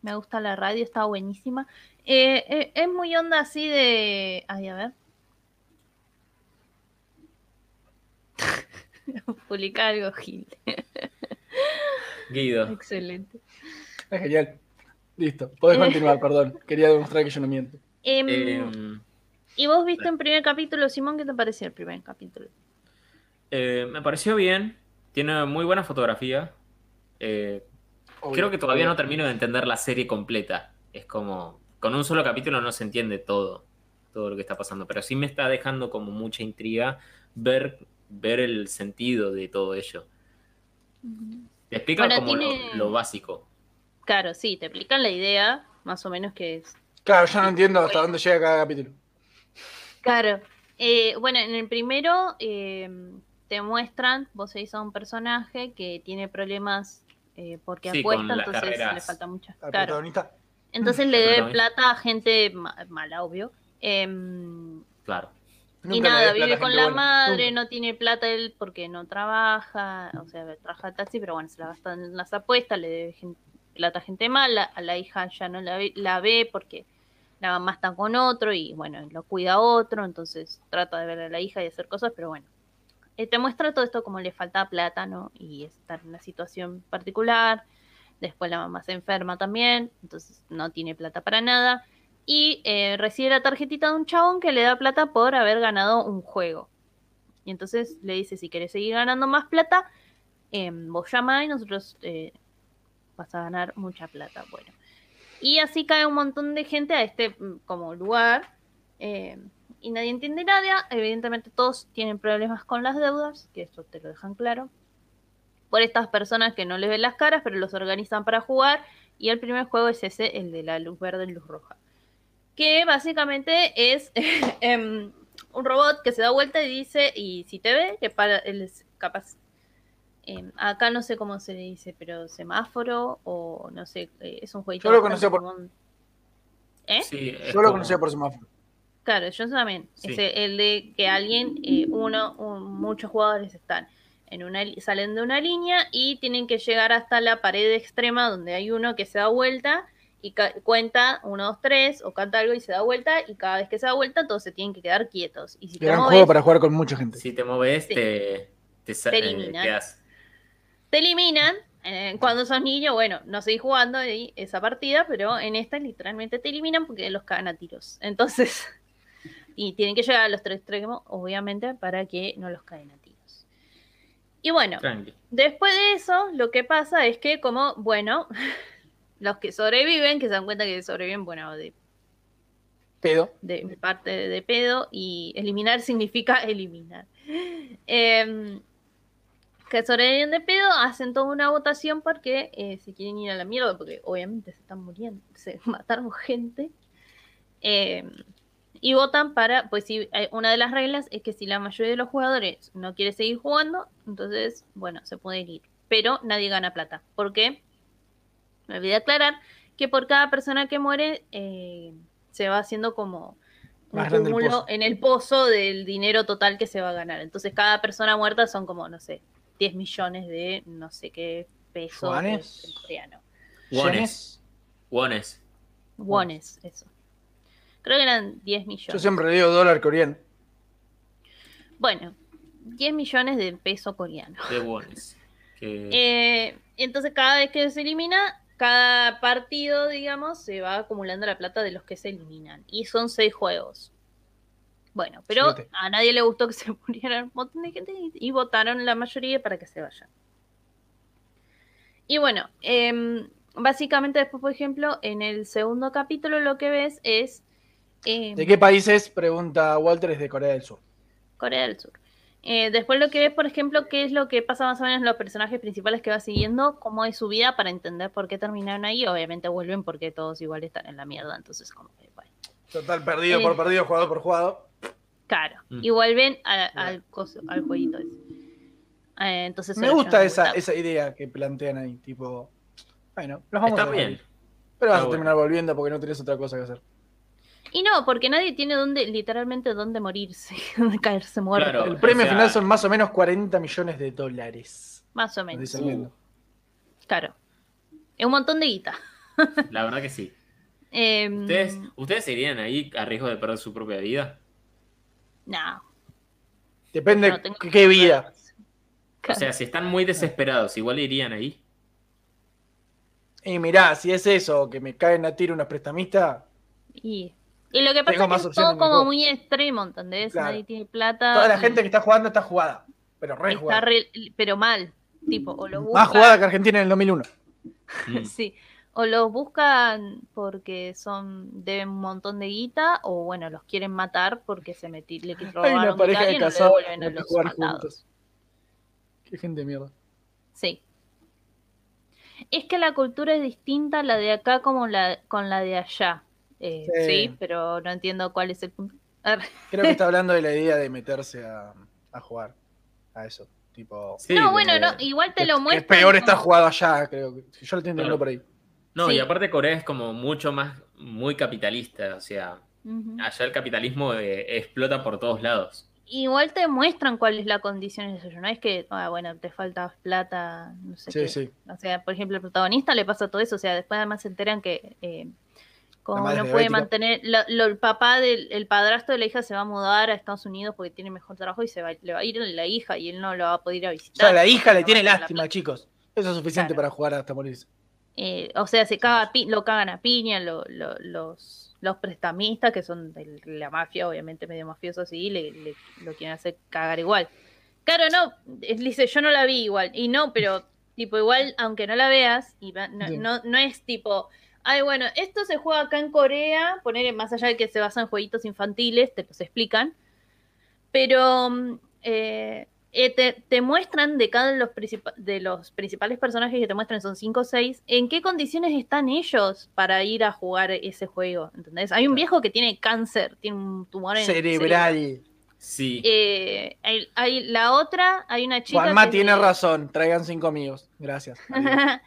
Speaker 3: Me gusta la radio, está buenísima. Eh, eh, es muy onda así de. Ay, a ver. Publica algo, Gil.
Speaker 2: Guido.
Speaker 3: Excelente.
Speaker 1: Es genial. Listo, podés continuar, perdón. Quería demostrar que yo no miento.
Speaker 3: Em,
Speaker 2: Em,
Speaker 3: y vos viste un primer capítulo, Simón, ¿qué te pareció el primer capítulo?
Speaker 2: eh, me pareció bien. Tiene muy buena fotografía. Eh, creo que todavía no termino de entender la serie completa. Es como. Con un solo capítulo no se entiende todo. Todo lo que está pasando. Pero sí me está dejando como mucha intriga ver, ver el sentido de todo ello. Te explica
Speaker 3: Bueno,
Speaker 2: como lo-
Speaker 3: tiene-
Speaker 2: lo básico.
Speaker 3: Claro, sí, te explican la idea, más o menos que es.
Speaker 1: Claro, ya no entiendo hasta dónde llega cada capítulo.
Speaker 3: Claro. Eh, bueno, en el primero eh, te muestran, vos seguís a un personaje que tiene problemas eh, porque
Speaker 2: Sí, con
Speaker 3: apuesta,
Speaker 2: las
Speaker 3: entonces le
Speaker 2: carreras.
Speaker 3: falta muchas.
Speaker 1: Al
Speaker 3: Claro.
Speaker 1: protagonista.
Speaker 3: Entonces le debe
Speaker 2: protagonista.
Speaker 3: plata a gente ma- mala, obvio. Em,
Speaker 2: Claro.
Speaker 3: y
Speaker 1: Nunca le
Speaker 3: nada,
Speaker 1: des
Speaker 3: vive
Speaker 1: plata a
Speaker 3: con
Speaker 1: gente
Speaker 3: la
Speaker 1: buena.
Speaker 3: madre,
Speaker 1: Nunca.
Speaker 3: no tiene plata él porque no trabaja, o sea, trabaja taxi, pero bueno, se la gastan en las apuestas, le debe gen- plata a gente mala, a la hija ya no la ve, la ve porque la mamá está con otro y bueno, lo cuida otro, entonces trata de ver a la hija y hacer cosas, pero bueno. Eh, te muestra todo esto como le falta plata, ¿no? Y estar en una situación particular. Después la mamá se enferma también, entonces no tiene plata para nada. Y eh, recibe la tarjetita de un chabón que le da plata por haber ganado un juego. Y entonces le dice, si querés seguir ganando más plata, eh, vos llamá y nosotros eh, vas a ganar mucha plata. Bueno. Y así cae un montón de gente a este mm, como lugar. eh, y nadie entiende nada. Evidentemente todos tienen problemas con las deudas, que esto te lo dejan claro. Por estas personas que no les ven las caras, pero los organizan para jugar. Y el primer juego es ese, el de la luz verde y luz roja. Que básicamente es em, un robot que se da vuelta y dice, y si te ve, que para, él es capaz. em, acá no sé cómo se le dice, pero semáforo o no sé, eh, es un jueguito.
Speaker 1: Yo lo conocía
Speaker 3: bastante
Speaker 1: por-
Speaker 3: común. ¿Eh?
Speaker 2: Sí, es
Speaker 1: Yo lo
Speaker 2: como-
Speaker 1: conocía por semáforo.
Speaker 3: Claro, yo también.
Speaker 2: Sí.
Speaker 3: Ese- el de que alguien, eh, uno, un- muchos jugadores están en una, li- salen de una línea y tienen que llegar hasta la pared extrema donde hay uno que se da vuelta y ca- cuenta uno, dos, tres o canta algo y se da vuelta y cada vez que se da vuelta todos se tienen que quedar quietos. Y si te
Speaker 1: Gran
Speaker 3: moves,
Speaker 1: juego para jugar con mucha gente.
Speaker 2: Si te moves,
Speaker 3: Sí.
Speaker 2: te, te, sa-
Speaker 3: Te
Speaker 2: eh,
Speaker 3: eliminan.
Speaker 2: quedas.
Speaker 3: te eliminan. eh, cuando sos niño, bueno, no seguís jugando ahí esa partida, pero en esta literalmente te eliminan porque los cagan a tiros. Entonces, y tienen que llegar a los tres extremos, obviamente, para que no los caen a tiros. Y bueno,
Speaker 2: Tranqui.
Speaker 3: después de eso, lo que pasa es que, como, bueno, los que sobreviven, que se dan cuenta que sobreviven, bueno, de,
Speaker 1: Pedo.
Speaker 3: de mi parte de pedo y eliminar significa eliminar. Em, que sobreviven de pedo, hacen toda una votación porque eh, se quieren ir a la mierda, porque obviamente se están muriendo, se mataron gente. Em, y votan para, pues si eh, una de las reglas es que si la mayoría de los jugadores no quiere seguir jugando, entonces, bueno, se pueden ir. Pero nadie gana plata. ¿Por qué? Me olvidé aclarar que por cada persona que muere eh, se va haciendo como un
Speaker 1: Más grande el
Speaker 3: cúmulo
Speaker 1: pozo.
Speaker 3: en el pozo del dinero total que se va a ganar. Entonces cada persona muerta son como, no sé, 10 millones de no sé qué pesos
Speaker 1: ¿Yuanes?
Speaker 3: de- de coreano.
Speaker 2: Wones. Wones.
Speaker 3: Wones, eso. Creo que eran 10 millones.
Speaker 1: Yo siempre le digo dólar coreano.
Speaker 3: Bueno, 10 millones de peso coreano.
Speaker 2: De wones. Que-
Speaker 3: Eh, entonces, cada vez que se elimina, cada partido, digamos, se va acumulando la plata de los que se eliminan. Y son seis juegos. Bueno, pero
Speaker 1: Siete.
Speaker 3: a nadie le gustó que se murieran un montón de gente y, y votaron la mayoría para que se vayan. Y bueno, em, básicamente después, por ejemplo, en el segundo capítulo lo que ves es... em,
Speaker 1: ¿De qué país es? Pregunta Walter, es de Corea del Sur.
Speaker 3: Corea del Sur. Eh, después lo que ves, por ejemplo, qué es lo que pasa más o menos en los personajes principales que va siguiendo, cómo es su vida para entender por qué terminaron ahí. Obviamente vuelven porque todos igual están en la mierda, entonces como que, bueno,
Speaker 1: Total, perdido
Speaker 3: Eh.
Speaker 1: por perdido, jugador por jugador.
Speaker 3: claro.
Speaker 2: Mm.
Speaker 3: y vuelven a- al, coso- al jueguito ese. Eh, entonces
Speaker 1: Me
Speaker 3: solo
Speaker 1: gusta
Speaker 3: llevan
Speaker 1: esa,
Speaker 3: vuelta.
Speaker 1: esa idea que plantean ahí, tipo, bueno, los vamos
Speaker 2: Está
Speaker 1: a
Speaker 2: bien.
Speaker 1: Pero vas
Speaker 2: Está
Speaker 1: a terminar volviendo porque no tenés otra cosa que hacer.
Speaker 3: Y no, porque nadie tiene donde, literalmente dónde morirse, de caerse muerto.
Speaker 2: Claro.
Speaker 1: El premio
Speaker 2: o sea-
Speaker 1: final son más o menos 40 millones de dólares.
Speaker 3: Más o
Speaker 1: nos
Speaker 3: menos. Uh.
Speaker 1: dice el libro.
Speaker 3: Claro. Es un montón de guita.
Speaker 2: La verdad que sí.
Speaker 3: Eh,
Speaker 2: ¿Ustedes, ¿Ustedes se irían ahí a riesgo de perder su propia vida?
Speaker 3: No,
Speaker 1: Depende
Speaker 3: no tengo
Speaker 1: qué, qué vida.
Speaker 2: O sea, si están muy desesperados, igual irían ahí.
Speaker 1: Y mirá, si es eso, que me caen a tiro unos prestamistas,
Speaker 3: Y, y lo que pasa
Speaker 1: Tengo
Speaker 3: es
Speaker 1: más
Speaker 3: que es
Speaker 1: opciones en
Speaker 3: todo
Speaker 1: mi
Speaker 3: como
Speaker 1: juego.
Speaker 3: muy extremo, ¿entendés?
Speaker 1: Claro.
Speaker 3: Nadie tiene plata.
Speaker 1: toda la
Speaker 3: y
Speaker 1: gente que está jugando está jugada. Pero re
Speaker 3: Ah, está
Speaker 1: jugada.
Speaker 3: re- pero mal. Tipo, o lo buscan.
Speaker 1: Más jugada que Argentina en el 2001.
Speaker 2: Mm.
Speaker 3: Sí. O los buscan porque son deben un montón de guita, o bueno, los quieren matar porque se meti- le
Speaker 1: Hay
Speaker 3: robaron
Speaker 1: una pareja
Speaker 3: guita
Speaker 1: de
Speaker 3: y no le
Speaker 1: casados
Speaker 3: devuelven a
Speaker 1: que
Speaker 3: los
Speaker 1: jugar
Speaker 3: matados.
Speaker 1: juntos. Qué gente de mierda.
Speaker 3: Sí. Es que la cultura es distinta a la de acá como la con la de allá. Eh,
Speaker 1: Sí.
Speaker 3: sí. pero no entiendo cuál es el punto. A ver.
Speaker 1: Creo que está hablando de la idea de meterse a, a jugar a eso. Tipo.
Speaker 2: Sí,
Speaker 3: no,
Speaker 2: de-
Speaker 3: bueno, no, igual te lo
Speaker 1: es- es
Speaker 3: muestran.
Speaker 1: peor estar
Speaker 3: como-
Speaker 1: jugado allá, creo. que- Yo lo estoy entendiendo
Speaker 2: Claro.
Speaker 1: por ahí.
Speaker 2: No,
Speaker 3: Sí.
Speaker 2: y aparte Corea es como mucho más, muy capitalista, o sea,
Speaker 3: Ujú.
Speaker 2: allá el capitalismo eh, explota por todos lados.
Speaker 3: Igual te muestran cuál es la condición de eso. No es que, ah, bueno, te falta plata, no sé
Speaker 1: Sí,
Speaker 3: qué.
Speaker 1: sí.
Speaker 3: O sea, por ejemplo, al protagonista le pasa todo eso. O sea, después además se enteran que eh, como
Speaker 1: madre
Speaker 3: no
Speaker 1: es
Speaker 3: puede
Speaker 1: diabética.
Speaker 3: mantener, la- lo- el papá del el padrastro de la hija se va a mudar a Estados Unidos porque tiene mejor trabajo y se va, le va a ir la hija y él no lo va a poder ir a
Speaker 1: O
Speaker 3: visitar.
Speaker 1: sea, la hija le
Speaker 3: No
Speaker 1: tiene
Speaker 3: va a tener la
Speaker 1: lástima,
Speaker 3: plata.
Speaker 1: chicos. Eso es suficiente para
Speaker 3: Claro.
Speaker 1: jugar hasta morirse.
Speaker 3: Eh, o sea, se caga a pi- lo cagan a piña lo- lo- los, los prestamistas, que son de la mafia, obviamente medio mafiosos, y le, le- lo quieren hacer cagar igual. Claro, no, eh, dice, yo no la vi igual, y no, pero tipo igual, aunque no la veas, y va- no,
Speaker 1: Sí.
Speaker 3: no, no es tipo, ay, bueno, esto se juega acá en Corea, poner más allá de que se basa en jueguitos infantiles, te los explican, pero mm, eh, eh, te, te muestran de cada de los, princip- de los principales personajes que te muestran, son 5 o 6, en qué condiciones están ellos para ir a jugar ese juego, ¿entendés? Hay un viejo que tiene cáncer, tiene un tumor en el cerebro.
Speaker 1: Cerebral.
Speaker 2: Sí,
Speaker 3: Eh, hay, hay la otra, hay una chica...
Speaker 1: Juanma
Speaker 3: que
Speaker 1: tiene
Speaker 3: es de-
Speaker 1: razón. Traigan cinco amigos. Gracias. Adiós.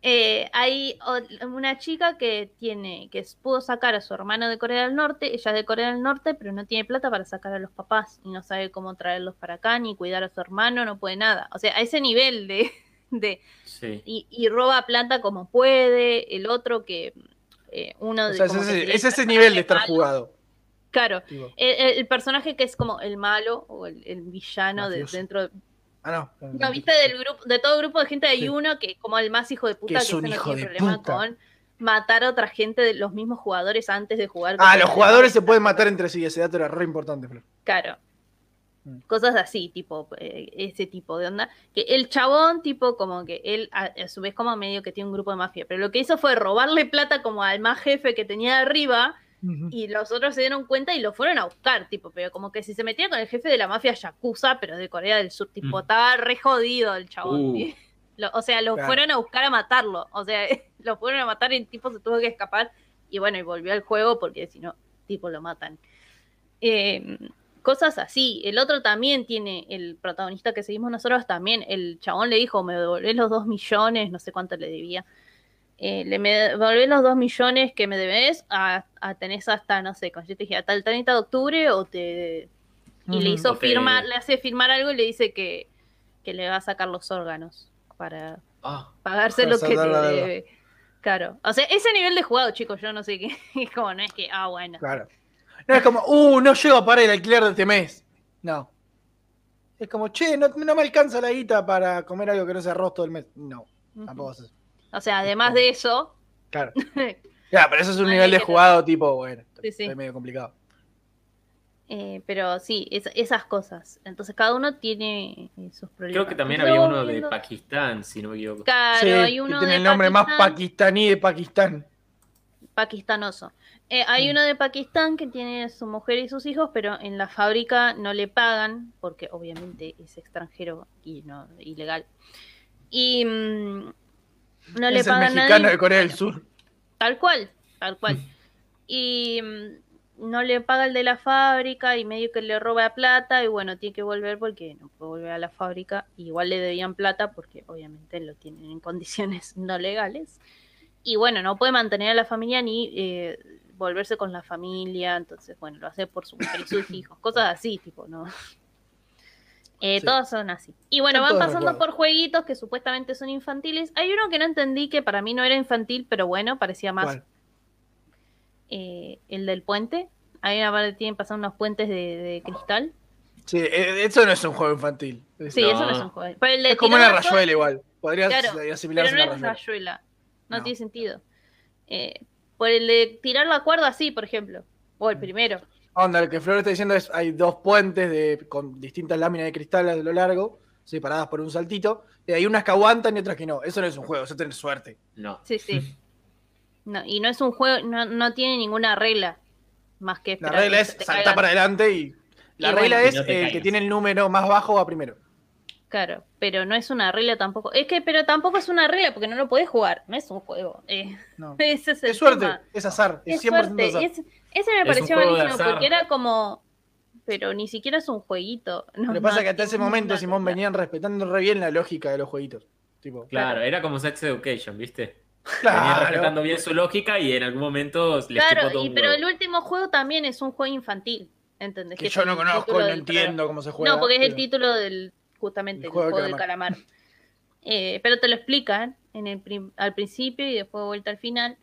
Speaker 3: Eh, hay o- una chica que tiene, que s- pudo sacar a su hermano de Corea del Norte, ella es de Corea del Norte, pero no tiene plata para sacar a los papás y no sabe cómo traerlos para acá, ni cuidar a su hermano, no puede nada. O sea, a ese nivel de, de-
Speaker 2: sí.
Speaker 3: y, y roba plata como puede, el otro que eh, uno de
Speaker 1: O sea, es
Speaker 3: como que
Speaker 1: ese,
Speaker 3: sería
Speaker 1: es ese
Speaker 3: el
Speaker 1: nivel de estar
Speaker 3: personaje
Speaker 1: jugado.
Speaker 3: malo. Claro.
Speaker 1: tipo.
Speaker 3: El, el- el personaje que es como el malo o el, el villano de,
Speaker 1: Mafioso.
Speaker 3: dentro de,
Speaker 1: Ah, no.
Speaker 3: no, viste del grupo, de todo grupo de gente hay
Speaker 1: Sí.
Speaker 3: uno que es como el más hijo de puta
Speaker 1: Que
Speaker 3: que,
Speaker 1: es un
Speaker 3: ese no
Speaker 1: hijo
Speaker 3: tiene
Speaker 1: de
Speaker 3: problema
Speaker 1: puta.
Speaker 3: con matar a otra gente de los mismos jugadores antes de jugar.
Speaker 1: Ah,
Speaker 3: contra
Speaker 1: los
Speaker 3: la
Speaker 1: jugadores se
Speaker 3: otra.
Speaker 1: pueden matar entre sí. Ese dato era re importante, Flor.
Speaker 3: Claro.
Speaker 1: Mm.
Speaker 3: Cosas así, tipo, eh, ese tipo de onda. Que el chabón, tipo, como que él, a, a su vez, como medio que tiene un grupo de mafia. Pero lo que hizo fue robarle plata como al más jefe que tenía arriba. Y los otros se dieron cuenta y lo fueron a buscar, tipo, pero como que si se metía con el jefe de la mafia Yakuza, pero de Corea del Sur, tipo,
Speaker 2: Mm.
Speaker 3: estaba re jodido el chabón.
Speaker 2: Uh.
Speaker 3: tío. Lo- o sea, lo
Speaker 1: Claro.
Speaker 3: fueron a buscar a matarlo. O sea, lo fueron a matar y el tipo se tuvo que escapar. Y bueno, y volvió al juego porque si no, tipo, lo matan. Eh, cosas así. El otro también tiene, el protagonista que seguimos nosotros también, el chabón le dijo, me devolvés los dos millones, no sé cuánto le debía. Eh, le me devolvés los dos millones que me debes, a, a tenés hasta, no sé, con- yo te dije, hasta el 30 de octubre o te... Y le hizo
Speaker 2: Ok.
Speaker 3: firmar, le hace firmar algo y le dice que, que le va a sacar los órganos para
Speaker 2: Ah,
Speaker 3: pagarse
Speaker 1: Para
Speaker 3: lo que te
Speaker 1: saldar la deuda.
Speaker 3: debe. Claro. O sea, ese nivel de jugado, chicos, yo no sé qué. Es como, no es que, ah, bueno.
Speaker 1: Claro. No es como, uh, no llego a pagar el alquiler de este mes. No. Es como, che, no, no me alcanza la guita para comer algo que no sea arroz todo el mes. No,
Speaker 3: Ujú.
Speaker 1: tampoco es eso.
Speaker 3: O sea, además de eso,
Speaker 1: Claro. Claro, pero eso es un
Speaker 3: Vale,
Speaker 1: nivel de
Speaker 3: que no-
Speaker 1: jugado tipo, bueno,
Speaker 3: Sí, sí.
Speaker 1: es medio complicado.
Speaker 3: Eh, pero sí, es- esas cosas. Entonces cada uno tiene eh, sus problemas.
Speaker 2: creo que también
Speaker 3: Entonces,
Speaker 2: había
Speaker 3: vamos
Speaker 2: uno de
Speaker 3: viendo-
Speaker 2: Pakistán, si no me equivoco.
Speaker 3: Claro,
Speaker 1: Sí,
Speaker 3: hay
Speaker 1: que
Speaker 3: uno
Speaker 1: tiene
Speaker 3: de
Speaker 1: el nombre más
Speaker 3: Pakistán,
Speaker 1: pakistaní de Pakistán.
Speaker 3: pakistanoso. Eh, hay
Speaker 1: Mm.
Speaker 3: uno de Pakistán que tiene su mujer y sus hijos, pero en la fábrica no le pagan, porque obviamente es extranjero y no ilegal. Y mm, no le
Speaker 1: es el
Speaker 3: pagan a
Speaker 1: mexicano
Speaker 3: nadie.
Speaker 1: de Corea del
Speaker 3: Bueno,
Speaker 1: Sur.
Speaker 3: Tal cual, tal cual. Y mm, no le paga el de la fábrica y medio que le roba plata y bueno, tiene que volver porque no puede volver a la fábrica. Igual le debían plata porque obviamente lo tienen en condiciones no legales. Y bueno, no puede mantener a la familia ni eh, volverse con la familia, entonces bueno, lo hace por su mujer y sus hijos, cosas así, tipo, ¿no? Eh,
Speaker 1: Sí.
Speaker 3: Todos son así. Y bueno,
Speaker 1: Son
Speaker 3: van
Speaker 1: todos de
Speaker 3: pasando
Speaker 1: acuerdo.
Speaker 3: por jueguitos que supuestamente son infantiles. Hay uno que no entendí que para mí no era infantil, pero bueno, parecía más
Speaker 1: ¿Cuál?
Speaker 3: eh, el del puente. Ahí una parte tienen pasar unos puentes de, de cristal.
Speaker 1: Sí, eh, eso no es un juego infantil. Es,
Speaker 3: Sí,
Speaker 2: No.
Speaker 3: eso no es un juego. Pero el de
Speaker 1: es como una
Speaker 3: tirabuzos,
Speaker 1: rayuela igual. Podría
Speaker 3: Claro,
Speaker 1: asimilarse
Speaker 3: Pero no
Speaker 1: a una
Speaker 3: es
Speaker 1: rayuela.
Speaker 3: rayuela. No,
Speaker 1: No.
Speaker 3: tiene sentido. Eh, por el de tirar la cuerda así, por ejemplo. O
Speaker 1: Mm.
Speaker 3: el primero.
Speaker 1: Onda, lo que Flor está diciendo es hay dos puentes de, con distintas láminas de cristal a lo largo, separadas por un saltito, y hay unas que aguantan y otras que no. Eso no es un juego, eso tenés suerte.
Speaker 2: No.
Speaker 3: Sí, sí. No, y no es un juego, no, no tiene ninguna regla. Más que
Speaker 1: La
Speaker 3: esperar
Speaker 1: regla
Speaker 3: que
Speaker 1: es
Speaker 3: se te
Speaker 1: saltar
Speaker 3: caigan.
Speaker 1: para adelante y la
Speaker 3: Y
Speaker 1: regla
Speaker 3: bueno,
Speaker 2: y
Speaker 1: es
Speaker 2: no te
Speaker 1: eh, el que
Speaker 2: caigas.
Speaker 1: tiene el número más bajo va primero.
Speaker 3: Claro, pero no es una regla tampoco. Es que, pero tampoco es una regla porque no lo podés jugar. No es un juego. Eh,
Speaker 1: No.
Speaker 3: ese es el
Speaker 1: Es suerte,
Speaker 3: tema.
Speaker 1: es azar, es,
Speaker 3: Es
Speaker 1: 100%
Speaker 3: suerte.
Speaker 1: azar.
Speaker 3: es- ese me
Speaker 2: un
Speaker 3: pareció
Speaker 2: juego de
Speaker 3: malísimo
Speaker 2: azar.
Speaker 3: porque era como. Pero ni siquiera es un jueguito. No,
Speaker 1: Lo que pasa
Speaker 3: no,
Speaker 1: es que hasta
Speaker 3: tiene
Speaker 1: ese momento,
Speaker 3: ninguna
Speaker 1: Simón,
Speaker 3: regla.
Speaker 1: venían respetando re bien la lógica de los jueguitos. Tipo,
Speaker 2: Claro, era como Sex Education, ¿viste? Venía
Speaker 1: claro.
Speaker 2: respetando bien su lógica y en algún momento les chupó
Speaker 3: Claro,
Speaker 2: todo
Speaker 3: y,
Speaker 2: un
Speaker 3: pero
Speaker 2: huevo.
Speaker 3: el último juego también es un juego infantil. ¿Entendés?
Speaker 1: Que
Speaker 3: es
Speaker 1: yo
Speaker 3: el
Speaker 1: no conozco,
Speaker 3: título
Speaker 1: no
Speaker 3: del programa.
Speaker 1: entiendo cómo se juega.
Speaker 3: no, porque es el
Speaker 1: pero-
Speaker 3: título del. Justamente, el juego, del calamar. Eh, pero te lo explican en el prim- al principio y después de vuelta al final.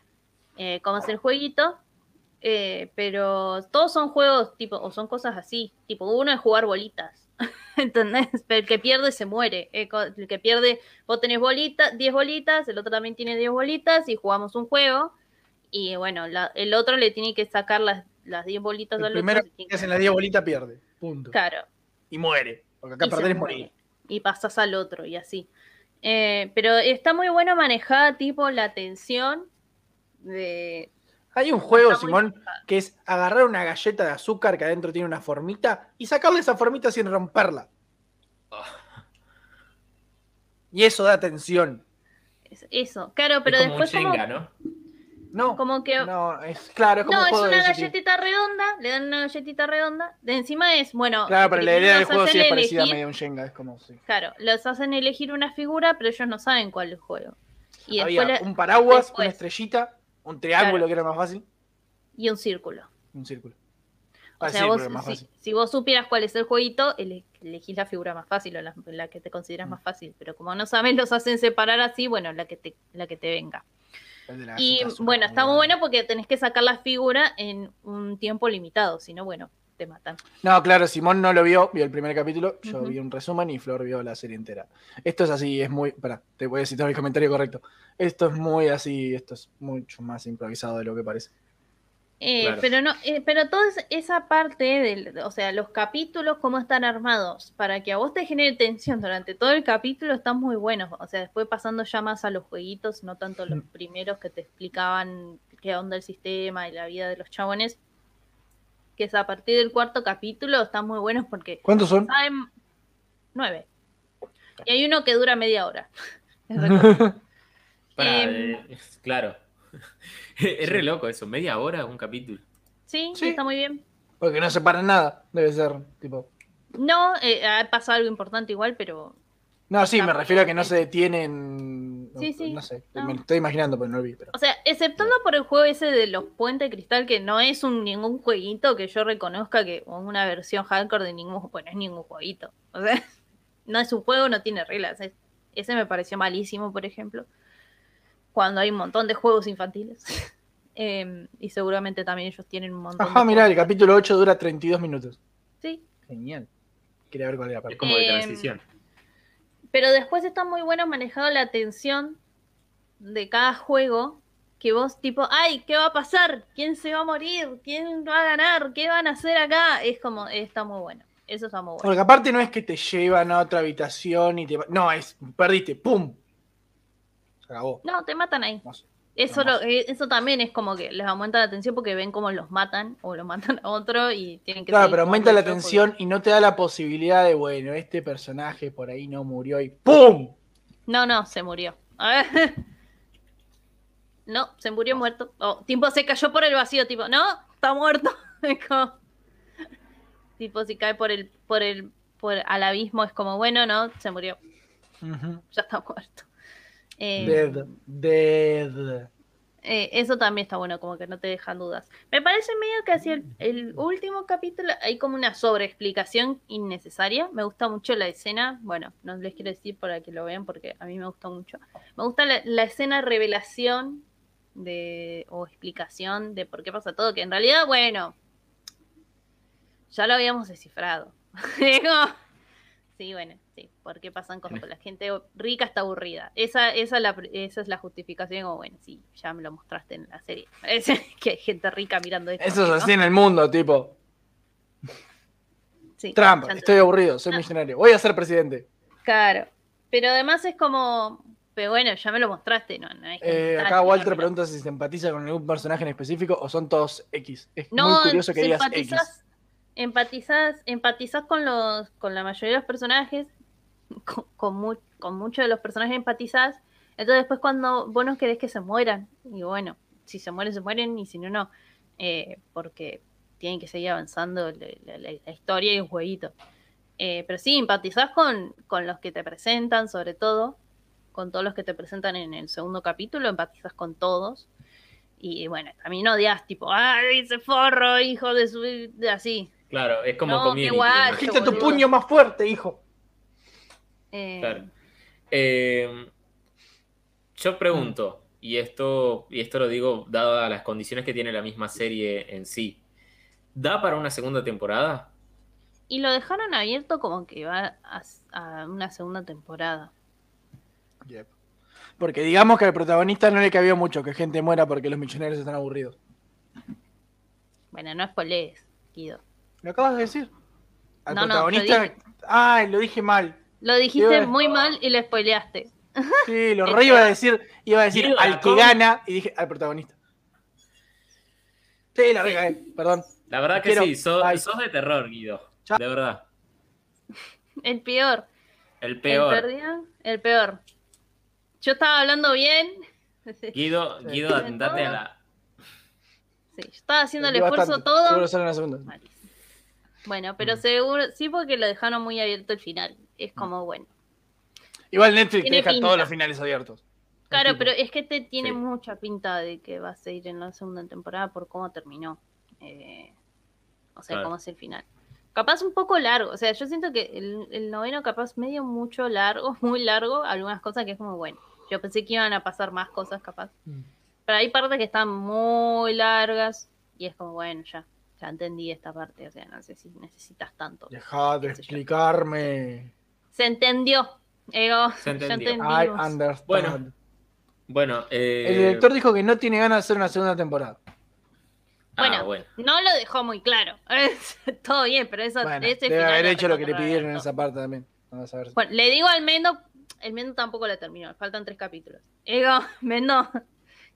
Speaker 3: eh, cómo es el jueguito. Eh, pero todos son juegos tipo, o son cosas así. Tipo, uno es jugar bolitas. ¿Entendés? Pero el que pierde se muere. eh, co- El que pierde, vos tenés bolitas, 10 bolitas, el otro también tiene 10 bolitas y jugamos un juego. Y bueno, la- el otro le tiene que sacar las, las 10 bolitas
Speaker 1: El
Speaker 3: al
Speaker 1: primero
Speaker 3: otro. se tiene
Speaker 1: que
Speaker 3: que-
Speaker 1: hacen la 10 bolita pierde. Punto.
Speaker 3: Claro.
Speaker 1: Y muere. Porque acá
Speaker 3: Y se
Speaker 1: perder es
Speaker 3: muere.
Speaker 1: morir.
Speaker 3: Y pasas al otro y así. Eh, pero está muy bueno manejada, tipo, la tensión de...
Speaker 1: Hay un juego,
Speaker 3: Está muy
Speaker 1: Simón,
Speaker 3: manejada.
Speaker 1: que es agarrar una galleta de azúcar que adentro tiene una formita y sacarle esa formita sin romperla.
Speaker 3: Ah.
Speaker 1: Y eso da tensión.
Speaker 3: Es- Eso, claro, pero
Speaker 2: es como
Speaker 3: después
Speaker 2: un
Speaker 3: como,
Speaker 2: Jenga, ¿no?
Speaker 1: No,
Speaker 3: como que... No,
Speaker 1: no, es claro, es como un
Speaker 3: es
Speaker 1: juego
Speaker 3: una
Speaker 1: de ese tipo.
Speaker 3: galletita redonda, le dan una galletita redonda, de encima es, bueno...
Speaker 1: Claro, pero la idea del
Speaker 3: los
Speaker 1: juego sí
Speaker 3: hacen
Speaker 1: es parecida a
Speaker 3: elegir-
Speaker 1: medio un Jenga, es como sí.
Speaker 3: Claro, los hacen elegir una figura, pero ellos no saben cuál es el juego. Y, después
Speaker 1: Había
Speaker 3: le-
Speaker 1: un paraguas,
Speaker 3: después.
Speaker 1: una estrellita, un triángulo
Speaker 3: Claro.
Speaker 1: que era más fácil,
Speaker 3: y un círculo.
Speaker 1: y un círculo.
Speaker 3: O
Speaker 1: Ah,
Speaker 3: sea,
Speaker 1: sí,
Speaker 3: vos,
Speaker 1: pero más
Speaker 3: si,
Speaker 1: fácil.
Speaker 3: si vos supieras cuál es el jueguito, ele- elegís la figura más fácil o la, la que te consideras
Speaker 1: Mm.
Speaker 3: más fácil. Pero como no sabes, los hacen separar así, bueno, la que te, la que te venga.
Speaker 1: El de la
Speaker 3: Y
Speaker 1: galleta azul,
Speaker 3: bueno,
Speaker 1: muy
Speaker 3: está muy bueno porque tenés que sacar la figura en un tiempo limitado, si no, bueno, te matan.
Speaker 1: No, claro, Simón no lo vio, vio el primer capítulo, yo
Speaker 3: Ujú.
Speaker 1: vi un resumen y Flor vio la serie entera. Esto es así, es muy. Pará, te voy a citar el comentario correcto. Esto es muy así, esto es mucho más improvisado de lo que parece.
Speaker 3: Eh,
Speaker 2: Claro.
Speaker 3: Pero no, eh, pero toda es- esa parte del, o sea, los capítulos, cómo están armados, para que a vos te genere tensión durante todo el capítulo, están muy buenos. O sea, después pasando ya más a los jueguitos, no tanto los primeros que te explicaban qué onda el sistema y la vida de los chabones, que es a partir del cuarto capítulo, están muy buenos porque
Speaker 1: ¿Cuántos son?
Speaker 3: saben nueve. Y hay uno que dura media hora. Es re
Speaker 2: Para,
Speaker 3: Em.
Speaker 2: eh, claro. es re loco eso, media hora, un capítulo.
Speaker 3: Sí,
Speaker 1: Sí.
Speaker 3: está muy bien.
Speaker 1: Porque no separan nada, debe ser, tipo.
Speaker 3: No, eh, ha pasado algo importante igual, pero
Speaker 1: No, sí,
Speaker 3: Está
Speaker 1: me
Speaker 3: muy
Speaker 1: refiero a que no
Speaker 3: bien.
Speaker 1: se detienen. no-
Speaker 3: Sí, sí,
Speaker 1: No sé,
Speaker 3: no.
Speaker 1: me lo estoy imaginando, pero no lo vi. Pero...
Speaker 3: O sea, exceptuando por el juego ese de los puentes de cristal, que no es un ningún jueguito que yo reconozca que o una versión hardcore de ningún bueno, es ningún jueguito. O sea, no es un juego, no tiene reglas. Es- ese me pareció malísimo, por ejemplo. Cuando hay un montón de juegos infantiles. Em, y seguramente también ellos tienen un montón
Speaker 1: Ajá,
Speaker 3: de
Speaker 1: mirá, el
Speaker 3: juegos.
Speaker 1: capítulo 8 dura 32 minutos.
Speaker 3: Sí.
Speaker 1: Genial. Quería ver cuál era.
Speaker 2: Es
Speaker 1: pero-
Speaker 2: como de
Speaker 3: Em.
Speaker 2: transición.
Speaker 3: Pero después está muy bueno manejado la tensión de cada juego. Que vos, tipo, ay, ¿qué va a pasar? ¿Quién se va a morir? ¿Quién va a ganar? ¿Qué van a hacer acá? Es como, está muy bueno. Eso está muy bueno.
Speaker 1: Porque aparte no es que te llevan a otra habitación y te. va- No, es. Perdiste, ¡pum! Se acabó.
Speaker 3: No, te matan ahí.
Speaker 1: No sé.
Speaker 3: Eso, lo-
Speaker 1: Hermoso.
Speaker 3: eh, eso también es como que les aumenta la tensión porque ven cómo los matan o lo matan a otro y tienen que
Speaker 1: Claro,
Speaker 3: seguir
Speaker 1: pero
Speaker 3: jugando
Speaker 1: aumenta
Speaker 3: el
Speaker 1: la
Speaker 3: juego porque-
Speaker 1: tensión y no te da la posibilidad de, bueno, este personaje por ahí no murió y ¡pum!
Speaker 3: No, no, se murió. A ver. Oh, No, se murió muerto. O, tipo, se cayó por el vacío, tipo, no, está muerto. Es como- tipo, si cae por el, por el, por al abismo, es como, bueno, no, se murió,
Speaker 1: Ujú.
Speaker 3: ya está muerto. Eh,
Speaker 1: Dead. Dead.
Speaker 3: eh, eso también está bueno, como que no te dejan dudas. Me parece medio que hacia el, el último capítulo hay como una sobreexplicación innecesaria. Me gusta mucho la escena, bueno, no les quiero decir para que lo vean porque a mí me gusta mucho. Me gusta la, la escena revelación de, o explicación de por qué pasa todo, que en realidad, bueno, ya lo habíamos descifrado. Digo, sí, bueno, sí, por qué pasan cosas. La gente rica está aburrida. Esa, esa, es la, esa es la justificación, como bueno, sí, ya me lo mostraste en la serie. Es que hay gente rica mirando esto.
Speaker 1: Eso es
Speaker 3: ¿no?
Speaker 1: así en el mundo, tipo.
Speaker 3: Sí,
Speaker 1: Trump,
Speaker 3: ya Ah. te-
Speaker 1: estoy aburrido, soy millonario. Voy a ser presidente.
Speaker 3: Claro. Pero además es como, pero bueno, ya me lo mostraste, no, no hay gente
Speaker 1: Eh,
Speaker 3: tan
Speaker 1: acá Walter
Speaker 3: rica, pero-
Speaker 1: pregunta si se empatiza con algún personaje en específico o son todos X. Es
Speaker 3: No,
Speaker 1: muy curioso que digas X.
Speaker 3: empatizás, empatizás, empatizás con los, con la mayoría de los personajes, con, con, mu- con muchos de los personajes empatizás, entonces después cuando vos no querés que se mueran, y bueno, si se mueren, se mueren, y si no, no, Eh, porque tienen que seguir avanzando la, la- la- la historia y el jueguito. Eh, pero sí, empatizás con, con los que te presentan, sobre todo, con todos los que te presentan en el segundo capítulo, empatizas con todos. Y bueno, también odias, tipo, ¡ay, ese forro, hijo de su. de- así.
Speaker 2: Claro, es como
Speaker 3: No,
Speaker 2: community,
Speaker 3: qué guacho,
Speaker 2: ¿no?
Speaker 1: Agita tu
Speaker 3: boludo.
Speaker 1: puño más fuerte, hijo.
Speaker 3: Eh,
Speaker 2: Claro. Eh, yo pregunto, y esto, y esto lo digo dadas las condiciones que tiene la misma serie en sí. ¿Da para una segunda temporada?
Speaker 3: Y lo dejaron abierto como que va a, a una segunda temporada.
Speaker 1: Yep. Porque digamos que al protagonista no le cabía mucho que gente muera porque los millonarios están aburridos.
Speaker 3: Bueno, no spoilees, Guido.
Speaker 1: ¿Lo acabas de decir? Al
Speaker 3: No, no,
Speaker 1: protagonista.
Speaker 3: lo dije.
Speaker 1: Ay, lo dije mal.
Speaker 3: Lo dijiste
Speaker 1: Guido,
Speaker 3: muy mal y lo spoileaste.
Speaker 1: Sí, lo re iba a decir, iba a decir
Speaker 2: Guido,
Speaker 1: al
Speaker 2: la
Speaker 1: que
Speaker 2: con-
Speaker 1: gana y dije al protagonista. Sí, la recagué, perdón.
Speaker 2: La verdad que
Speaker 1: Quiero-
Speaker 2: sí, sos,
Speaker 1: Ay.
Speaker 2: sos de terror, Guido.
Speaker 1: Ya.
Speaker 2: De verdad.
Speaker 3: El peor.
Speaker 2: El
Speaker 3: El
Speaker 2: peor.
Speaker 3: perdido, el peor. Yo estaba hablando bien. Sí,
Speaker 2: Guido,
Speaker 1: Sí.
Speaker 2: Guido, atentate a la.
Speaker 3: yo estaba haciendo el
Speaker 1: Sentí
Speaker 3: esfuerzo
Speaker 1: bastante.
Speaker 3: todo.
Speaker 1: Seguro sale en la segunda.
Speaker 3: Malísimo. Bueno,
Speaker 2: Mm.
Speaker 3: pero seguro, sí porque lo dejaron muy abierto el final. Es como, bueno.
Speaker 1: Igual Netflix te
Speaker 3: Tiene
Speaker 1: deja
Speaker 3: pinta.
Speaker 1: todos los finales abiertos.
Speaker 3: Claro,
Speaker 1: tipo.
Speaker 3: pero es que te tiene
Speaker 2: Sí.
Speaker 3: mucha pinta de que va a seguir en la segunda temporada por cómo terminó. Eh, o sea,
Speaker 2: Claro.
Speaker 3: cómo es el final. Capaz un poco largo. O sea, yo siento que el, el noveno capaz medio mucho largo, muy largo, algunas cosas que es como, bueno, yo pensé que iban a pasar más cosas capaz.
Speaker 1: Mm.
Speaker 3: Pero hay partes que están muy largas y es como, bueno, ya, ya entendí esta parte. O sea, no sé si necesitas tanto.
Speaker 1: Deja de
Speaker 3: Qué sé yo.
Speaker 1: explicarme.
Speaker 3: Se entendió. Ego,
Speaker 2: Se
Speaker 3: ya
Speaker 2: entendió.
Speaker 1: I
Speaker 3: entendimos.
Speaker 1: understand.
Speaker 2: Bueno, Bueno, eh,
Speaker 1: El director dijo que no tiene ganas de hacer una segunda temporada.
Speaker 2: ah,
Speaker 3: Bueno,
Speaker 2: bueno.
Speaker 3: No lo dejó muy claro. Todo bien, pero eso,
Speaker 1: Bueno,
Speaker 3: ese
Speaker 1: debe
Speaker 3: final
Speaker 1: haber
Speaker 3: lo
Speaker 1: hecho lo que le
Speaker 3: recontra
Speaker 1: pidieron en
Speaker 3: adelantó.
Speaker 1: esa parte también. Vamos a ver.
Speaker 3: Bueno, le digo al Mendo, el Mendo tampoco lo terminó, faltan tres capítulos. Digo, Mendo,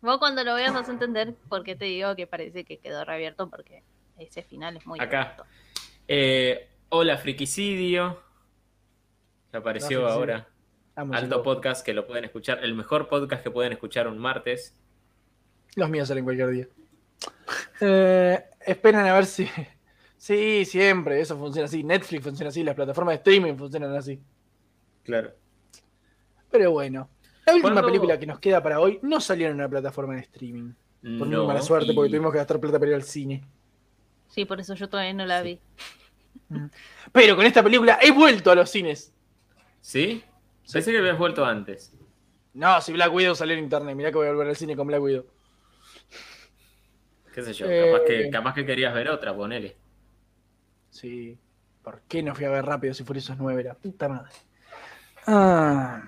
Speaker 3: vos cuando lo veas vas a entender por qué te digo que parece que quedó reabierto, porque ese final es muy
Speaker 2: Acá.
Speaker 3: abierto.
Speaker 2: Eh, hola, Friquicidio. Que apareció
Speaker 1: Hola, Friquicidio.
Speaker 2: ahora.
Speaker 1: Vamos,
Speaker 2: Alto
Speaker 1: chicos.
Speaker 2: podcast que lo pueden escuchar. El mejor podcast que pueden escuchar un martes.
Speaker 1: Los míos salen cualquier día. Eh, esperan a ver si. Sí, siempre, eso funciona así. Netflix funciona así, las plataformas de streaming funcionan así.
Speaker 2: Claro.
Speaker 1: Pero bueno, la última
Speaker 2: ¿Cuándo-
Speaker 1: película que nos queda para hoy no salió en una plataforma de streaming. Por muy mala suerte, porque tuvimos que gastar plata para ir al cine.
Speaker 3: Sí, por eso yo todavía no la
Speaker 2: Sí.
Speaker 3: vi.
Speaker 1: Pero con esta película he vuelto a los cines.
Speaker 2: ¿Sí? Pensé que habías vuelto antes.
Speaker 1: No, si Black Widow salió en internet, mirá que voy a volver al cine con Black Widow.
Speaker 2: Qué sé yo,
Speaker 1: Eh,
Speaker 2: capaz, que, capaz que querías ver otra, ponele.
Speaker 1: Sí. ¿Por qué no fui a ver rápido si Furiosos 9? La puta madre. Ah,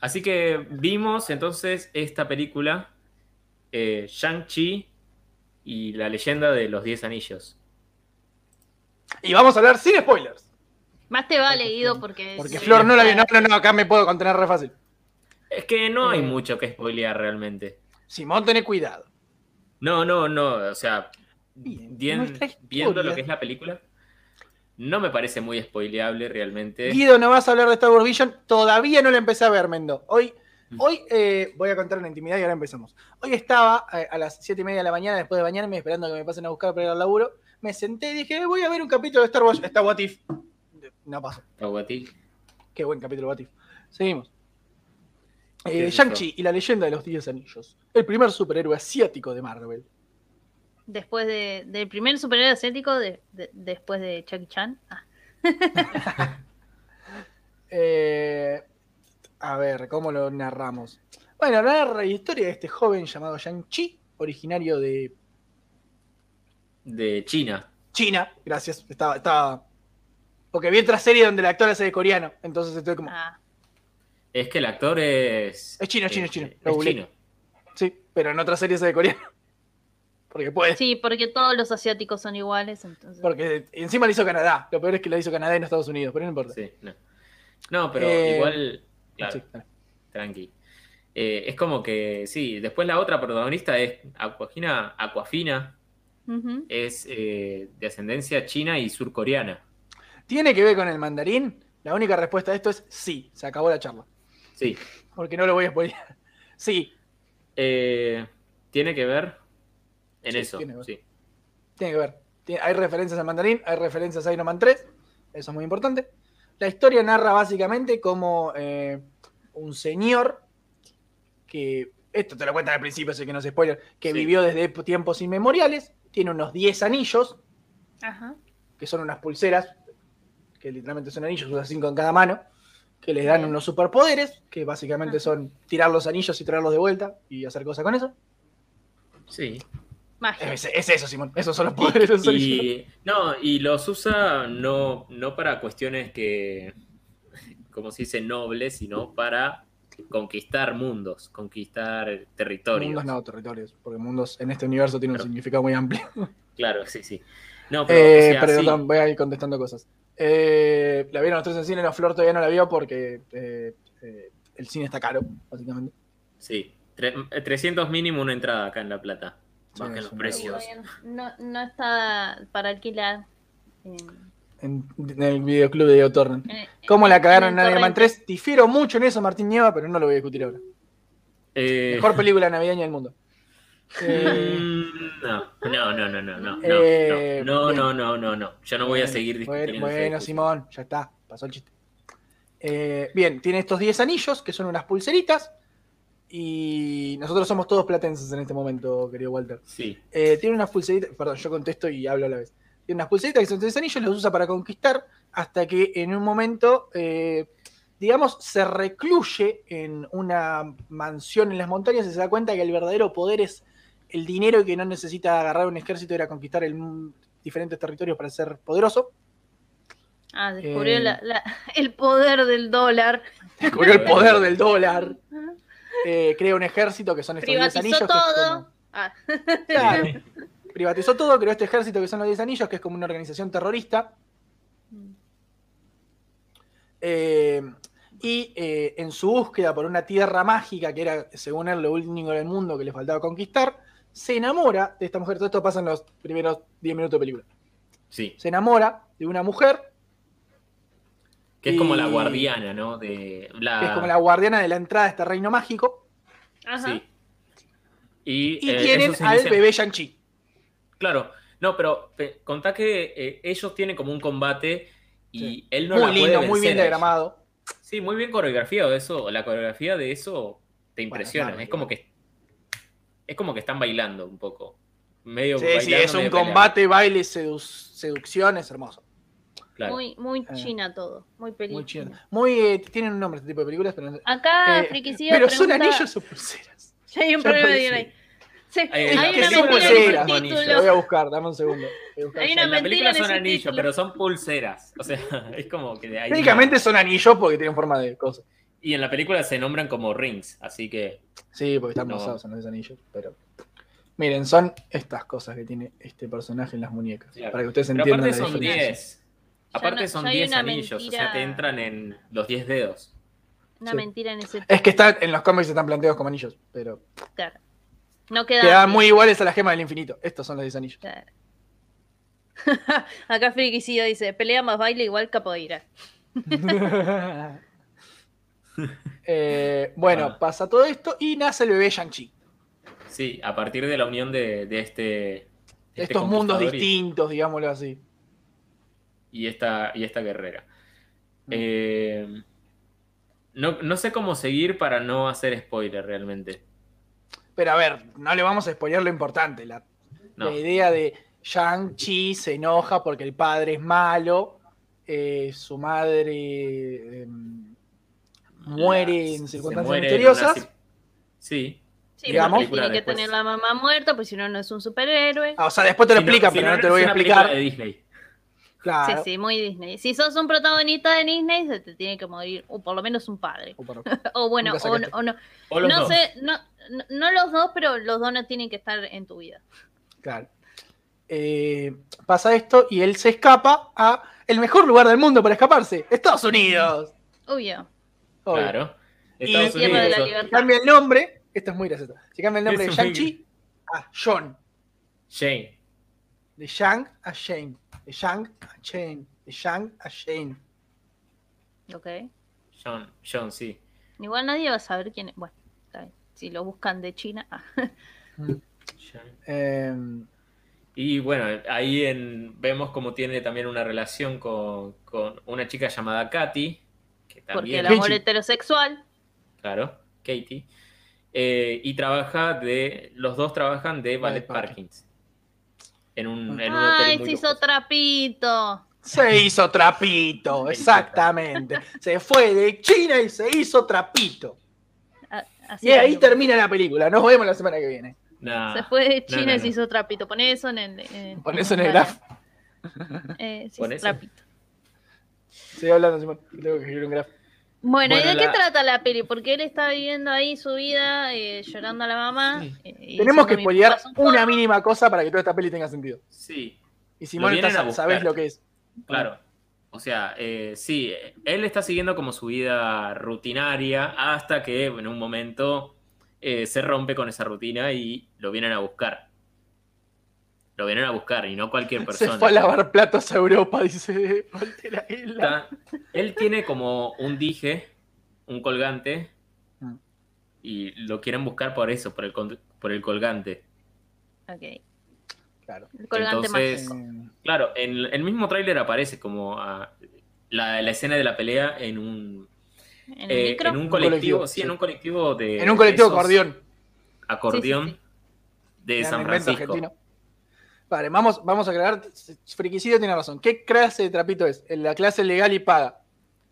Speaker 2: Así que vimos entonces esta película, eh, Shang-Chi y la leyenda de los Diez Anillos.
Speaker 1: y vamos a hablar sin spoilers.
Speaker 3: Más te vale,
Speaker 1: Porque
Speaker 3: Guido,
Speaker 1: Flor-
Speaker 3: porque...
Speaker 1: Porque
Speaker 3: Eh, sí,
Speaker 1: Flor no la vio.
Speaker 3: claro.
Speaker 1: No, no, no, acá me puedo contener re fácil.
Speaker 2: Es que no hay
Speaker 1: Eh.
Speaker 2: mucho que spoilear realmente.
Speaker 1: Simón, tené cuidado.
Speaker 2: No, no, no, o sea,
Speaker 1: Bien,
Speaker 2: bien-
Speaker 1: nuestra historia.
Speaker 2: viendo lo que es la película, no me parece muy spoileable realmente.
Speaker 1: Guido, no vas a hablar de Star Wars Vision. Todavía no la empecé a ver, Mendo. Hoy Hoy eh, voy a contar una intimidad y ahora empezamos. Hoy estaba eh, a las 7 y media de la mañana, después de bañarme, esperando a que me pasen a buscar para ir al laburo. Me senté y dije, "Eh, voy a ver un capítulo de Star Wars. Está What If. No pasó.
Speaker 2: Tahuatí.
Speaker 1: Qué buen capítulo What If. Seguimos.
Speaker 2: ¿Qué
Speaker 1: Eh,
Speaker 2: es
Speaker 1: Shang-Chi y la leyenda de los 10 anillos. El primer superhéroe asiático de Marvel.
Speaker 3: Después de, del primer superhéroe asiático, de, de- después de Jackie Chan. Ah,
Speaker 1: Eh, a ver, ¿cómo lo narramos? Bueno, narra la historia de este joven llamado Shang-Chi, originario de
Speaker 2: De China.
Speaker 1: China. Gracias, estaba. estaba... Porque vi otra serie donde el actor es de coreano, entonces estoy como.
Speaker 3: ah.
Speaker 2: Es que el actor es.
Speaker 1: Es chino, chino,
Speaker 2: es-
Speaker 1: chino.
Speaker 2: es
Speaker 1: Lo googleé.
Speaker 2: chino.
Speaker 1: Sí, pero en otra serie es de coreano. Porque puede.
Speaker 3: Sí, porque todos los asiáticos son iguales, entonces.
Speaker 1: Porque encima la hizo Canadá. Lo peor es que la hizo Canadá y no Estados Unidos, pero no importa.
Speaker 2: Sí, no. No, pero
Speaker 1: Eh,
Speaker 2: igual. Claro,
Speaker 1: Sí, claro.
Speaker 2: tranqui. Eh, es como que, sí, después la otra protagonista es Aquafina, Aquafina
Speaker 3: Ujú.
Speaker 2: es eh, de ascendencia china y surcoreana.
Speaker 1: ¿Tiene que ver con el mandarín? La única respuesta a esto es sí. Se acabó la charla.
Speaker 2: Sí.
Speaker 1: Porque no lo voy a spoilear. Sí,
Speaker 2: Eh, Tiene que ver en
Speaker 1: Sí,
Speaker 2: eso.
Speaker 1: tiene que ver.
Speaker 2: sí.
Speaker 1: Tiene que ver. Tiene- hay referencias al mandarín, hay referencias a Iron Man 3. Eso es muy importante. La historia narra básicamente como eh, un señor que. Esto te lo cuentan al principio, así que no es spoiler. Que
Speaker 2: Sí.
Speaker 1: vivió desde tiempos inmemoriales. Tiene unos 10 anillos,
Speaker 3: Ajá.
Speaker 1: que son unas pulseras, que literalmente son anillos, usa 5 en cada mano, que les dan
Speaker 3: Bien. Ah.
Speaker 1: unos superpoderes, que básicamente
Speaker 3: Ajá.
Speaker 1: son tirar los anillos y traerlos de vuelta y hacer cosas con eso.
Speaker 2: Sí.
Speaker 3: Magia.
Speaker 1: Es, es eso, Simón. Esos son los poderes de los anillos.
Speaker 2: Y, no, y los usa no, no para cuestiones que, como se dice, nobles, sino para conquistar mundos, conquistar territorios.
Speaker 1: Mundos no, territorios, porque mundos en este universo tiene un
Speaker 2: Pero-
Speaker 1: significado muy amplio.
Speaker 2: Claro, sí, sí. No, pero, o
Speaker 1: Eh,
Speaker 2: sea, sí,
Speaker 1: perdón, voy a ir contestando cosas. Eh, la vieron los tres en cine, no, Flor todavía no la vio porque eh, eh, el cine está caro, básicamente.
Speaker 2: sí. Tre- 300 mínimo una entrada acá en La Plata.
Speaker 1: Sí,
Speaker 2: Bajen
Speaker 1: es
Speaker 2: los
Speaker 1: una
Speaker 2: precios.
Speaker 3: Todavía No, no está para alquilar. eh,
Speaker 1: En, en el videoclub de Diego Torren.
Speaker 3: eh,
Speaker 1: ¿Cómo la cagaron
Speaker 3: en
Speaker 1: en Iron Man
Speaker 3: Torrente.
Speaker 1: 3? Difiero mucho en eso, Martín Nieva, pero no lo voy a discutir ahora.
Speaker 2: Eh,
Speaker 1: Mejor película navideña del mundo. Eh,
Speaker 2: mm, No, no, no, no, no, no, no,
Speaker 1: Eh,
Speaker 2: no,
Speaker 1: bien.
Speaker 2: no, no, no, no. Yo no voy a
Speaker 1: Bueno,
Speaker 2: seguir discutiendo.
Speaker 1: Bueno,
Speaker 2: esa
Speaker 1: bueno,
Speaker 2: discusión.
Speaker 1: Simón, ya está, pasó el chiste. Eh, bien, tiene estos 10 anillos, que son unas pulseritas. Y nosotros somos todos platenses en este momento, querido Walter.
Speaker 2: Sí,
Speaker 1: Eh, tiene unas pulseritas, perdón, yo contesto y hablo a la vez. Tiene unas pulseritas que son 10 anillos, los usa para conquistar, hasta que en un momento, eh, digamos, se recluye en una mansión en las montañas y se da cuenta que el verdadero poder es el dinero y que no necesita agarrar un ejército y ir a conquistar el, mu- diferentes territorios para ser poderoso.
Speaker 3: Ah, descubrió
Speaker 1: Eh,
Speaker 3: la- la- el poder del dólar.
Speaker 1: Descubrió el poder del dólar. eh, crea un ejército que son estos 10 anillos.
Speaker 3: Privatizó
Speaker 1: que es
Speaker 3: todo.
Speaker 1: como-
Speaker 3: Ah,
Speaker 1: Claro, privatizó todo, creó este ejército que son los 10 anillos, que es como una organización terrorista. Eh, y eh, en su búsqueda por una tierra mágica, que era, según él, lo único del mundo que le faltaba conquistar, se enamora de esta mujer. Todo esto pasa en los primeros 10 minutos de película.
Speaker 2: sí.
Speaker 1: Se enamora de una mujer
Speaker 2: Que es como la
Speaker 1: Y-
Speaker 2: guardiana, ¿no? De la...
Speaker 1: que es como la guardiana de la entrada a este reino mágico.
Speaker 3: ajá.
Speaker 2: Sí. Y,
Speaker 1: Y
Speaker 2: eh,
Speaker 1: tienen
Speaker 2: ellos se
Speaker 1: al
Speaker 2: inician-
Speaker 1: bebé Shang-Chi.
Speaker 2: Claro, no, pero pe- contá que eh, ellos tienen como un combate y
Speaker 1: Sí.
Speaker 2: él no la
Speaker 1: Muy
Speaker 2: puede
Speaker 1: lindo, muy
Speaker 2: vencer
Speaker 1: bien
Speaker 2: a ella.
Speaker 1: diagramado.
Speaker 2: Sí, muy bien coreografiado eso. La coreografía de eso te impresiona.
Speaker 1: Marvel,
Speaker 2: es como que es como que están bailando un poco. Medio
Speaker 1: Sí, sí,
Speaker 2: bailando,
Speaker 1: es un
Speaker 2: medio peleando.
Speaker 1: combate, baile, sedu- seducción, es hermoso.
Speaker 2: Claro.
Speaker 3: Muy, muy
Speaker 1: Eh,
Speaker 3: china todo. Muy película.
Speaker 1: Muy chido. Muy, eh, tienen un nombre este tipo de películas, pero, no-
Speaker 3: Acá,
Speaker 1: Eh,
Speaker 3: Friquisido
Speaker 1: pero son
Speaker 3: pregunta...
Speaker 1: anillos o pulseras.
Speaker 3: Ya hay un
Speaker 1: Ya
Speaker 3: problema de
Speaker 1: aparecí.
Speaker 3: ahí. Sí, hay,
Speaker 2: Es
Speaker 1: que
Speaker 3: una
Speaker 1: son
Speaker 3: mentira
Speaker 1: pulseras.
Speaker 3: en ese título.
Speaker 1: Lo voy a buscar, dame un segundo. Voy a buscar
Speaker 3: Hay
Speaker 1: ya.
Speaker 3: una
Speaker 2: en la
Speaker 3: mentira
Speaker 2: película
Speaker 3: en
Speaker 2: son
Speaker 3: ese
Speaker 2: anillos,
Speaker 3: título.
Speaker 2: pero son pulseras. O sea, es como que de ahí.
Speaker 1: Técnicamente son anillos porque tienen forma de cosas.
Speaker 2: Y en la película se nombran como rings, así que.
Speaker 1: Sí, porque están
Speaker 2: No.
Speaker 1: basados en los anillos, pero. Miren, son estas cosas que tiene este personaje en las muñecas.
Speaker 2: Claro.
Speaker 1: Para que ustedes
Speaker 2: Pero
Speaker 1: entiendan
Speaker 2: aparte
Speaker 1: la
Speaker 2: son
Speaker 1: diferencia.
Speaker 2: 10.
Speaker 3: Ya
Speaker 2: Aparte
Speaker 3: no-
Speaker 2: son
Speaker 3: ya hay
Speaker 2: 10
Speaker 3: una
Speaker 2: anillos, o sea,
Speaker 3: mentira-
Speaker 2: te entran en los 10 dedos.
Speaker 3: Una
Speaker 1: Sí.
Speaker 3: mentira en ese
Speaker 1: Es que están, en los cómics están planteados como anillos, pero
Speaker 3: título. No queda.
Speaker 1: quedaban muy iguales a la gema del infinito. Estos son los 10 anillos.
Speaker 3: Claro. Acá Friquisido dice: pelea más baile igual capoeira.
Speaker 1: Eh, bueno,
Speaker 2: Ah.
Speaker 1: pasa todo esto y nace el bebé Shang-Chi.
Speaker 2: Sí, a partir de la unión de, de este. de este
Speaker 1: Estos mundos
Speaker 2: conquistador y-
Speaker 1: distintos, digámoslo así.
Speaker 2: y esta, y esta guerrera.
Speaker 3: Mm.
Speaker 2: Eh, no, no sé cómo seguir para no hacer spoiler realmente.
Speaker 1: Pero a ver, no le vamos a spoilear lo importante. La,
Speaker 2: No.
Speaker 1: la idea de Shang-Chi se enoja porque el padre es malo, eh, su madre eh, muere
Speaker 2: La-
Speaker 1: en
Speaker 2: Ah, se
Speaker 1: circunstancias
Speaker 2: muere en
Speaker 1: misteriosas.
Speaker 2: una ci- sí.
Speaker 3: Sí,
Speaker 1: Digamos.
Speaker 3: porque tiene que
Speaker 2: Película
Speaker 3: tener
Speaker 2: después.
Speaker 3: la mamá muerta, pues si no, no es un superhéroe.
Speaker 1: Ah, o sea, después te lo
Speaker 2: Si
Speaker 1: explican,
Speaker 2: si
Speaker 1: pero no, te lo voy a
Speaker 2: es una película
Speaker 1: explicar.
Speaker 2: De Disney.
Speaker 1: Claro.
Speaker 3: Sí, sí, muy Disney. Si sos un protagonista de Disney, se te tiene que morir, o por lo menos un padre.
Speaker 1: Oh, perdón.
Speaker 3: O bueno,
Speaker 1: Nunca
Speaker 3: o,
Speaker 1: sacaste.
Speaker 3: o no.
Speaker 2: O los
Speaker 3: No
Speaker 2: dos.
Speaker 3: sé, no, no- no los dos, pero los dos no tienen que estar en tu vida.
Speaker 1: Claro. Eh, pasa esto y él se escapa a el mejor lugar del mundo para escaparse, Estados Unidos.
Speaker 3: Obvio.
Speaker 1: Obvio.
Speaker 2: Claro.
Speaker 1: Y-
Speaker 2: Estados
Speaker 1: y-
Speaker 2: Unidos.
Speaker 1: Tierra de la
Speaker 2: o-
Speaker 1: Se cambia el nombre, esto es muy gracioso. Se cambia el nombre
Speaker 2: Eso
Speaker 1: de
Speaker 2: es muy-
Speaker 1: Shang-Chi a John,
Speaker 2: Shane.
Speaker 1: de Shang a Shane, de Shang a Shane, de Shang a Shane.
Speaker 3: Ok.
Speaker 2: John, John, sí.
Speaker 3: Igual nadie va a saber quién es. Bueno, está bien. Si lo buscan de China. ah.
Speaker 2: John.
Speaker 1: Eh,
Speaker 2: Y bueno, ahí en- vemos cómo tiene también una relación con, con una chica llamada Katy. Que
Speaker 3: Porque
Speaker 2: también
Speaker 3: el amor
Speaker 1: Kenchi.
Speaker 3: heterosexual.
Speaker 2: Claro, Katie. Eh, y trabaja de. Los dos trabajan de
Speaker 1: Ballet
Speaker 2: Ballet
Speaker 1: parking.
Speaker 2: Parkings. En un, en un
Speaker 3: Ay,
Speaker 2: hotel muy
Speaker 3: se Ah, hizo
Speaker 2: lujoso.
Speaker 3: trapito.
Speaker 1: se hizo trapito, exactamente. Se fue de China y se hizo trapito.
Speaker 3: A- Así
Speaker 1: Y ahí
Speaker 3: también.
Speaker 1: termina la película. Nos vemos la semana que viene.
Speaker 2: Nah,
Speaker 3: Se fue de
Speaker 2: Ah, No,
Speaker 3: China
Speaker 2: no,
Speaker 3: y
Speaker 2: no.
Speaker 3: se hizo trapito. Pon eso en el. en-
Speaker 1: Pon eso en el
Speaker 3: para-
Speaker 1: graph.
Speaker 3: eh, se
Speaker 2: Pon
Speaker 3: hizo
Speaker 2: eso.
Speaker 3: trapito.
Speaker 1: Sigue hablando, Simón. Tengo que escribir un graf.
Speaker 3: Bueno, ¿y
Speaker 2: Bueno,
Speaker 3: de
Speaker 2: la-
Speaker 3: qué trata la peli? Porque él está viviendo ahí su vida, eh, llorando a la mamá.
Speaker 2: Sí.
Speaker 3: eh, y
Speaker 1: Tenemos
Speaker 3: diciendo,
Speaker 1: que
Speaker 3: "Mi
Speaker 1: spoilear
Speaker 3: papá es un
Speaker 1: una
Speaker 3: forro".
Speaker 1: mínima cosa para que toda esta peli tenga sentido.
Speaker 2: Sí,
Speaker 1: Y Simón,
Speaker 2: vienen
Speaker 1: estás-
Speaker 2: a buscar.
Speaker 1: sabés lo que es.
Speaker 2: claro. O sea, eh, sí, él está siguiendo como su vida rutinaria hasta que en un momento eh, se rompe con esa rutina y lo vienen a buscar. Lo vienen a buscar y no cualquier persona.
Speaker 1: Se fue a lavar platos a Europa, dice Walter Isla.
Speaker 2: Está- él tiene como un dije, un colgante,
Speaker 1: Mm.
Speaker 2: y lo quieren buscar por eso, por el, con- por el colgante.
Speaker 3: Ok,
Speaker 1: Claro.
Speaker 3: el colgante
Speaker 2: Entonces,
Speaker 3: mágico.
Speaker 1: Eh,
Speaker 2: Claro, en el mismo tráiler aparece como ah, la, la escena de la pelea en un,
Speaker 3: En el
Speaker 2: eh,
Speaker 3: micro.
Speaker 2: en un
Speaker 1: Un
Speaker 2: colectivo,
Speaker 1: colectivo,
Speaker 2: sí,
Speaker 1: sí.
Speaker 2: en un colectivo de...
Speaker 1: En un colectivo
Speaker 2: de esos
Speaker 1: acordeón.
Speaker 2: Acordeón
Speaker 3: Sí, sí,
Speaker 2: de
Speaker 1: gran
Speaker 2: San
Speaker 1: invento
Speaker 2: Francisco.
Speaker 1: Vale, vamos, vamos a aclarar. Friquicidio tiene razón. ¿Qué clase de trapito es? La clase legal y paga.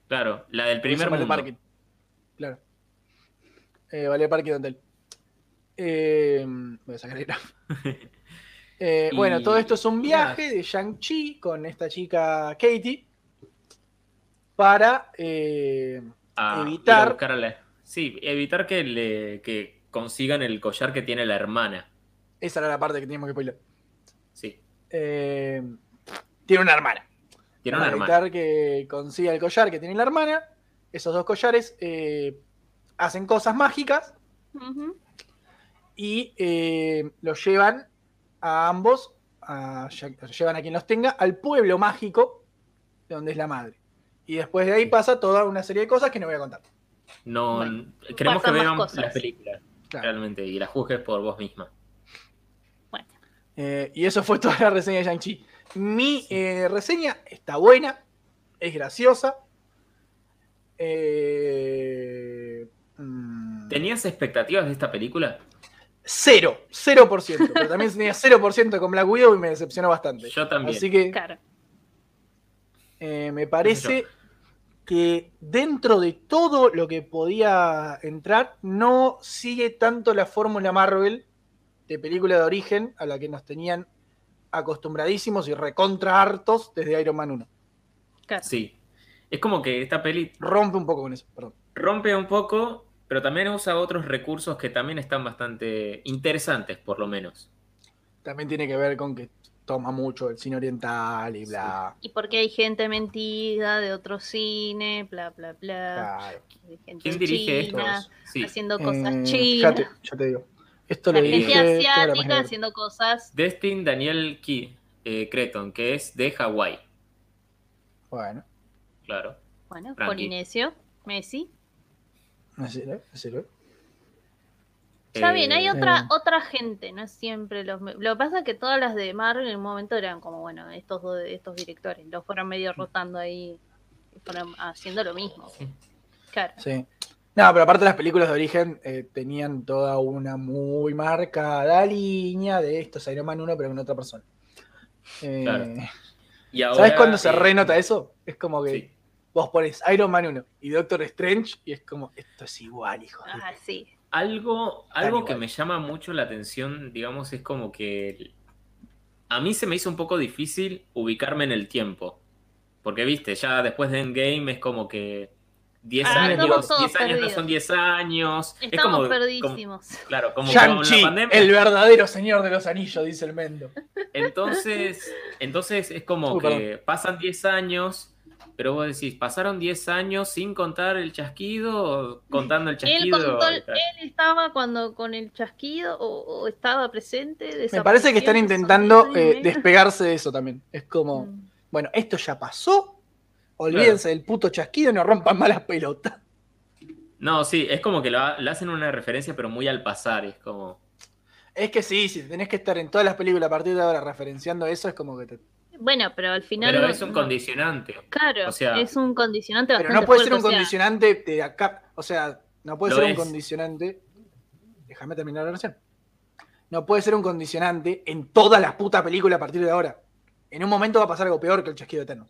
Speaker 2: Claro, la del primer
Speaker 1: Eso vale
Speaker 2: mundo.
Speaker 1: parking. Claro. Eh, vale parking hotel. Eh, voy a sacar el graf. Eh,
Speaker 2: Y-
Speaker 1: Bueno, todo esto es un viaje de Shang-Chi con esta chica Katie para. eh,
Speaker 2: a ir a
Speaker 1: Evitar-
Speaker 2: buscar a la- sí, evitar que, le, que consigan el collar que tiene la hermana.
Speaker 1: esa era la parte que teníamos que spoiler.
Speaker 2: Sí,
Speaker 1: Eh, tiene una hermana.
Speaker 2: tiene una
Speaker 1: para
Speaker 2: hermana.
Speaker 1: evitar que consiga el collar que tiene la hermana. Esos dos collares eh, hacen cosas mágicas
Speaker 3: Ujú.
Speaker 1: y eh, los llevan a ambos, a- los llevan a quien los tenga, al pueblo mágico de donde es la madre. Y después de ahí pasa toda una serie de cosas que no voy a contar.
Speaker 2: No,
Speaker 3: Bueno,
Speaker 2: queremos que
Speaker 3: pasan más
Speaker 2: vean
Speaker 3: cosas.
Speaker 2: las películas
Speaker 1: Claro.
Speaker 2: realmente y las juzgues por vos misma.
Speaker 1: Eh, y eso fue toda la reseña de Shang-Chi. Mi eh, reseña está buena, es graciosa. Eh, mm,
Speaker 2: ¿Tenías expectativas de esta película?
Speaker 1: Cero, 0%. pero también tenía 0% con Black Widow y me decepcionó bastante.
Speaker 2: Yo también.
Speaker 1: Así que
Speaker 3: Claro.
Speaker 1: Eh, me parece que dentro de todo lo que podía entrar, no sigue tanto la fórmula Marvel de película de origen a la que nos tenían acostumbradísimos y recontra hartos desde Iron Man 1.
Speaker 3: Claro.
Speaker 2: Sí. Es como que esta peli
Speaker 1: Rompe un poco con eso, perdón.
Speaker 2: rompe un poco, pero también usa otros recursos que también están bastante interesantes, por lo menos.
Speaker 1: También tiene que ver con que toma mucho el cine oriental y bla.
Speaker 3: Y porque hay gente mentida de otro cine, bla, bla, bla.
Speaker 1: claro.
Speaker 3: Hay gente
Speaker 2: ¿Quién
Speaker 3: en
Speaker 2: dirige esto?
Speaker 3: China,
Speaker 2: Sí.
Speaker 3: Haciendo cosas
Speaker 1: Eh, Ya
Speaker 3: chinas.
Speaker 1: te, ya te digo. Esto
Speaker 3: La
Speaker 1: lo
Speaker 3: gente
Speaker 1: dije. tengo la página
Speaker 3: asiática
Speaker 1: abierta.
Speaker 3: haciendo cosas.
Speaker 2: Destin Daniel Key, eh, Creton, que es de Hawái.
Speaker 1: Bueno,
Speaker 2: Claro.
Speaker 3: Bueno,
Speaker 2: Tranqui.
Speaker 3: Polinesio, Messi.
Speaker 1: Me sirve, me sirve.
Speaker 3: Está bien, hay
Speaker 2: Eh,
Speaker 3: otra,
Speaker 1: eh.
Speaker 3: otra gente, no es siempre los... me- Lo que pasa es que todas las de Marvel en un momento eran como, bueno, estos dos, estos directores, los fueron medio
Speaker 1: Mm.
Speaker 3: rotando ahí, y fueron haciendo lo mismo. Claro.
Speaker 1: Sí. No, pero aparte las películas de origen eh, tenían toda una muy marcada línea de esto es Iron Man 1, pero con otra persona. Eh,
Speaker 2: Claro. Y
Speaker 1: ¿Sabes
Speaker 2: ahora,
Speaker 1: cuándo se
Speaker 2: eh,
Speaker 1: renota eso? Es como que
Speaker 2: sí.
Speaker 1: vos pones Iron Man 1 y Doctor Strange y es como, esto es igual, hijo. de-
Speaker 3: Ah, sí.
Speaker 2: Algo, algo que
Speaker 1: igual.
Speaker 2: me llama mucho la atención, digamos, es como que a mí se me hizo un poco difícil ubicarme en el tiempo. Porque, viste, ya después de Endgame es como que 10
Speaker 3: Ah,
Speaker 2: años,
Speaker 3: estamos todos
Speaker 2: 10 años no
Speaker 3: perdidos.
Speaker 2: son 10 años. es
Speaker 3: Estamos
Speaker 2: como, como-
Speaker 3: perdidísimos.
Speaker 2: claro, como con la
Speaker 1: Shang-Chi,
Speaker 2: pandemia.
Speaker 1: el verdadero señor de los anillos, dice el Mendo.
Speaker 2: Entonces, entonces es como
Speaker 1: Uy,
Speaker 2: que pasan 10 años, pero vos decís, pasaron 10 años sin contar el chasquido, o contando el
Speaker 3: Él,
Speaker 2: chasquido.
Speaker 3: contó-
Speaker 2: y tal.
Speaker 3: él estaba cuando con el chasquido o, o estaba presente.
Speaker 1: Me parece que están
Speaker 3: desapareció,
Speaker 1: intentando
Speaker 3: son diez años
Speaker 1: eh,
Speaker 3: y medio.
Speaker 1: despegarse de eso también. Es como,
Speaker 3: Mm.
Speaker 1: bueno, esto ya pasó. Olvídense del puto chasquido y no rompan malas pelotas.
Speaker 2: No, sí, es como que lo ha- le hacen una referencia, pero muy al pasar. Es como.
Speaker 1: Es que sí, si tenés que estar en todas las películas a partir de ahora referenciando eso, es como que te...
Speaker 3: Bueno, pero al final.
Speaker 2: pero
Speaker 3: no-
Speaker 2: es un
Speaker 3: no.
Speaker 2: condicionante.
Speaker 3: Claro,
Speaker 2: o sea-
Speaker 3: es un condicionante
Speaker 1: Pero
Speaker 3: bastante
Speaker 1: no puede ser un
Speaker 3: fuerte, o sea,
Speaker 1: condicionante de acá. O sea, no puede
Speaker 2: Lo
Speaker 1: ser un
Speaker 2: es.
Speaker 1: condicionante. Déjame terminar la oración. No puede ser un condicionante en todas las putas películas a partir de ahora. En un momento va a pasar algo peor que el chasquido de Thanos.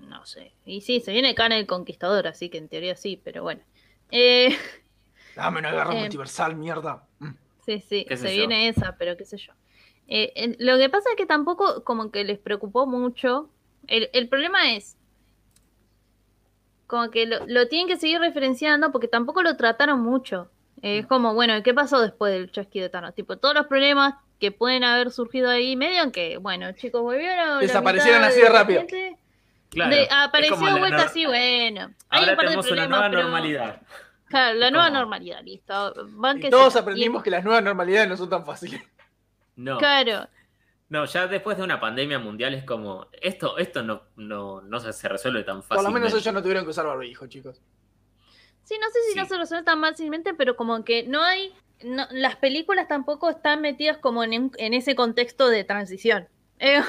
Speaker 3: No sé. Y sí, se viene Khan el Conquistador, así que en teoría sí, pero bueno. Eh,
Speaker 1: Dame una guerra
Speaker 3: Eh.
Speaker 1: multiversal, mierda. Mm.
Speaker 3: sí, sí,
Speaker 2: ¿Qué sé
Speaker 3: se
Speaker 2: yo?
Speaker 3: viene esa, pero qué sé yo. Eh, en- lo que pasa es que tampoco como que les preocupó mucho. El, el problema es como que lo, lo tienen que seguir referenciando porque tampoco lo trataron mucho. Eh, es
Speaker 2: Mm.
Speaker 3: como, bueno, ¿qué pasó después del chasquido de Thanos? Tipo, todos los problemas que pueden haber surgido ahí, medio que, bueno, chicos, volvieron. la
Speaker 1: Desaparecieron
Speaker 3: mitad
Speaker 1: así de
Speaker 3: la
Speaker 1: rápido.
Speaker 3: gente.
Speaker 2: Claro.
Speaker 3: De-
Speaker 2: es
Speaker 3: apareció
Speaker 2: como la
Speaker 3: vuelta
Speaker 2: nor-
Speaker 3: así, bueno. Hay
Speaker 2: Ahora
Speaker 3: un par de
Speaker 2: tenemos una
Speaker 3: problemas,
Speaker 2: nueva
Speaker 3: pero-
Speaker 2: normalidad.
Speaker 3: Claro, la
Speaker 2: Es
Speaker 3: nueva
Speaker 2: como-
Speaker 3: normalidad, listo. Van
Speaker 1: Y
Speaker 3: que
Speaker 1: todos
Speaker 3: se-
Speaker 1: aprendimos
Speaker 3: y-
Speaker 1: que las nuevas normalidades no son tan fáciles.
Speaker 2: No,
Speaker 3: Claro,
Speaker 2: no, ya después de una pandemia mundial es como. Esto, esto no, no, no se, se resuelve tan fácil.
Speaker 1: Por lo menos ellos no tuvieron que usar barbijo, chicos.
Speaker 3: sí, no sé si no
Speaker 2: Sí.
Speaker 3: se resuelve tan fácilmente, pero como que no hay. no- las películas tampoco están metidas como en, un- en ese contexto de transición. Eh,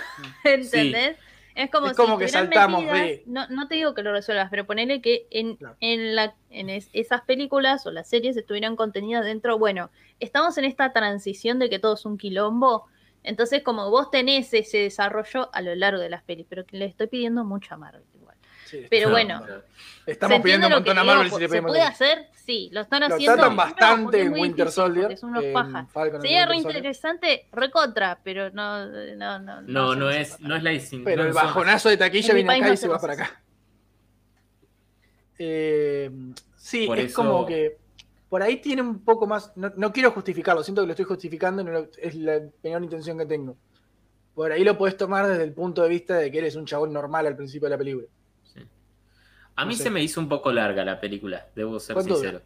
Speaker 3: ¿Entendés? Es como,
Speaker 1: Es como
Speaker 3: si
Speaker 1: que
Speaker 3: estuvieran
Speaker 1: saltamos
Speaker 3: metidas-
Speaker 1: de-
Speaker 3: No, no te digo que lo resuelvas, pero ponele que en,
Speaker 1: Claro.
Speaker 3: en, la, en es- esas películas o las series estuvieran contenidas dentro. Bueno, estamos en esta transición de que todo es un quilombo. Entonces, como vos tenés ese desarrollo a lo largo de las pelis, pero que le estoy pidiendo mucho a Marvel igual.
Speaker 1: Sí,
Speaker 3: Pero
Speaker 1: estamos-
Speaker 3: bueno.
Speaker 1: Estamos
Speaker 3: ¿Se
Speaker 1: pidiendo un
Speaker 3: entiende lo
Speaker 1: montón a
Speaker 3: que
Speaker 1: Marvel
Speaker 3: digo?
Speaker 1: si le
Speaker 3: ¿Se
Speaker 1: pedimos.
Speaker 3: puede hacer? Sí, lo están
Speaker 1: Lo
Speaker 3: haciendo.
Speaker 1: tratan
Speaker 3: No,
Speaker 1: bastante
Speaker 3: porque es
Speaker 1: en
Speaker 3: muy
Speaker 1: Winter
Speaker 3: difícil,
Speaker 1: Soldier.
Speaker 3: porque Son unos
Speaker 1: en
Speaker 3: pajas.
Speaker 1: Falcon and
Speaker 3: Sería
Speaker 1: Winter Soldier.
Speaker 3: reinteresante recontra, pero no, no, no.
Speaker 2: No, no
Speaker 3: sé.
Speaker 2: es, no es la insin-
Speaker 1: Pero
Speaker 2: no
Speaker 1: el
Speaker 2: son-
Speaker 1: bajonazo de taquilla
Speaker 3: En mi
Speaker 1: viene
Speaker 3: país
Speaker 1: acá
Speaker 3: no
Speaker 1: y se va
Speaker 3: hacemos
Speaker 1: para acá. Eh, sí,
Speaker 2: Por
Speaker 1: es
Speaker 2: eso-
Speaker 1: como que por ahí tiene un poco más. No, no quiero justificarlo, siento que lo estoy justificando, no lo- es la menor intención que tengo. Por ahí lo puedes tomar desde el punto de vista de que eres un chabón normal al principio de la película.
Speaker 2: A mí
Speaker 1: no sé.
Speaker 2: se me hizo un poco larga la película, debo ser
Speaker 1: ¿Cuánto
Speaker 2: sincero.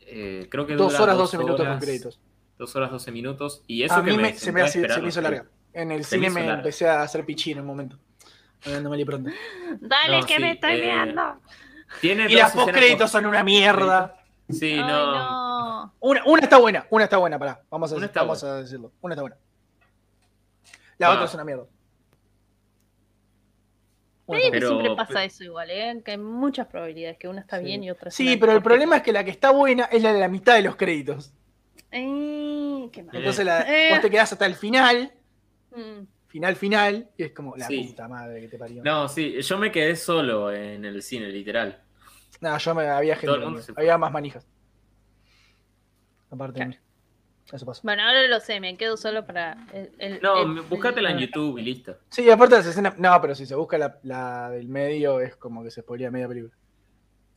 Speaker 2: Eh, creo que
Speaker 1: Dos
Speaker 2: dura
Speaker 1: horas, 12 minutos
Speaker 2: horas-
Speaker 1: con créditos.
Speaker 2: Dos horas, 12 minutos. Y eso
Speaker 1: A
Speaker 2: que
Speaker 1: mí
Speaker 2: me
Speaker 1: me- se,
Speaker 2: senté
Speaker 1: me
Speaker 2: a
Speaker 1: hace- se
Speaker 2: esperar
Speaker 1: me hizo
Speaker 2: los-
Speaker 1: larga. En el
Speaker 2: Se
Speaker 1: cine
Speaker 2: me hizo
Speaker 1: me
Speaker 2: larga.
Speaker 1: empecé a hacer pichín en un momento. Hablando mal y pronto.
Speaker 3: Dale,
Speaker 2: No,
Speaker 3: que
Speaker 2: sí,
Speaker 3: me estoy
Speaker 2: eh,
Speaker 3: mirando.
Speaker 2: Tiene
Speaker 1: Y las
Speaker 2: dos escenas
Speaker 1: postcréditos son una mierda.
Speaker 2: post- Sí,
Speaker 3: Ay,
Speaker 2: no.
Speaker 3: no.
Speaker 1: Una, una está buena, una está buena, pará. Vamos a,
Speaker 2: Una
Speaker 1: decir-
Speaker 2: está
Speaker 1: vamos a decirlo. Una está buena. La
Speaker 2: Ah.
Speaker 1: otra es una mierda. Una
Speaker 3: Medio
Speaker 1: está
Speaker 3: que
Speaker 2: Pero-
Speaker 3: siempre pasa eso igual, ¿eh? Que hay muchas probabilidades, que una está
Speaker 1: Sí.
Speaker 3: bien y otra
Speaker 1: buena.
Speaker 3: está
Speaker 1: Sí, pero el
Speaker 3: porque-
Speaker 1: problema es que la que está buena es la de la mitad de los créditos.
Speaker 3: Eh, qué mal.
Speaker 1: Entonces la,
Speaker 3: Eh.
Speaker 1: vos te quedás hasta el final,
Speaker 3: Mm.
Speaker 1: final, final, y es como la
Speaker 2: Sí.
Speaker 1: puta madre que te parió. No,
Speaker 2: No, sí, yo me quedé solo en el cine, literal.
Speaker 1: yo me había
Speaker 2: Todo el
Speaker 1: gente,
Speaker 2: mundo
Speaker 1: conmigo.
Speaker 2: se fue.
Speaker 1: había más manijas. Aparte de
Speaker 3: Claro.
Speaker 1: mí. Eso pasó.
Speaker 3: Bueno, ahora lo sé, me quedo solo para. El, el-
Speaker 1: Eh,
Speaker 2: No,
Speaker 3: el-
Speaker 2: buscatela en YouTube y listo.
Speaker 1: Sí, aparte de las escenas. No, pero si se busca la, la del medio, es como que se spoilea media película.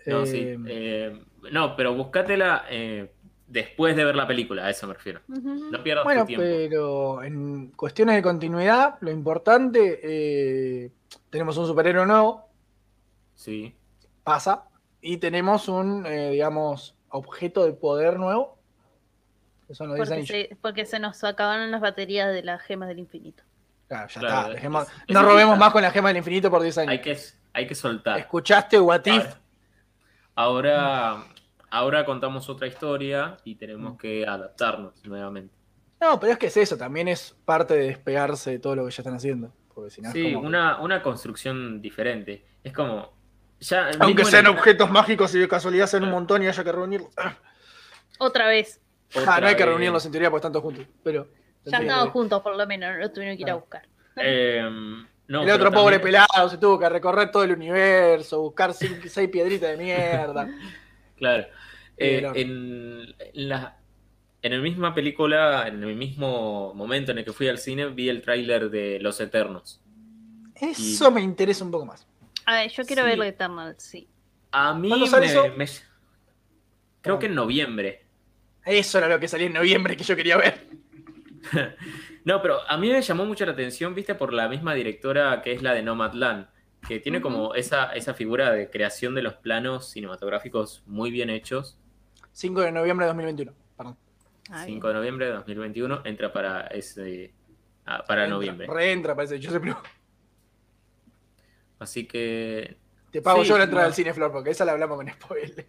Speaker 2: No, sí,
Speaker 1: Eh,
Speaker 2: eh, no pero buscátela eh, después de ver la película, a eso me refiero.
Speaker 3: Ujú.
Speaker 2: No pierdas
Speaker 1: Bueno, pues,
Speaker 2: tu este tiempo.
Speaker 1: pero en cuestiones de continuidad, lo importante, eh, tenemos un superhéroe nuevo,
Speaker 2: Sí.
Speaker 1: pasa, y tenemos un, eh, digamos, objeto de poder nuevo, que son los 10
Speaker 3: Porque
Speaker 1: anillos.
Speaker 3: se, porque se nos acabaron las baterías de las gemas del infinito.
Speaker 1: Claro, Ah, ya
Speaker 2: Claro,
Speaker 1: está,
Speaker 2: es-
Speaker 1: dejemos-
Speaker 2: es-
Speaker 1: no
Speaker 2: es-
Speaker 1: robemos más con la gema del infinito por 10
Speaker 2: Hay
Speaker 1: años.
Speaker 2: que, hay que soltar.
Speaker 1: ¿Escuchaste What If?
Speaker 2: Ahora. Ahora,
Speaker 1: Mm.
Speaker 2: ahora contamos otra historia y tenemos que adaptarnos nuevamente.
Speaker 1: No, pero es que es eso, también es parte de despegarse de todo lo que ya están haciendo. Porque si no es
Speaker 2: Sí,
Speaker 1: como-
Speaker 2: una, una construcción diferente. Es como. Ya, mismo
Speaker 1: Aunque
Speaker 2: en
Speaker 1: sean
Speaker 2: el-
Speaker 1: objetos mágicos y de casualidad sean un montón y haya que reunirlos. Ah,
Speaker 3: Otra vez.
Speaker 2: otra
Speaker 1: no hay que
Speaker 2: vez.
Speaker 1: reunirlos en teoría porque están todos juntos. Pero.
Speaker 3: Ya
Speaker 1: Sí.
Speaker 3: estaban juntos, por lo menos. No lo tuvieron que ir a
Speaker 1: Claro.
Speaker 3: buscar.
Speaker 2: Eh, no,
Speaker 1: el
Speaker 2: pero
Speaker 1: otro pobre
Speaker 2: también-
Speaker 1: pelado se tuvo que recorrer todo el universo, buscar cinco, seis piedritas de mierda.
Speaker 2: Claro. Eh,
Speaker 1: Pero-
Speaker 2: en, en la, en la misma película, en el mismo momento en el que fui al cine, vi el tráiler de Los Eternos.
Speaker 1: Eso me interesa un poco más.
Speaker 3: A ver, yo quiero
Speaker 2: Sí.
Speaker 3: ver lo Eternal, sí.
Speaker 2: A mí
Speaker 1: ¿Cuándo sale
Speaker 2: me-
Speaker 1: eso?
Speaker 2: me- Creo que en noviembre.
Speaker 1: Eso era lo que salía en noviembre que yo quería ver.
Speaker 2: No, pero a mí me llamó mucho la atención, viste, por la misma directora que es la de Nomadland, que tiene como esa, esa figura de creación de los planos cinematográficos muy bien hechos.
Speaker 1: 5 de noviembre de 2021. Perdón.
Speaker 3: Ah, bien.
Speaker 2: 5 de noviembre de 2021 entra para ese ah, para
Speaker 1: Reentra-
Speaker 2: noviembre.
Speaker 1: Reentra, parece. Yo siempre.
Speaker 2: Así que
Speaker 1: Te pago
Speaker 2: Sí,
Speaker 1: yo la entrada
Speaker 2: no.
Speaker 1: al cine, Flor, porque esa la hablamos con spoiler.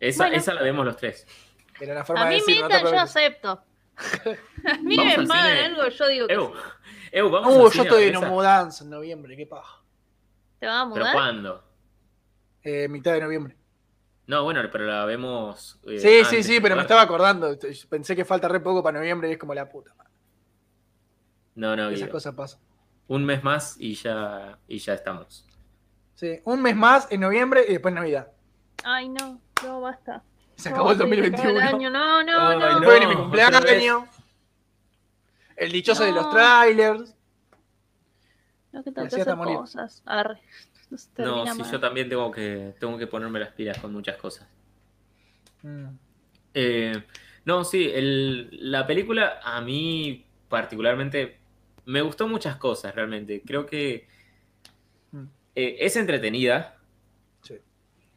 Speaker 2: esa,
Speaker 3: Bueno.
Speaker 2: esa la vemos los tres.
Speaker 1: Era la forma
Speaker 3: A
Speaker 1: de
Speaker 3: mí me
Speaker 1: decir, no te
Speaker 3: invitan, yo
Speaker 1: aproveches.
Speaker 3: acepto. A mí
Speaker 2: Vamos
Speaker 3: me
Speaker 2: al
Speaker 3: pagan
Speaker 2: cine.
Speaker 3: algo, yo digo que
Speaker 2: Eu,
Speaker 3: sí.
Speaker 2: Eu, vamos
Speaker 1: Uh,
Speaker 2: al
Speaker 1: yo
Speaker 2: cine
Speaker 1: estoy
Speaker 2: a
Speaker 1: en
Speaker 2: esa.
Speaker 1: mudanza en noviembre, qué paja.
Speaker 3: ¿Te vas a
Speaker 2: ¿Pero
Speaker 3: mudar?
Speaker 2: cuándo?
Speaker 1: Eh, mitad de noviembre.
Speaker 2: No, bueno, pero la vemos. eh,
Speaker 1: Sí, sí,
Speaker 2: antes,
Speaker 1: sí, pero me
Speaker 2: ¿verdad?
Speaker 1: estaba acordando. Pensé que falta re poco para noviembre y es como la puta. madre.
Speaker 2: No, no,
Speaker 1: Esas
Speaker 2: Guido.
Speaker 1: cosas pasan.
Speaker 2: un mes más y ya, y ya estamos.
Speaker 1: Sí, un mes más en noviembre y después Navidad.
Speaker 3: Ay, no, no, basta.
Speaker 1: Se acabó el
Speaker 3: No, sí, se acabó
Speaker 1: 2021.
Speaker 3: el año. No,
Speaker 2: Ay,
Speaker 3: no,
Speaker 1: Después
Speaker 3: no.
Speaker 1: viene mi
Speaker 2: No, otra
Speaker 1: cumpleaños. El dichoso de los
Speaker 3: No.
Speaker 1: trailers.
Speaker 3: No, que tengo
Speaker 1: Y
Speaker 3: que
Speaker 1: así hasta
Speaker 3: hacer
Speaker 1: morir.
Speaker 3: cosas. Arre. No, se
Speaker 2: No,
Speaker 3: termina
Speaker 2: sí,
Speaker 3: más.
Speaker 2: yo también tengo que, tengo que ponerme las pilas con muchas cosas.
Speaker 1: Mm.
Speaker 2: Eh, no, sí, el- la película a mí particularmente me gustó muchas cosas realmente. Creo que
Speaker 1: Mm.
Speaker 2: eh, es entretenida.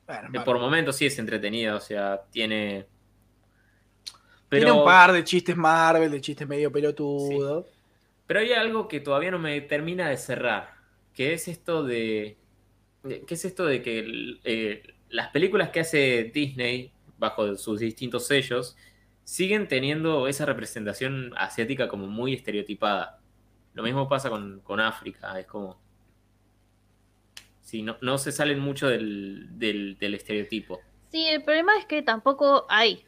Speaker 1: Bueno,
Speaker 2: Eh, Por momentos sí es entretenida, o sea, tiene...
Speaker 1: Tiene un par de chistes Marvel, de chistes medio pelotudo.
Speaker 2: Pero hay algo que todavía no me termina de cerrar, que es esto de, de- que es esto de que el- eh, las películas que hace Disney bajo sus distintos sellos siguen teniendo esa representación asiática como muy estereotipada. Lo mismo pasa con, con África, es como... Sí, no, no se salen mucho del, del- del estereotipo.
Speaker 3: Sí, el problema es que tampoco hay.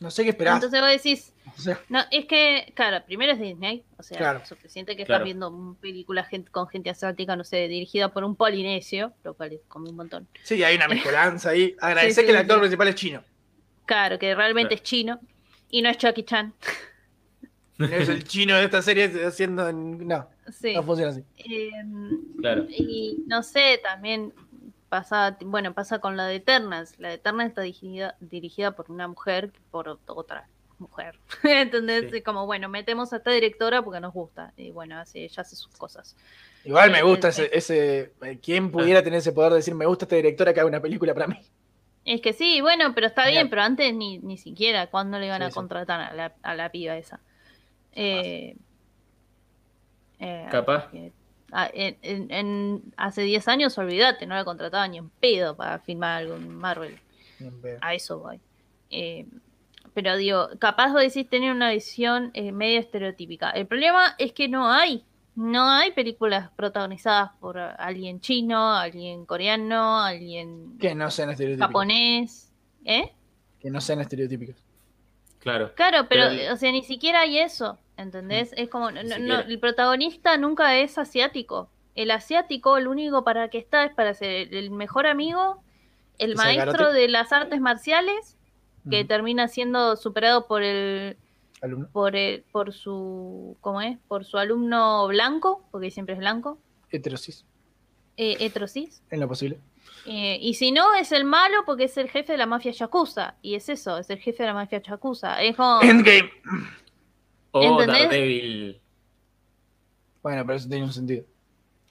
Speaker 1: No sé qué esperás.
Speaker 3: Entonces vos decís,
Speaker 1: O sea,
Speaker 3: no, es que, claro, primero es Disney, o sea,
Speaker 1: Claro.
Speaker 3: suficiente que
Speaker 2: Claro.
Speaker 3: estás viendo un- película gente, con gente asiática, no sé, dirigida por un polinesio, lo cual es como un montón.
Speaker 1: sí, hay una mezcolanza ahí. Agradecer
Speaker 3: Sí, sí,
Speaker 1: que el actor
Speaker 3: sí.
Speaker 1: principal es chino.
Speaker 3: Claro, que realmente
Speaker 2: Claro.
Speaker 3: es chino y no es Chucky Chan.
Speaker 1: No es el chino de esta serie haciendo. en- No,
Speaker 3: Sí.
Speaker 1: no funciona así.
Speaker 3: Em,
Speaker 2: Claro.
Speaker 3: Y no sé, también pasa, bueno, pasa con la de Eternals. La de Eternals está dirigida, dirigida por una mujer que por ot- otra mujer. Entonces,
Speaker 2: Sí.
Speaker 3: es como, bueno, metemos a esta directora porque nos gusta. Y bueno, hace, ella hace sus cosas.
Speaker 1: Igual me
Speaker 3: Sí,
Speaker 1: gusta
Speaker 3: sí,
Speaker 1: ese. ese ¿Quién pudiera tener ese poder de decir, me gusta este esta directora que haga una película para mí?
Speaker 3: Es que sí, bueno, pero está
Speaker 1: Mirá.
Speaker 3: bien, pero antes ni, ni siquiera, ¿cuándo le iban
Speaker 1: Sí,
Speaker 3: a
Speaker 1: sí.
Speaker 3: contratar a la, a la piba esa? Eh, eh,
Speaker 2: Capaz.
Speaker 3: que- ah, en, en- en- hace 10 años, olvídate, no la contrataban ni en pedo para filmar algo en Marvel. A eso voy. Eh, pero digo, capaz vos decís tener una visión eh, medio estereotípica. El problema es que no hay. No hay películas protagonizadas por eh, alguien chino, alguien coreano, alguien
Speaker 1: Que no sean estereotípicos.
Speaker 3: japonés. ¿Eh?
Speaker 1: Que no sean estereotípicos.
Speaker 2: Claro.
Speaker 3: Claro, pero,
Speaker 2: Pero-
Speaker 3: o sea, ni siquiera hay eso. ¿Entendés? Es como, no- no-
Speaker 2: siquiera.
Speaker 3: el protagonista nunca es asiático. El asiático, el único para que está es para ser el- el mejor amigo, el
Speaker 1: ¿Es
Speaker 3: maestro
Speaker 1: Algarate?
Speaker 3: de las artes marciales que
Speaker 1: Mm,
Speaker 3: termina siendo superado por el
Speaker 1: alumno.
Speaker 3: por el, por su cómo es por su alumno blanco porque siempre es blanco
Speaker 1: Heterosis,
Speaker 3: eh, heterosis
Speaker 1: en lo posible.
Speaker 3: Eh, y si no es el malo porque es el jefe de la mafia yakuza y es eso es el jefe de la mafia yakuza es como
Speaker 1: Endgame.
Speaker 2: O
Speaker 3: ¿Entendés?
Speaker 2: Daredevil.
Speaker 1: Bueno, pero eso tenía un sentido.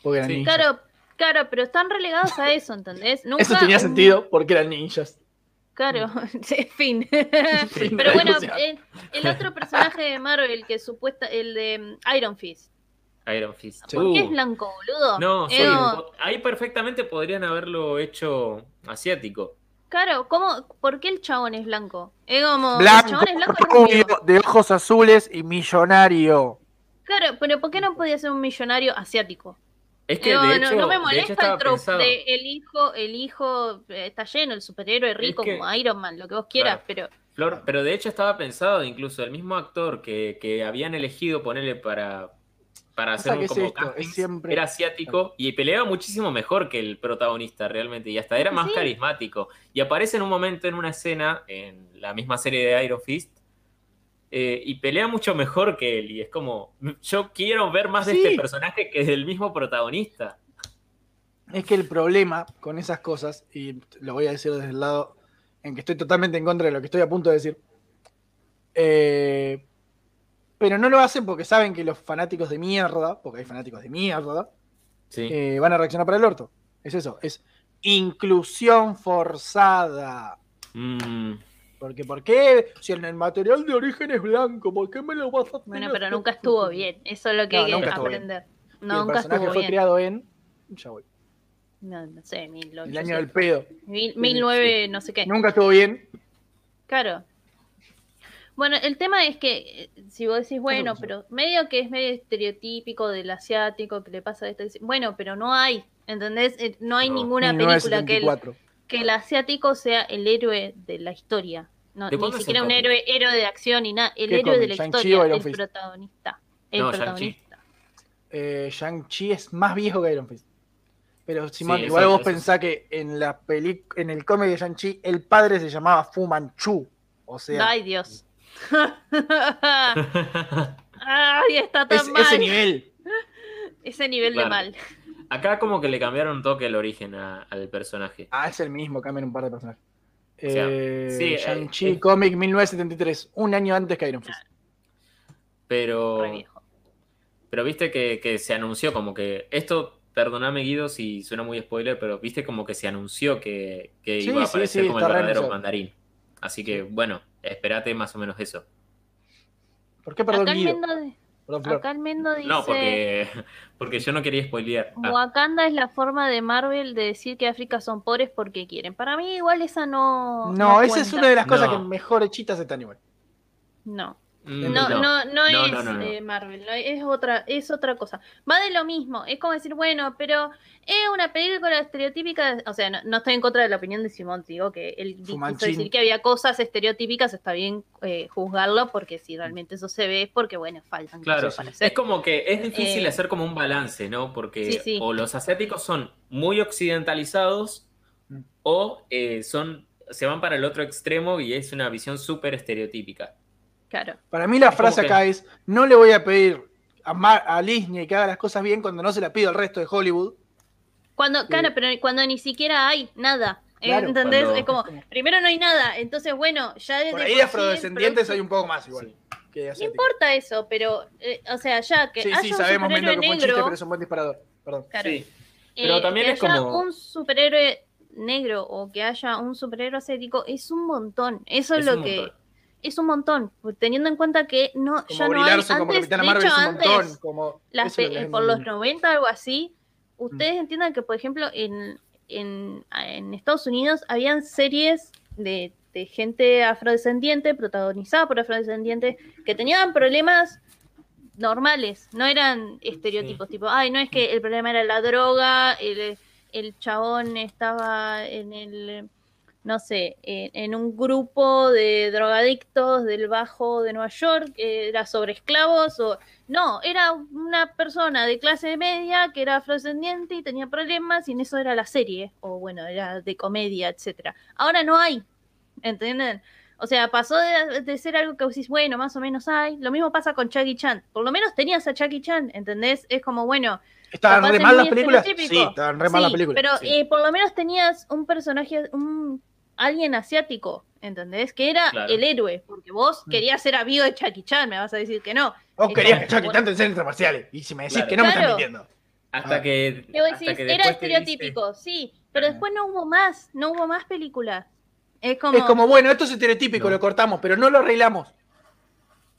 Speaker 1: Porque eran
Speaker 2: Sí.
Speaker 1: ninjas.
Speaker 3: claro claro pero están relegados a eso ¿entendés? Nunca
Speaker 1: Eso tenía
Speaker 3: un-
Speaker 1: sentido porque eran ninjas.
Speaker 3: claro
Speaker 2: Mm.
Speaker 3: sí,
Speaker 1: Fin
Speaker 3: fin
Speaker 1: de
Speaker 3: pero
Speaker 1: la
Speaker 3: bueno
Speaker 1: discusión.
Speaker 3: el, el otro personaje de Marvel que supuesta el de mm, Iron Fist
Speaker 2: Iron Fist.
Speaker 1: Sí.
Speaker 3: ¿por qué
Speaker 2: Uh.
Speaker 3: es blanco boludo?
Speaker 2: No, sí,
Speaker 3: Es como-
Speaker 2: po- ahí perfectamente podrían haberlo hecho asiático.
Speaker 3: Claro, ¿cómo, ¿por qué el chabón es blanco? Es como, el
Speaker 4: Blanco,
Speaker 3: chabón es blanco y
Speaker 4: rubio,
Speaker 3: rubio.
Speaker 4: de ojos azules y millonario.
Speaker 3: Claro, pero ¿por qué no podía ser un millonario asiático?
Speaker 2: Es que
Speaker 3: no,
Speaker 2: de
Speaker 3: no-
Speaker 2: hecho,
Speaker 3: no
Speaker 2: de
Speaker 3: me
Speaker 2: hecho
Speaker 3: molesta
Speaker 2: estaba
Speaker 3: el tropo
Speaker 2: pensado.
Speaker 3: de el hijo, el hijo eh, está lleno, el superhéroe rico
Speaker 2: que-
Speaker 3: como Iron Man, lo que vos quieras,
Speaker 2: Claro.
Speaker 3: pero
Speaker 2: Flor, pero de hecho estaba pensado incluso el mismo actor que, que habían elegido ponerle para, para
Speaker 1: Pasa
Speaker 2: hacer un
Speaker 1: que es
Speaker 2: como
Speaker 1: esto, es
Speaker 2: castings,
Speaker 1: siempre-
Speaker 2: era asiático y peleaba muchísimo mejor que el protagonista realmente y hasta era más
Speaker 3: Sí.
Speaker 2: carismático. Y aparece en un momento en una escena en la misma serie de Iron Fist eh, y pelea mucho mejor que él y es como, yo quiero ver más de
Speaker 1: Sí.
Speaker 2: este personaje que del mismo protagonista.
Speaker 1: Es que el problema con esas cosas, y lo voy a decir desde el lado en que estoy totalmente en contra de lo que estoy a punto de decir, eh, pero no lo hacen porque saben que los fanáticos de mierda, porque hay fanáticos de mierda,
Speaker 2: Sí.
Speaker 1: eh, van a reaccionar para el orto. Es eso, es inclusión forzada.
Speaker 2: Mm,
Speaker 1: Porque, ¿por qué? Si el el material de origen es blanco, ¿por qué me lo vas a
Speaker 3: bueno,
Speaker 1: tener
Speaker 3: pero
Speaker 1: así?
Speaker 3: nunca estuvo bien. Eso es lo que
Speaker 1: No,
Speaker 3: hay que
Speaker 1: nunca estuvo bien.
Speaker 3: aprender.
Speaker 1: Y el
Speaker 3: nunca
Speaker 1: personaje
Speaker 3: estuvo
Speaker 1: fue
Speaker 3: bien.
Speaker 1: creado en. Ya voy.
Speaker 3: No, no sé, mil
Speaker 1: El año del pedo.
Speaker 3: mil, mil nueve, no sé qué.
Speaker 1: Nunca estuvo bien.
Speaker 3: Claro. Bueno, el tema es que eh, si vos decís, bueno,
Speaker 1: sí.
Speaker 3: pero medio que es medio estereotípico del asiático que le pasa esto, dice, bueno, pero no hay, ¿entendés? Eh, No hay
Speaker 2: No.
Speaker 3: ninguna película que el,
Speaker 1: 1974.
Speaker 3: que el asiático sea el héroe de la historia. No,
Speaker 2: ¿De
Speaker 3: ni
Speaker 2: cuándo es
Speaker 3: siquiera
Speaker 2: el
Speaker 3: un
Speaker 2: cómic?
Speaker 3: héroe, héroe de acción ni nada. El
Speaker 1: ¿Qué
Speaker 3: héroe de
Speaker 1: cómic?
Speaker 3: la
Speaker 1: ¿Shang-Chi
Speaker 3: historia,
Speaker 1: o Iron
Speaker 3: el
Speaker 1: Fist?
Speaker 3: protagonista. El
Speaker 2: No, Shang-Chi.
Speaker 3: protagonista.
Speaker 1: eh, Shang-Chi es más viejo que Iron Fist. Pero Simón,
Speaker 2: Sí,
Speaker 1: igual
Speaker 2: eso-
Speaker 1: vos
Speaker 2: eso-
Speaker 1: pensás que en la peli en el cómic de Shang-Chi, el padre se llamaba Fu Manchu. O sea,
Speaker 3: Ay, Dios. Ay, está tan
Speaker 1: es-
Speaker 3: mal.
Speaker 1: ese nivel.
Speaker 3: Ese nivel de
Speaker 2: Claro.
Speaker 3: mal.
Speaker 2: Acá como que le cambiaron un toque el origen a- al personaje.
Speaker 1: Ah, es el mismo, cambian un par de personajes.
Speaker 2: O sea,
Speaker 1: Eh,
Speaker 2: sí, eh,
Speaker 1: Shang-Chi
Speaker 2: eh.
Speaker 1: cómic 1973, un año antes que Iron Fist.
Speaker 2: Pero...
Speaker 3: Re viejo.
Speaker 2: Pero viste que, que se anunció como que. Esto, perdoname Guido si suena muy spoiler, pero viste como que se anunció que, que
Speaker 1: Sí,
Speaker 2: iba a
Speaker 1: sí,
Speaker 2: aparecer
Speaker 1: sí,
Speaker 2: como el
Speaker 1: está
Speaker 2: verdadero
Speaker 1: reanunciado.
Speaker 2: mandarín. Así que, bueno, espérate más o menos eso.
Speaker 1: ¿Por qué perdón
Speaker 3: Acá el
Speaker 1: Guido?
Speaker 3: Mendo-
Speaker 1: Perdón, Flor.
Speaker 3: Acá el Mendo dice,
Speaker 2: No, porque, porque yo no quería spoilear. Ah,
Speaker 3: Wakanda es la forma de Marvel de decir que África son pobres porque quieren. Para mí igual esa no...
Speaker 1: No, esa es
Speaker 3: cuenta.
Speaker 1: una de las cosas
Speaker 2: No.
Speaker 1: que mejor este hechitas están igual.
Speaker 3: No,
Speaker 2: mm,
Speaker 3: no, no, no,
Speaker 2: No,
Speaker 3: es
Speaker 2: no, no, no.
Speaker 3: eh, Marvel, no, es otra es otra cosa. Va de lo mismo, es como decir, bueno, pero es una película estereotípica, o sea, no, no estoy en contra de la opinión de Simón, te digo que él quiso
Speaker 1: Fumanchín.
Speaker 3: decir que había cosas estereotípicas, está bien eh, juzgarlo porque si realmente eso se ve es porque, bueno, faltan
Speaker 2: Claro,
Speaker 3: cosas para hacer.
Speaker 2: es como que es difícil
Speaker 3: Eh,
Speaker 2: hacer como un balance, ¿no? Porque
Speaker 3: sí, sí.
Speaker 2: o los asiáticos son muy occidentalizados
Speaker 1: Mm.
Speaker 2: o eh, son se van para el otro extremo y es una visión súper estereotípica.
Speaker 3: Claro.
Speaker 1: Para mí la
Speaker 2: Es como
Speaker 1: frase
Speaker 2: que-
Speaker 1: acá es, no le voy a pedir a, Mar- a Disney que haga las cosas bien cuando no se la pido al resto de Hollywood.
Speaker 3: Cuando, claro, pero cuando ni siquiera hay nada. ¿eh?
Speaker 1: Claro,
Speaker 3: ¿Entendés?
Speaker 2: cuando-
Speaker 3: Es como, primero no hay nada, entonces bueno, ya desde
Speaker 1: Por ahí
Speaker 3: por
Speaker 1: de
Speaker 3: sí
Speaker 1: afrodescendientes
Speaker 3: el
Speaker 1: hay un poco más igual.
Speaker 2: Sí.
Speaker 1: que de
Speaker 3: No
Speaker 1: asiáticos.
Speaker 3: importa eso, pero, eh, o sea, ya que
Speaker 1: Sí,
Speaker 3: haya
Speaker 1: sí,
Speaker 3: un
Speaker 1: sabemos menos
Speaker 3: superhéroe
Speaker 1: que fue un
Speaker 3: negro,
Speaker 1: chiste, pero es un buen disparador. Perdón.
Speaker 3: claro, Eh,
Speaker 2: Sí. pero también
Speaker 3: que
Speaker 2: es
Speaker 3: haya
Speaker 2: como-
Speaker 3: un superhéroe negro o que haya un superhéroe asiático es un montón. Eso es,
Speaker 2: Es
Speaker 3: lo
Speaker 2: un
Speaker 3: que
Speaker 2: montón.
Speaker 3: es un montón, teniendo en cuenta que no
Speaker 1: Como
Speaker 3: ya no hay
Speaker 1: Brie Larson,
Speaker 3: antes,
Speaker 1: como Capitana
Speaker 3: de
Speaker 1: Marvel
Speaker 3: hecho,
Speaker 1: es un
Speaker 3: antes
Speaker 1: montón. como-
Speaker 3: las
Speaker 1: eso es lo que
Speaker 3: pe-
Speaker 1: la gente
Speaker 3: por los
Speaker 1: entiende.
Speaker 3: 90 algo así,
Speaker 1: Mm.
Speaker 3: ustedes entiendan que, por ejemplo, en, en, en Estados Unidos habían series de, de gente afrodescendiente, protagonizada por afrodescendientes, que tenían problemas normales, no eran estereotipos, tipo, ay, no es que el problema era la droga, el, el chabón estaba en el, no sé, en, en un grupo de drogadictos del Bajo de Nueva York, que era sobre esclavos, o no, era una persona de clase media que era afrodescendiente y tenía problemas y en eso era la serie, o bueno, era de comedia, etcétera. Ahora no hay, ¿entienden? O sea, pasó de, de ser algo que vos decís, bueno, más o menos hay. Lo mismo pasa con Chucky Chan. Por lo menos tenías a Chucky Chan, ¿entendés? Es como, bueno,
Speaker 1: ¿Estaban
Speaker 3: capaz
Speaker 1: re
Speaker 3: es
Speaker 1: mal
Speaker 3: muy
Speaker 1: las películas?
Speaker 3: estereotípico.
Speaker 1: Sí, estaban re mal las
Speaker 3: Sí,
Speaker 1: películas.
Speaker 3: Pero
Speaker 2: sí.
Speaker 3: eh, por lo menos tenías un personaje, un alguien asiático, ¿entendés? Que era
Speaker 2: Claro.
Speaker 3: el héroe, porque vos
Speaker 1: Mm.
Speaker 3: querías ser amigo de Chucky Chan, me vas a decir que no.
Speaker 1: Vos
Speaker 3: es
Speaker 1: querías que
Speaker 3: como-
Speaker 1: Chucky tanto en centros marciales. Y si me decís
Speaker 2: Claro.
Speaker 1: que no, me estás
Speaker 3: Claro.
Speaker 1: mintiendo.
Speaker 2: Hasta
Speaker 1: Ah.
Speaker 2: que,
Speaker 3: Te voy a
Speaker 2: hasta
Speaker 3: decir,
Speaker 2: que
Speaker 3: era
Speaker 2: después te dice-
Speaker 3: estereotípico, sí, pero
Speaker 1: Ajá.
Speaker 3: después no hubo más, no hubo más películas. Es como,
Speaker 1: Es como, bueno, esto es estereotípico,
Speaker 2: No.
Speaker 1: lo cortamos, pero no lo arreglamos.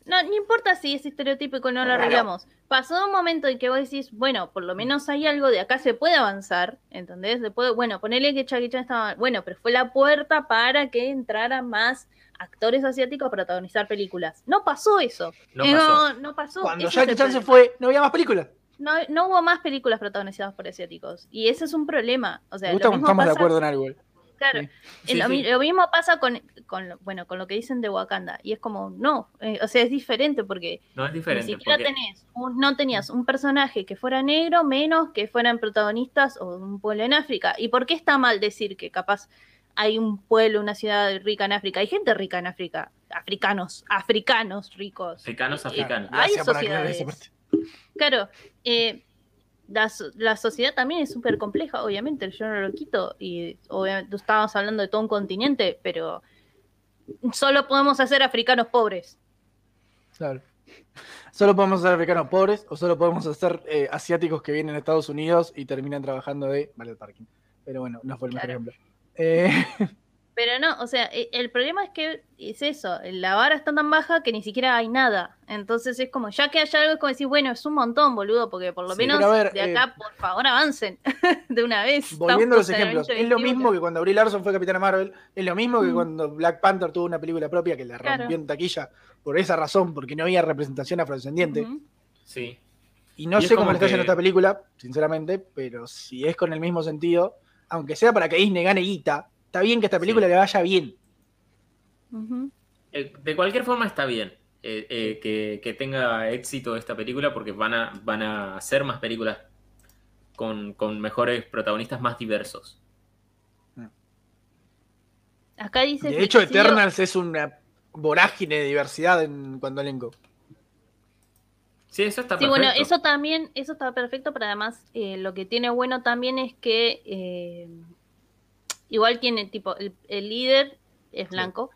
Speaker 3: No, no importa si es estereotípico o no lo arreglamos. Pasó un momento en que vos decís, bueno,
Speaker 2: Mm.
Speaker 3: por lo menos hay algo de acá, se puede avanzar, ¿entendés? Se puede, bueno, ponele que Jackie Chan estaba, bueno, pero fue la puerta para que entraran más actores asiáticos a protagonizar películas. No pasó eso.
Speaker 2: No
Speaker 3: Eh,
Speaker 2: pasó.
Speaker 3: no pasó.
Speaker 1: Cuando
Speaker 3: Ese es
Speaker 1: Jackie
Speaker 3: el
Speaker 1: Chan se
Speaker 3: problema.
Speaker 1: fue, no había más películas.
Speaker 3: No, no hubo más películas protagonizadas por asiáticos. Y ese es un problema. O sea,
Speaker 1: Me gusta
Speaker 3: lo
Speaker 1: cuando
Speaker 3: mismo
Speaker 1: estamos de
Speaker 3: pasa-
Speaker 1: acuerdo en algo.
Speaker 3: Claro.
Speaker 1: Sí.
Speaker 3: Eh, lo, mi- lo mismo pasa con, con, lo- bueno, con lo que dicen de Wakanda. Y es como, no, eh, o sea, es diferente porque
Speaker 2: No es
Speaker 3: ni
Speaker 2: diferente.
Speaker 3: siquiera
Speaker 2: porque-
Speaker 3: tenés un- no tenías
Speaker 1: Mm.
Speaker 3: un personaje que fuera negro, menos que fueran protagonistas o de un pueblo en África. ¿Y por qué está mal decir que capaz hay un pueblo, una ciudad rica en África? Hay gente rica en África. Africanos, africanos ricos.
Speaker 2: Africanos,
Speaker 3: Eh,
Speaker 2: africanos.
Speaker 3: Hay
Speaker 1: Gracias por aclarar
Speaker 3: sociedades.
Speaker 1: esa parte.
Speaker 3: Claro, eh, la, so- la sociedad también es súper compleja, obviamente, yo no lo quito, y obviamente estábamos hablando de todo un continente, pero solo podemos hacer africanos pobres.
Speaker 1: Claro. Solo podemos hacer africanos pobres o solo podemos hacer eh, asiáticos que vienen a Estados Unidos y terminan trabajando de vale el parking. Pero bueno, no fue el mejor
Speaker 3: Claro.
Speaker 1: ejemplo. Eh,
Speaker 3: Pero no, o sea, e- el problema es que es eso, la vara está tan baja que ni siquiera hay nada. Entonces es como, ya que haya algo, es como decir, bueno, es un montón, boludo, porque por lo
Speaker 2: Sí,
Speaker 3: menos
Speaker 1: pero a ver,
Speaker 3: de
Speaker 1: eh,
Speaker 3: acá, por favor, avancen de una vez.
Speaker 1: volviendo a los
Speaker 3: Estamos en el
Speaker 1: ejemplos, es lo
Speaker 3: 2021.
Speaker 1: mismo que cuando Brie Larson fue Capitana Marvel, es lo mismo que
Speaker 3: Mm.
Speaker 1: cuando Black Panther tuvo una película propia que la
Speaker 3: Claro.
Speaker 1: rompió en taquilla por esa razón, porque no había representación afrodescendiente.
Speaker 3: Ujú.
Speaker 2: Sí.
Speaker 1: Y no
Speaker 2: Y es
Speaker 1: sé cómo
Speaker 2: como
Speaker 1: le está yendo
Speaker 2: que-
Speaker 1: a esta película, sinceramente, pero si es con el mismo sentido, aunque sea para que Disney gane guita, está bien que esta película
Speaker 2: Sí.
Speaker 1: le vaya bien.
Speaker 3: Ujú.
Speaker 2: Eh, de cualquier forma está bien eh, eh, que, que tenga éxito esta película porque van a, van a hacer más películas con, con mejores protagonistas más diversos.
Speaker 3: Acá dice
Speaker 1: De
Speaker 3: que
Speaker 1: hecho,
Speaker 3: sí,
Speaker 1: Eternals es una vorágine de diversidad en cuanto a elenco.
Speaker 2: Sí, eso está
Speaker 3: Sí,
Speaker 2: perfecto.
Speaker 3: bueno, eso también, eso está perfecto, pero además eh, lo que tiene bueno también es que eh, igual tiene tipo, el, el líder es blanco,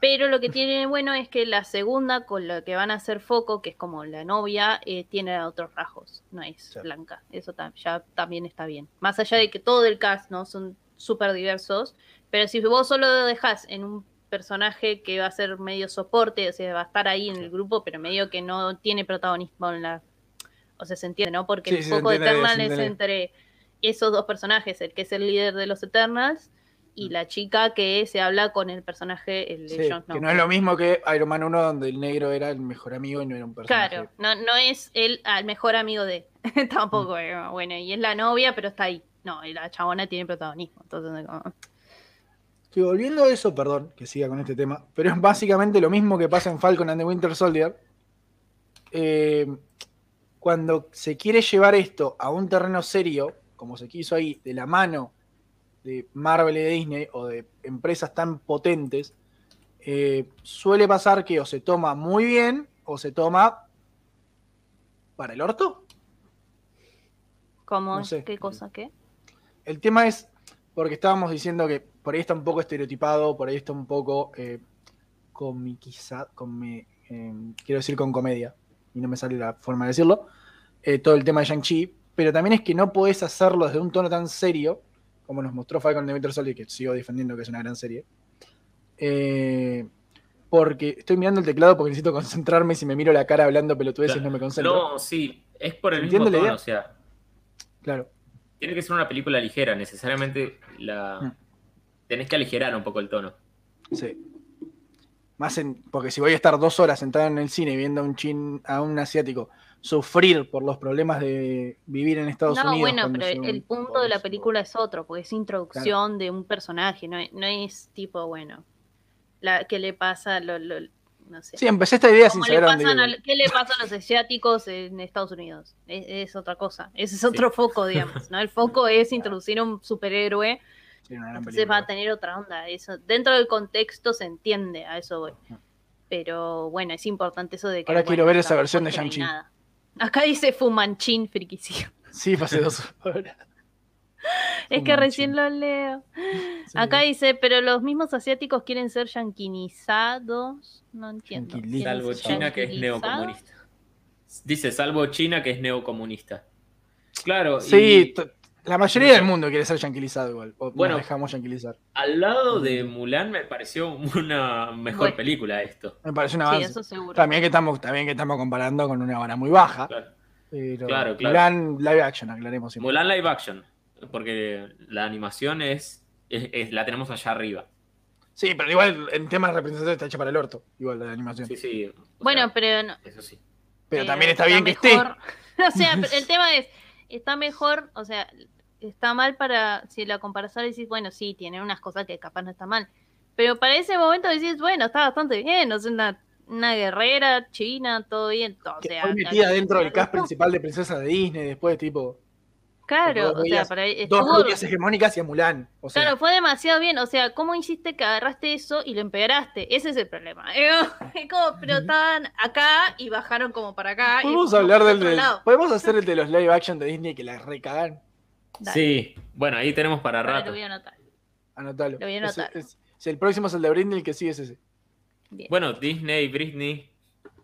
Speaker 3: pero lo que tiene bueno es que la segunda con la que van a hacer foco, que es como la novia, eh, tiene otros rasgos, no es
Speaker 1: Sí.
Speaker 3: blanca, eso tam- ya también está bien. Más allá de que todo el cast, ¿no? Son súper diversos, pero si vos solo lo dejás en un personaje que va a ser medio soporte, o sea, va a estar ahí en el grupo, pero medio que no tiene protagonismo en la... O sea, se entiende, ¿no? Porque
Speaker 1: Sí,
Speaker 3: el
Speaker 1: sí, se
Speaker 3: foco de
Speaker 1: entiende, se
Speaker 3: Eternal es
Speaker 1: entiende.
Speaker 3: entre esos dos personajes, el que es el líder de los Eternals y la chica que se habla con el personaje, el de
Speaker 1: Mm. Sí,
Speaker 3: Jon Snow.
Speaker 1: Que no es lo mismo que Iron Man 1, donde el negro era el mejor amigo y no era un personaje.
Speaker 3: Claro, no, no es el, al mejor amigo de
Speaker 1: Mm.
Speaker 3: tampoco, eh, bueno, y es la novia, pero está ahí. No, y la chabona tiene protagonismo, entonces como-
Speaker 1: Que volviendo a eso, perdón que siga con este tema, pero es básicamente lo mismo que pasa en Falcon and the Winter Soldier. Eh, cuando se quiere llevar esto a un terreno serio, como se quiso ahí, de la mano de Marvel y de Disney o de empresas tan potentes, eh, suele pasar que o se toma muy bien o se toma para el orto.
Speaker 3: como
Speaker 1: No sé.
Speaker 3: qué cosa, qué.
Speaker 1: El tema es, porque estábamos diciendo que por ahí está un poco estereotipado, por ahí está un poco eh, comiquiza- come- eh, quiero decir con comedia, y no me sale la forma de decirlo, eh, todo el tema de Shang-Chi, pero también es que no podés hacerlo desde un tono tan serio, como nos mostró Falcon and the Winter Soldier, que sigo defendiendo que es una gran serie, eh, porque estoy mirando el teclado porque necesito concentrarme, si me miro la cara hablando pelotudeces
Speaker 2: Claro.
Speaker 1: no me concentro.
Speaker 2: No, sí, es por el
Speaker 1: ¿Se
Speaker 2: mismo
Speaker 1: entiende la
Speaker 2: tono,
Speaker 1: idea?
Speaker 2: o sea,
Speaker 1: Claro.
Speaker 2: tiene que ser una película ligera, necesariamente la
Speaker 1: Mm.
Speaker 2: tenés que aligerar un poco el tono.
Speaker 1: Sí. Más en, porque si voy a estar dos horas sentado en el cine viendo a un chin, a un asiático sufrir por los problemas de vivir en Estados
Speaker 3: no,
Speaker 1: Unidos.
Speaker 3: bueno,
Speaker 1: cuando
Speaker 3: pero
Speaker 1: se
Speaker 3: el,
Speaker 1: un-
Speaker 3: el punto de la película es otro, porque es introducción de un personaje, no es, no es tipo, bueno, la que le pasa, lo, lo- no sé.
Speaker 1: Sí, empecé esta idea sin
Speaker 3: ¿Cómo le
Speaker 1: saber a dónde
Speaker 3: pasan
Speaker 1: iba.
Speaker 3: al- ¿Qué le pasa a los asiáticos en Estados Unidos? Es, es otra cosa, ese es
Speaker 2: Sí.
Speaker 3: otro foco, digamos, ¿no? El foco es introducir a un superhéroe
Speaker 1: Sí, una gran
Speaker 3: Entonces va
Speaker 1: película.
Speaker 3: a tener otra onda. Eso, dentro del contexto se entiende, a eso voy. Pero bueno, es importante eso de que.
Speaker 1: Ahora
Speaker 3: bueno,
Speaker 1: quiero ver esa
Speaker 3: tampoco
Speaker 1: versión de
Speaker 3: es que no hay
Speaker 1: Shang-Chi.
Speaker 3: nada. Acá dice Fumanchín, friquicio.
Speaker 1: Sí, pasé dos horas.
Speaker 3: Es que
Speaker 1: Fumanchín.
Speaker 3: recién lo leo.
Speaker 1: Sí.
Speaker 3: Acá dice, pero los mismos asiáticos quieren ser yanquinizados. No entiendo.
Speaker 1: Yanquili-
Speaker 3: ¿Quieren
Speaker 2: Salvo
Speaker 3: ser
Speaker 2: China que es
Speaker 3: yanquilizados?
Speaker 2: neocomunista. Dice, salvo China que es neocomunista. Claro,
Speaker 1: Sí,
Speaker 2: y-
Speaker 1: t- La mayoría del mundo quiere ser yanquilizado igual. O
Speaker 2: Bueno.
Speaker 1: nos dejamos yanquilizar.
Speaker 2: Al lado de Mulan me pareció una mejor
Speaker 3: Bueno.
Speaker 2: película esto.
Speaker 1: Me parece un
Speaker 3: Sí,
Speaker 1: avance.
Speaker 3: eso seguro.
Speaker 1: también, que estamos, también que estamos comparando con una vara muy baja.
Speaker 2: Claro.
Speaker 1: Pero
Speaker 2: Claro, claro.
Speaker 1: Mulan live action, aclaremos. siempre.
Speaker 2: Mulan live action, porque la animación es, es- es- la tenemos allá arriba.
Speaker 1: Sí, pero igual en temas de representación está hecha para el orto. Igual la animación.
Speaker 2: Sí, sí. o sea,
Speaker 3: Bueno, pero no-
Speaker 2: eso sí.
Speaker 1: pero
Speaker 3: eh,
Speaker 1: también está
Speaker 3: la
Speaker 1: bien que esté.
Speaker 3: mejor- o sea, pero el tema es, está mejor, o sea, está mal para, si la comparas ahora decís, bueno, sí, tienen unas cosas que capaz no está mal. Pero para ese momento decís, bueno, está bastante bien, o sea, una, una guerrera china, todo bien. todo, o
Speaker 1: Que
Speaker 3: sea,
Speaker 1: fue
Speaker 3: la-
Speaker 1: metida dentro del cast
Speaker 3: estuvo-
Speaker 1: principal de Princesa de Disney. Después, tipo,
Speaker 3: Claro,
Speaker 1: Dos
Speaker 3: o sea,
Speaker 1: rubias-
Speaker 3: para
Speaker 1: dos
Speaker 3: estuvo-
Speaker 1: rubias hegemónicas y a Mulan. O sea,
Speaker 3: Claro, fue demasiado bien. O sea, ¿cómo hiciste que agarraste eso y lo empeoraste? Ese es el problema. Es como, pero estaban acá y bajaron como para acá. y
Speaker 1: podemos
Speaker 3: fuimos
Speaker 1: hablar
Speaker 3: para
Speaker 1: del.
Speaker 3: otro
Speaker 1: del-
Speaker 3: lado.
Speaker 1: Podemos hacer el de los live action de Disney que la recagan.
Speaker 3: Dale.
Speaker 2: Sí, bueno, ahí tenemos para
Speaker 3: Ahora
Speaker 2: rato. Ah,
Speaker 3: lo voy a anotar.
Speaker 1: Anotalo.
Speaker 3: Lo voy a
Speaker 1: Es-
Speaker 3: anotar.
Speaker 1: es- si el próximo es el de Britney, el que sigue es ese.
Speaker 3: Bien.
Speaker 2: Bueno, Disney, Britney,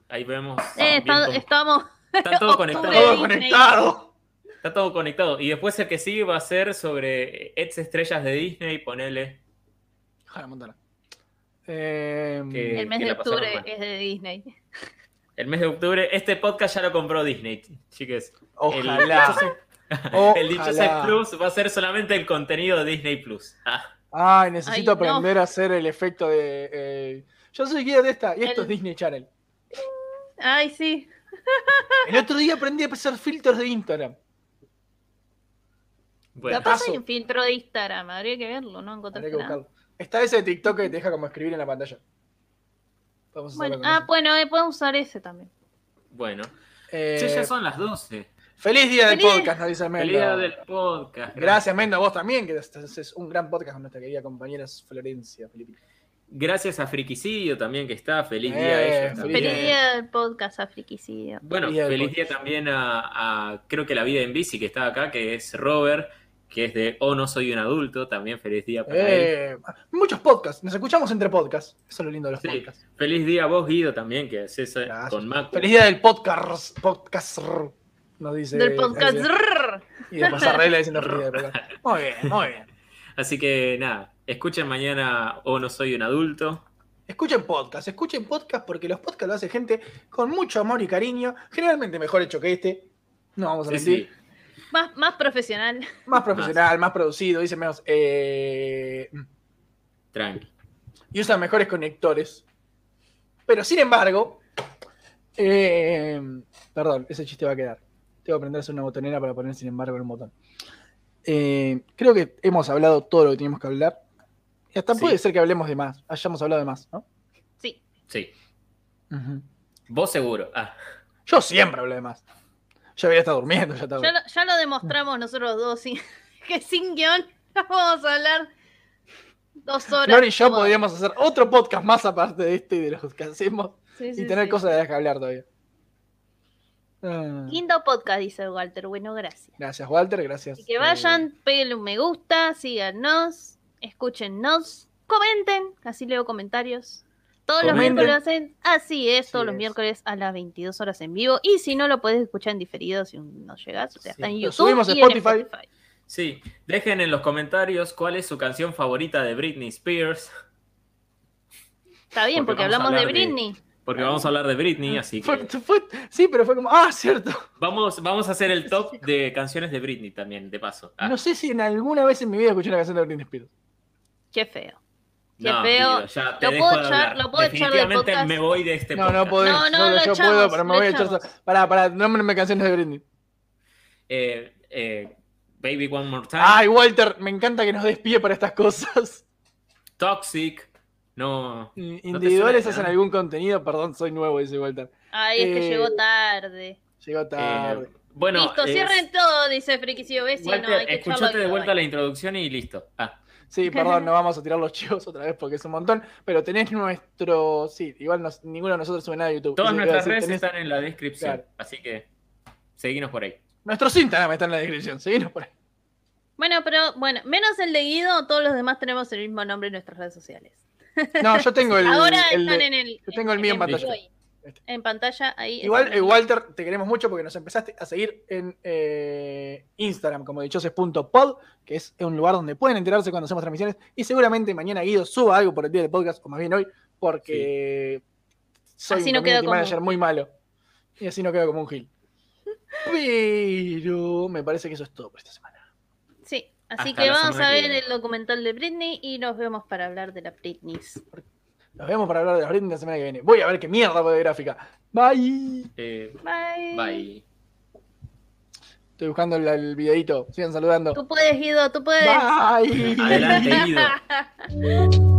Speaker 2: ahí vemos.
Speaker 3: Eh,
Speaker 2: bien
Speaker 3: está-
Speaker 2: cómo-
Speaker 3: estamos.
Speaker 2: está todo
Speaker 3: octubre.
Speaker 2: conectado.
Speaker 3: Todo conectado.
Speaker 2: Está todo conectado. Y después el que sigue va a ser sobre ex estrellas de Disney, ponele.
Speaker 1: Hannah Montana. Eh,
Speaker 2: Que-
Speaker 3: El mes
Speaker 2: que
Speaker 3: de
Speaker 2: la pasaron
Speaker 3: octubre
Speaker 2: mal.
Speaker 3: es de Disney.
Speaker 2: El mes de octubre, este podcast ya lo compró Disney, chiques. El
Speaker 1: ojalá.
Speaker 2: El, dichoso
Speaker 1: Ojalá.
Speaker 2: Plus va a ser solamente el contenido de Disney Plus. Ah,
Speaker 1: Ay, necesito
Speaker 3: Ay, no.
Speaker 1: aprender a hacer el efecto de. eh, yo soy guía de esta y esto
Speaker 3: El-
Speaker 1: es Disney Channel.
Speaker 3: Ay, sí.
Speaker 1: El otro día aprendí a hacer filtros de Instagram.
Speaker 2: bueno,
Speaker 3: Capaz
Speaker 1: Paso.
Speaker 3: hay un filtro de Instagram. Habría que verlo, no encontré
Speaker 1: Habrá que
Speaker 3: nada.
Speaker 1: buscarlo. Está ese de TikTok que te deja como escribir en la pantalla. Vamos a
Speaker 3: Bueno,
Speaker 1: hacerlo con
Speaker 3: ah,
Speaker 1: ese.
Speaker 3: bueno, eh, podemos usar ese también.
Speaker 2: bueno.
Speaker 1: Eh,
Speaker 2: Che, ya son las 12.
Speaker 1: Feliz día del
Speaker 3: Feliz-
Speaker 1: podcast, nos dice Mendo.
Speaker 2: Pelea del podcast.
Speaker 1: Gracias, Mendo, a vos también, que haces un gran podcast con nuestra querida compañera Florencia Filipina.
Speaker 2: Gracias a Friquicidio también que está. Feliz
Speaker 1: Eh,
Speaker 2: día a ellos
Speaker 1: feliz
Speaker 2: también.
Speaker 1: Bien.
Speaker 3: Feliz día del podcast Afriquicidio.
Speaker 2: Bueno,
Speaker 1: Feliz día del
Speaker 2: feliz
Speaker 1: podcast.
Speaker 2: día también a, a- creo que la vida en bici que está acá, que es Robert, que es de Oh no soy un adulto, también feliz día para él.
Speaker 1: Eh, muchos podcasts, nos escuchamos entre podcasts. Eso es lo lindo de los
Speaker 2: Sí.
Speaker 1: podcasts.
Speaker 2: Feliz día a vos, Guido, también, que haces eh,
Speaker 1: Gracias.
Speaker 2: con Mac.
Speaker 1: Feliz día del podcast. Podcast. Nos dice.
Speaker 3: Del podcast.
Speaker 1: dice- Y después arregla diciendo feliz día del podcast. Muy bien, muy bien.
Speaker 2: Así que nada, escuchen mañana Oh no soy un adulto.
Speaker 1: Escuchen podcast, escuchen podcast porque los podcasts lo hace gente con mucho amor y cariño. Generalmente mejor hecho que este. No vamos a
Speaker 2: Sí,
Speaker 1: mentir.
Speaker 2: sí.
Speaker 3: Más, más profesional.
Speaker 1: Más profesional, más producido, dice menos. eh,
Speaker 2: Tranqui.
Speaker 1: y usan mejores conectores. Pero sin embargo. eh, perdón, ese chiste va a quedar. Tengo que aprender a hacer una botonera para poner sin embargo en un botón. Eh, creo que hemos hablado todo lo que teníamos que hablar. Y hasta
Speaker 2: Sí.
Speaker 1: puede ser que hablemos de más. Hayamos hablado de más, ¿no?
Speaker 3: Sí.
Speaker 2: Sí. Vos seguro. Ah,
Speaker 1: Yo siempre hablo de más. Yo había estado durmiendo, ya estaba.
Speaker 3: Ya lo, ya lo demostramos nosotros dos, sin- que sin guión no vamos a hablar dos horas.
Speaker 1: Flor y yo
Speaker 3: Como-
Speaker 1: podríamos hacer otro podcast más aparte de este y de los que hacemos.
Speaker 3: Sí,
Speaker 1: y
Speaker 3: sí,
Speaker 1: tener
Speaker 3: sí.
Speaker 1: cosas de las que hablar todavía. Ah,
Speaker 3: Lindo podcast, dice Walter. Bueno, gracias.
Speaker 1: gracias, Walter. Gracias.
Speaker 3: Así que
Speaker 1: eh,
Speaker 3: vayan, peguen un me gusta, síganos, escúchennos, comenten, así leo comentarios. Todos
Speaker 2: Comenten.
Speaker 3: los miércoles hacen, así es, todos
Speaker 1: Así
Speaker 3: los
Speaker 1: es.
Speaker 3: miércoles a las 22 horas en vivo. Y si no lo podés escuchar en diferido, si no llegas, o sea,
Speaker 2: Sí.
Speaker 3: está en
Speaker 1: Lo
Speaker 3: YouTube.
Speaker 1: subimos a
Speaker 3: y en
Speaker 1: Spotify.
Speaker 2: sí. Dejen en los comentarios cuál es su canción favorita de Britney Spears,
Speaker 3: Está bien,
Speaker 2: Porque
Speaker 3: porque,
Speaker 2: vamos a
Speaker 3: hablamos de
Speaker 2: hablar de-
Speaker 3: Britney.
Speaker 2: porque vamos a hablar de Britney, así
Speaker 1: fue-
Speaker 2: que
Speaker 1: fue- sí, pero fue como. Ah, cierto.
Speaker 2: vamos, vamos a hacer el top de canciones de Britney también, de paso. Ah,
Speaker 1: No sé si en alguna vez en mi vida escuché una canción de Britney Spears.
Speaker 3: Qué feo. Qué
Speaker 2: no,
Speaker 3: feo.
Speaker 2: Guido, ya te
Speaker 3: Lo
Speaker 2: dejo
Speaker 3: puedo
Speaker 2: de
Speaker 3: echar-
Speaker 2: hablar.
Speaker 3: lo puedo echar del
Speaker 2: Definitivamente
Speaker 3: podcast.
Speaker 2: me voy de este
Speaker 1: No, no
Speaker 2: podcast.
Speaker 1: podés.
Speaker 3: No, no,
Speaker 1: solo
Speaker 3: lo
Speaker 1: yo
Speaker 3: echamos,
Speaker 1: puedo, pero me
Speaker 3: lo
Speaker 1: voy a echar.
Speaker 3: echamos.
Speaker 1: so- Pará, pará, nómbrame canciones de Britney.
Speaker 2: Eh, eh, Baby One More Time,
Speaker 1: Ay, Walter, me encanta que nos despide para estas cosas.
Speaker 2: Toxic, no.
Speaker 1: Individuales
Speaker 2: suena,
Speaker 1: hacen
Speaker 2: ¿no?
Speaker 1: algún contenido, perdón, soy nuevo, dice Walter.
Speaker 3: Ay, es que
Speaker 1: Eh,
Speaker 3: llegó tarde.
Speaker 1: Llegó
Speaker 2: eh,
Speaker 1: tarde.
Speaker 2: bueno,
Speaker 3: Listo,
Speaker 2: eh,
Speaker 3: cierren todo, dice Friki si ves, si no,
Speaker 2: Walter,
Speaker 3: hay que echarlo
Speaker 2: escuchate
Speaker 3: a
Speaker 2: de vuelta
Speaker 3: Guido,
Speaker 2: la introducción y listo. Ah,
Speaker 1: Sí, perdón, no vamos a tirar los chivos otra vez porque es un montón, pero tenés nuestro. Sí, igual nos- ninguno de nosotros sube nada a YouTube.
Speaker 2: todas
Speaker 1: Eso te iba a
Speaker 2: nuestras
Speaker 1: decir,
Speaker 2: redes
Speaker 1: tenés-
Speaker 2: están en la descripción,
Speaker 1: Claro.
Speaker 2: así que seguinos por ahí.
Speaker 1: Nuestros Instagram están en la descripción, seguinos por ahí.
Speaker 3: Bueno, pero bueno, menos el de Guido, todos los demás tenemos el mismo nombre en nuestras redes sociales.
Speaker 1: No, yo tengo el.
Speaker 3: Ahora
Speaker 1: el
Speaker 3: están
Speaker 1: de-
Speaker 3: en el.
Speaker 1: yo tengo el mío en pantalla.
Speaker 3: Boy.
Speaker 1: Este.
Speaker 3: En pantalla, ahí.
Speaker 1: Igual,
Speaker 3: está.
Speaker 1: eh, Walter, te queremos mucho porque nos empezaste a seguir en eh, Instagram como dichoses.pod, que es un lugar donde pueden enterarse cuando hacemos transmisiones. Y seguramente mañana Guido suba algo por el día del podcast, o más bien hoy, porque soy
Speaker 3: Así
Speaker 1: un
Speaker 3: no
Speaker 1: community
Speaker 3: quedo como un
Speaker 1: manager muy malo. Y así no quedo como un gil. Pero me parece que eso es todo por esta semana.
Speaker 3: Sí, así
Speaker 2: Hasta
Speaker 3: que
Speaker 2: la
Speaker 3: vamos
Speaker 2: semana
Speaker 3: a
Speaker 2: que
Speaker 3: ver
Speaker 2: viene.
Speaker 3: el documental de Britney y nos vemos para hablar de la Britney.
Speaker 1: Nos vemos para hablar de la Britney la semana que viene. Voy a ver qué mierda de gráfica. Bye.
Speaker 2: Eh,
Speaker 3: Bye.
Speaker 2: bye.
Speaker 1: Estoy buscando el, el videito. Sigan saludando.
Speaker 3: Tú puedes, Guido, tú puedes.
Speaker 1: Bye.
Speaker 2: Adelante, Guido.